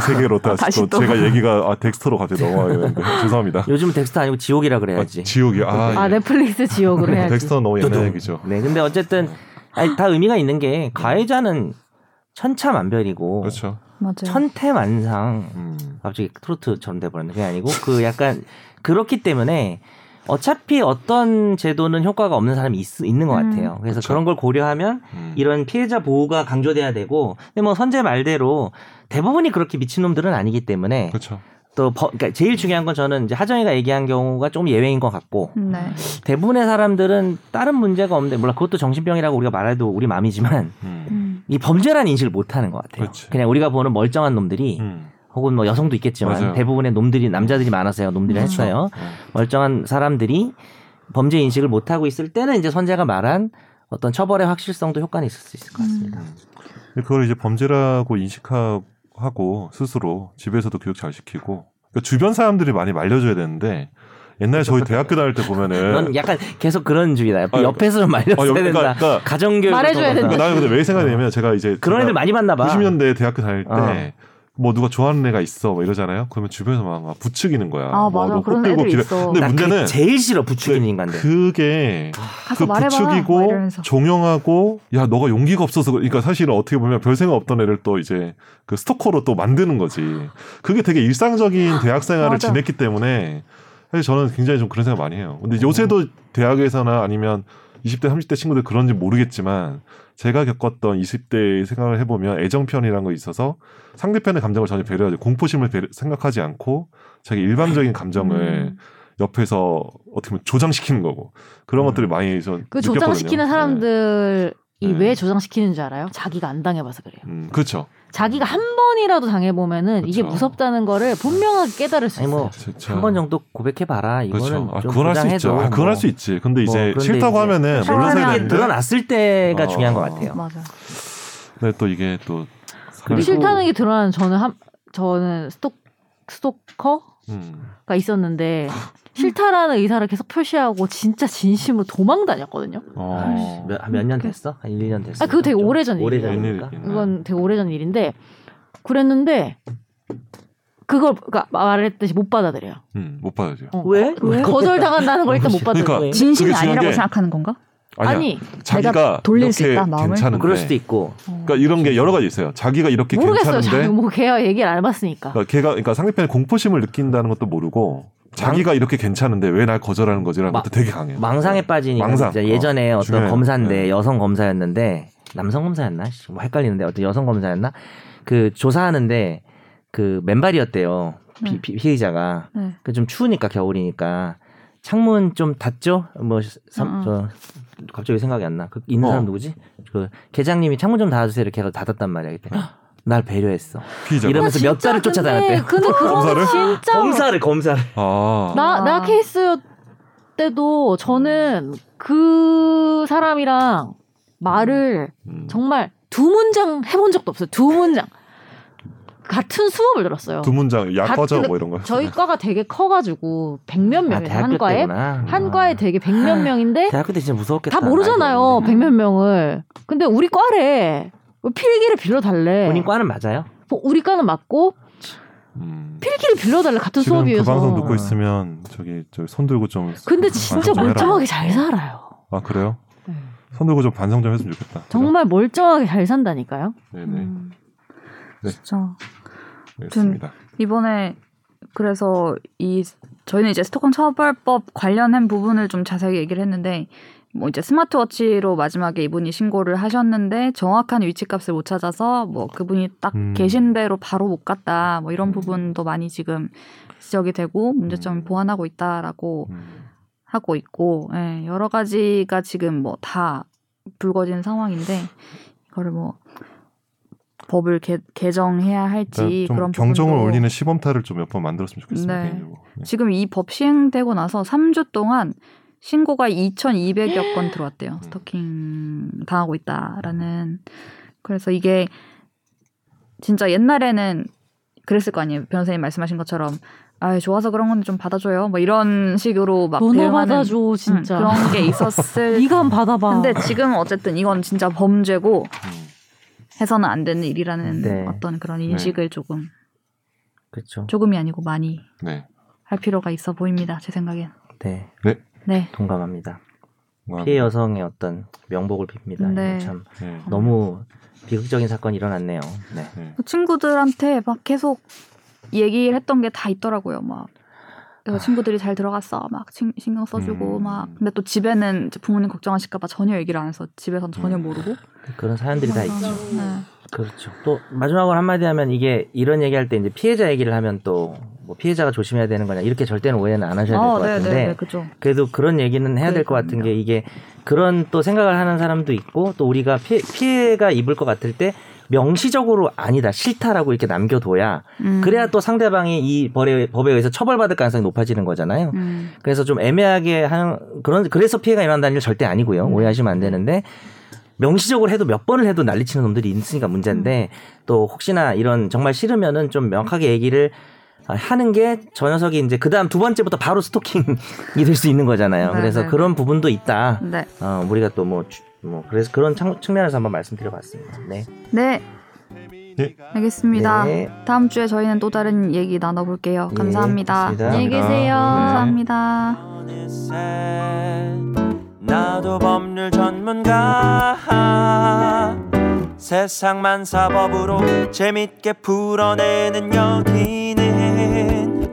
[SPEAKER 4] 제 세계로 다시,
[SPEAKER 1] 다시
[SPEAKER 4] 또,
[SPEAKER 1] 또.
[SPEAKER 4] 제가 얘기가 아, 덱스터로 갑자기 넘어가야 되는데 죄송합니다
[SPEAKER 3] 요즘 덱스터 아니고 지옥이라
[SPEAKER 4] 아,
[SPEAKER 3] 그래야지. 네,
[SPEAKER 4] 지옥이 아,
[SPEAKER 2] 아,
[SPEAKER 4] 예. 네,
[SPEAKER 2] 넷플릭스 지옥으로 해야지.
[SPEAKER 4] 덱스터는 너무 옛날
[SPEAKER 3] 두둥.
[SPEAKER 4] 얘기죠
[SPEAKER 3] 네, 근데 어쨌든 아니, 다 의미가 있는 게 가해자는 천차만별이고
[SPEAKER 4] 그렇죠
[SPEAKER 1] 맞아요.
[SPEAKER 3] 천태만상
[SPEAKER 4] 음.
[SPEAKER 3] 갑자기 트로트 전돼 버렸네 그게 아니고 그 약간 그렇기 때문에 어차피 어떤 제도는 효과가 없는 사람이 있, 는것
[SPEAKER 1] 음.
[SPEAKER 3] 같아요. 그래서
[SPEAKER 4] 그쵸.
[SPEAKER 3] 그런 걸 고려하면
[SPEAKER 4] 음.
[SPEAKER 3] 이런 피해자 보호가 강조돼야 되고 근데 뭐 선제 말대로 대부분이 그렇게 미친놈들은 아니기 때문에
[SPEAKER 4] 그렇죠
[SPEAKER 3] 또 버- 그러니까 제일 중요한 건 저는 이제 하정이가 얘기한 경우가 좀 예외인 것 같고
[SPEAKER 1] 네.
[SPEAKER 3] 대부분의 사람들은 다른 문제가 없는데 물론 그것도 정신병이라고 우리가 말해도 우리 마음이지만
[SPEAKER 4] 음.
[SPEAKER 1] 음.
[SPEAKER 3] 이 범죄라는 인식을 못하는 것 같아요.
[SPEAKER 4] 그렇지.
[SPEAKER 3] 그냥 우리가 보는 멀쩡한 놈들이
[SPEAKER 4] 음.
[SPEAKER 3] 혹은 뭐 여성도 있겠지만
[SPEAKER 4] 맞아요.
[SPEAKER 3] 대부분의 놈들이 남자들이 많아서요. 놈들이
[SPEAKER 1] 음.
[SPEAKER 3] 했어요.
[SPEAKER 4] 음.
[SPEAKER 3] 멀쩡한 사람들이 범죄 인식을 못하고 있을 때는 이제 선재가 말한 어떤 처벌의 확실성도 효과는 있을 수 있을 것 같습니다.
[SPEAKER 4] 근데 그걸 이제 범죄라고 인식하고 스스로 집에서도 교육 잘 시키고 그러니까 주변 사람들이 많이 말려줘야 되는데 옛날에
[SPEAKER 3] 그렇죠,
[SPEAKER 4] 저희 대학교 다닐 때 보면은
[SPEAKER 3] 넌 약간 계속 그런 주의다.
[SPEAKER 4] 네. 아,
[SPEAKER 3] 옆에서 좀
[SPEAKER 4] 어,
[SPEAKER 3] 말렸어야
[SPEAKER 4] 옆-
[SPEAKER 3] 된다.
[SPEAKER 4] 그러니까, 그러니까,
[SPEAKER 3] 가정교육
[SPEAKER 2] 말해줘야
[SPEAKER 4] 그러니까 나는 근데 왜 생각이냐면 제가 이제
[SPEAKER 3] 어. 그런 애들
[SPEAKER 4] 제가
[SPEAKER 3] 많이
[SPEAKER 1] 아,
[SPEAKER 3] 봤나 봐.
[SPEAKER 4] 90년대 대학교 다닐 때
[SPEAKER 3] 어.
[SPEAKER 4] 뭐 누가 좋아하는 애가 있어 뭐 이러잖아요. 그러면 주변에서 막, 막 부추기는 거야.
[SPEAKER 1] 아
[SPEAKER 4] 뭐
[SPEAKER 1] 맞아
[SPEAKER 4] 너꽃
[SPEAKER 1] 그런
[SPEAKER 4] 들고
[SPEAKER 1] 애들
[SPEAKER 4] 기대-
[SPEAKER 1] 있어.
[SPEAKER 4] 근데
[SPEAKER 3] 나 그게
[SPEAKER 4] 문제는 네,
[SPEAKER 3] 제일 싫어 부추기는 인간들.
[SPEAKER 4] 그게
[SPEAKER 1] 가서
[SPEAKER 4] 그
[SPEAKER 1] 말해봐. 막
[SPEAKER 4] 부추기고
[SPEAKER 1] 이러면서.
[SPEAKER 4] 종용하고 야 너가 용기가 없어서 그- 그러니까 사실은 어떻게 보면 별 생각 없던 애를 또 이제 그 스토커로 또 만드는 거지. 그게 되게 일상적인 대학 생활을
[SPEAKER 1] 맞아.
[SPEAKER 4] 지냈기 때문에 사실 저는 굉장히 좀 그런 생각 많이 해요. 근데 요새도
[SPEAKER 1] 음.
[SPEAKER 4] 대학에서나 아니면 20대 30대 친구들 그런지 모르겠지만 제가 겪었던 20대 생각을 해보면 애정편이라는 거 있어서 상대편의 감정을 전혀 배려하지 공포심을 배려- 생각하지 않고 자기 일방적인 감정을
[SPEAKER 1] 음.
[SPEAKER 4] 옆에서 어떻게 보면 조장시키는 거고 그런
[SPEAKER 3] 음.
[SPEAKER 4] 것들이 많이 전
[SPEAKER 2] 그
[SPEAKER 4] 느꼈거든요.
[SPEAKER 2] 조장시키는
[SPEAKER 4] 네.
[SPEAKER 2] 사람들이
[SPEAKER 4] 네.
[SPEAKER 2] 왜 조장시키는 줄 알아요? 자기가 안 당해봐서 그래요.
[SPEAKER 4] 음, 그렇죠.
[SPEAKER 2] 자기가 한 번이라도 당해보면은 이게
[SPEAKER 4] 그쵸.
[SPEAKER 2] 무섭다는 거를 분명하게 깨달을 수
[SPEAKER 3] 아니,
[SPEAKER 2] 있어요.
[SPEAKER 3] 뭐
[SPEAKER 4] 진짜.
[SPEAKER 3] 한 번 정도 고백해봐라. 이거는
[SPEAKER 4] 그렇죠. 아,
[SPEAKER 3] 좀
[SPEAKER 4] 그건 할 수 있죠.
[SPEAKER 3] 보장해도
[SPEAKER 4] 아, 그건
[SPEAKER 3] 뭐
[SPEAKER 4] 할 수 있지. 근데
[SPEAKER 3] 뭐
[SPEAKER 4] 이제
[SPEAKER 3] 그런데
[SPEAKER 4] 싫다고
[SPEAKER 3] 이제
[SPEAKER 4] 하면은 물론
[SPEAKER 1] 상황이
[SPEAKER 4] 생각는
[SPEAKER 3] 이게
[SPEAKER 4] 데
[SPEAKER 3] 드러났을 때가
[SPEAKER 4] 어.
[SPEAKER 3] 중요한 것 같아요.
[SPEAKER 1] 맞아.
[SPEAKER 4] 근데 네, 또 이게 또
[SPEAKER 3] 그리고-
[SPEAKER 2] 싫다는 게 드러나는 저는 한 저는 스토 스토커가
[SPEAKER 4] 음.
[SPEAKER 2] 있었는데 싫다라는 의사를 계속 표시하고 진짜 진심으로 도망 다녔거든요.
[SPEAKER 4] 어.
[SPEAKER 3] 몇 그러니까. 년 됐어? 한 1, 2년 됐어? 그렇죠?
[SPEAKER 2] 아, 그거 되게 오래전
[SPEAKER 3] 오래
[SPEAKER 2] 일이에요.
[SPEAKER 3] 전이니까.
[SPEAKER 4] 웬일이긴 해.
[SPEAKER 2] 이건 되게 오래전 일인데 그랬는데 그걸 그러니까 말했듯이 못 받아들여요.
[SPEAKER 4] 음, 못 받아들여.
[SPEAKER 2] 어.
[SPEAKER 3] 왜? 왜?
[SPEAKER 2] 거절 당한다는 걸 일단 못 받아들여요.
[SPEAKER 4] 그러니까
[SPEAKER 1] 진심이
[SPEAKER 4] 그게 중요한
[SPEAKER 1] 아니라고
[SPEAKER 4] 게-
[SPEAKER 1] 생각하는 건가?
[SPEAKER 4] 아니야.
[SPEAKER 2] 아니
[SPEAKER 4] 자기가
[SPEAKER 1] 내가 돌릴 수
[SPEAKER 4] 이렇게
[SPEAKER 1] 있다, 마음을?
[SPEAKER 4] 괜찮은데.
[SPEAKER 3] 그럴 수도 있고.
[SPEAKER 4] 그러니까 이런 게 여러 가지 있어요. 자기가 이렇게
[SPEAKER 2] 모르겠어요.
[SPEAKER 4] 괜찮은데
[SPEAKER 2] 저는 뭐 걔가 얘기를 안 해봤으니까.
[SPEAKER 4] 그러니까 걔가 그러니까 상대편의 공포심을 느낀다는 것도 모르고 자기가 이렇게 괜찮은데 왜 날 거절하는 거지라는
[SPEAKER 3] 마-
[SPEAKER 4] 것도 되게 강해요.
[SPEAKER 3] 망상에 빠지니까
[SPEAKER 4] 망상.
[SPEAKER 3] 진짜 예전에
[SPEAKER 4] 어,
[SPEAKER 3] 어, 떤
[SPEAKER 4] 중요해요.
[SPEAKER 3] 검사인데
[SPEAKER 4] 네.
[SPEAKER 3] 여성 검사였는데 남성 검사였나? 씨, 뭐 헷갈리는데 어떤 여성 검사였나? 그 조사하는데 그 맨발이었대요.
[SPEAKER 1] 네.
[SPEAKER 3] 피, 피, 의자가
[SPEAKER 1] 네.
[SPEAKER 3] 그 좀 추우니까 겨울이니까 창문 좀 닫죠? 뭐 삼,
[SPEAKER 1] 어.
[SPEAKER 3] 저, 갑자기 생각이 안 나. 그 있는
[SPEAKER 4] 어.
[SPEAKER 3] 사람 누구지? 그 계장님이 창문 좀 닫아주세요 이렇게 해서 닫았단 말이야. 그때 날 배려했어.
[SPEAKER 4] 피의자.
[SPEAKER 3] 이러면- 그러면서 몇
[SPEAKER 2] 진짜
[SPEAKER 3] 달을
[SPEAKER 2] 근데,
[SPEAKER 3] 쫓아다녔대요.
[SPEAKER 2] 근데 그런 거
[SPEAKER 4] 검사를?
[SPEAKER 2] 진짜
[SPEAKER 3] 검사를 검사를.
[SPEAKER 4] 아.
[SPEAKER 2] 나, 나
[SPEAKER 1] 아.
[SPEAKER 2] 케이스 때도 저는 그 사람이랑 말을
[SPEAKER 4] 음.
[SPEAKER 2] 정말 두 문장 해본 적도 없어요. 두 문장. 같은 수업을 들었어요.
[SPEAKER 5] 두 문장 야
[SPEAKER 2] 각-
[SPEAKER 5] 꺼져
[SPEAKER 2] 그-
[SPEAKER 5] 뭐 이런 거.
[SPEAKER 2] 저희 과가 되게 커가지고 백몇
[SPEAKER 3] 아,
[SPEAKER 2] 명이에요.
[SPEAKER 3] 대학교
[SPEAKER 2] 음, 한 과에.
[SPEAKER 3] 때구나.
[SPEAKER 2] 한
[SPEAKER 3] 아.
[SPEAKER 2] 과에 되게 백몇 명인데
[SPEAKER 3] 대학교 때 진짜 무서웠겠다.
[SPEAKER 2] 다 모르잖아요.
[SPEAKER 3] 나이도 네. 없는데.
[SPEAKER 2] 백몇 명을. 근데 우리 과래 뭐 필기를 빌려달래.
[SPEAKER 3] 본인 과는 맞아요?
[SPEAKER 2] 뭐 우리 과는 맞고
[SPEAKER 4] 음.
[SPEAKER 2] 필기를 빌려달래 같은
[SPEAKER 4] 지금 그
[SPEAKER 2] 수업이어서.
[SPEAKER 4] 방송 듣고
[SPEAKER 3] 어.
[SPEAKER 4] 있으면 저기 저 손 들고 좀.
[SPEAKER 2] 근데
[SPEAKER 4] 반성
[SPEAKER 2] 진짜
[SPEAKER 4] 좀 해라.
[SPEAKER 2] 멀쩡하게 잘 살아요.
[SPEAKER 4] 아 그래요?
[SPEAKER 2] 네.
[SPEAKER 4] 손 들고 좀 반성 좀 했으면 좋겠다. 그죠?
[SPEAKER 2] 정말 멀쩡하게 잘 산다니까요.
[SPEAKER 4] 네네.
[SPEAKER 1] 음.
[SPEAKER 4] 네.
[SPEAKER 1] 진짜
[SPEAKER 4] 알겠습니다.
[SPEAKER 1] 이번에 그래서 이 저희는 이제 스토커 처벌법 관련한 부분을 좀 자세하게 얘기를 했는데 뭐 이제 스마트워치로 마지막에 이분이 신고를 하셨는데 정확한 위치값을 못 찾아서 뭐 그분이 딱
[SPEAKER 4] 음.
[SPEAKER 1] 계신 대로 바로 못 갔다 뭐 이런
[SPEAKER 4] 음.
[SPEAKER 1] 부분도 많이 지금 지적이 되고 문제점을
[SPEAKER 4] 음.
[SPEAKER 1] 보완하고
[SPEAKER 2] 뭐
[SPEAKER 1] 있다라고
[SPEAKER 4] 음.
[SPEAKER 1] 하고 있고 예, 여러 가지가 지금 뭐 다 불거진 상황인데 이거를 뭐 법을 개, 개정해야 할지
[SPEAKER 4] 일단 그러니까 좀
[SPEAKER 1] 그런
[SPEAKER 4] 경정을
[SPEAKER 1] 부분도
[SPEAKER 4] 올리는 시범타를 좀 몇 번 만들었으면 좋겠습니다.
[SPEAKER 1] 네.
[SPEAKER 4] 개인적으로. 네.
[SPEAKER 1] 지금 이 법 시행되고 나서 3주 동안 신고가 2,200여 건
[SPEAKER 4] 음.
[SPEAKER 1] 들어왔대요. 스토킹 당하고 있다라는. 그래서 이게 진짜 옛날에는 그랬을 거 아니에요. 변호사님 말씀하신 것처럼 아, 좋아서 그런 건 좀 받아줘요. 뭐 이런 식으로 막
[SPEAKER 2] 너나
[SPEAKER 1] 대응하는
[SPEAKER 2] 받아줘
[SPEAKER 1] 음,
[SPEAKER 2] 진짜.
[SPEAKER 1] 그런 게 있었을.
[SPEAKER 2] 네가 한번 받아봐.
[SPEAKER 1] 근데 지금 어쨌든 이건 진짜 범죄고
[SPEAKER 4] 음.
[SPEAKER 1] 해서는 안 되는 일이라는
[SPEAKER 3] 네.
[SPEAKER 1] 어떤 그런 인식을 조금
[SPEAKER 3] 그렇죠.
[SPEAKER 1] 조금이 아니고 많이
[SPEAKER 4] 네.
[SPEAKER 1] 할 필요가 있어 보입니다. 제 생각엔.
[SPEAKER 3] 네
[SPEAKER 1] 네.
[SPEAKER 3] 동감합니다.
[SPEAKER 4] 와,
[SPEAKER 3] 피해 여성의 어떤 명복을 빕니다.
[SPEAKER 1] 네.
[SPEAKER 3] 이거 참
[SPEAKER 4] 네.
[SPEAKER 3] 너무 비극적인 사건이 일어났네요. 네.
[SPEAKER 4] 네.
[SPEAKER 1] 그 친구들한테 막 계속 얘기를 했던 게 다 있더라고요. 막
[SPEAKER 3] 아.
[SPEAKER 1] 그래서 친구들이 잘 들어갔어. 막 친- 신경 써주고
[SPEAKER 4] 음.
[SPEAKER 1] 막 근데 또 집에는 이제 부모님 걱정하실까봐 전혀 얘기를 안 해서 집에선 전혀
[SPEAKER 4] 음.
[SPEAKER 1] 모르고.
[SPEAKER 3] 그런 사연들이 다 있죠.
[SPEAKER 1] 네.
[SPEAKER 3] 그렇죠. 또 마지막으로 한마디 하면 이게 이런 얘기할 때 이제 피해자 얘기를 하면 또 뭐 피해자가 조심해야 되는 거냐 이렇게 절대는 오해는 안 하셔야 될 것
[SPEAKER 1] 네,
[SPEAKER 3] 같은데
[SPEAKER 1] 네, 네, 그죠.
[SPEAKER 3] 그래도 그런 얘기는 해야 될 것 같은 게 이게 그런 또 생각을 하는 사람도 있고 또 우리가 피, 피해가 입을 것 같을 때 명시적으로 아니다 싫다라고 이렇게 남겨둬야
[SPEAKER 1] 음.
[SPEAKER 3] 그래야 또 상대방이 이 벌에, 법에 의해서 처벌받을 가능성이 높아지는 거잖아요.
[SPEAKER 1] 음.
[SPEAKER 3] 그래서 좀 애매하게 하는 그런 그래서 피해가 일어난다는 일 절대 아니고요.
[SPEAKER 1] 네.
[SPEAKER 3] 오해하시면 안 되는데 명시적으로 해도 몇 번을 해도 난리치는 놈들이 있으니까 문제인데 또 혹시나 이런 정말 싫으면은 좀 명확하게 얘기를 아, 하는 게 저 녀석이 이제 그 다음 두 번째부터 바로 스토킹이 될 수 있는 거잖아요.
[SPEAKER 1] 네,
[SPEAKER 3] 그래서
[SPEAKER 1] 네.
[SPEAKER 3] 그런 부분도 있다.
[SPEAKER 1] 네.
[SPEAKER 3] 어, 우리가 또 뭐 뭐 그래서 그런 창- 측면에서 한번 말씀드려봤습니다. 네.
[SPEAKER 1] 네.
[SPEAKER 4] 예.
[SPEAKER 1] 알겠습니다.
[SPEAKER 3] 네.
[SPEAKER 1] 다음 주에 저희는 또 다른 얘기 나눠볼게요. 감사합니다.
[SPEAKER 3] 네,
[SPEAKER 2] 안녕히
[SPEAKER 3] 감사합니다.
[SPEAKER 2] 계세요.
[SPEAKER 1] 감사합니다.
[SPEAKER 6] 어느새 나도 법률 전문가 세상만 사법으로 재밌게 풀어내는 여기는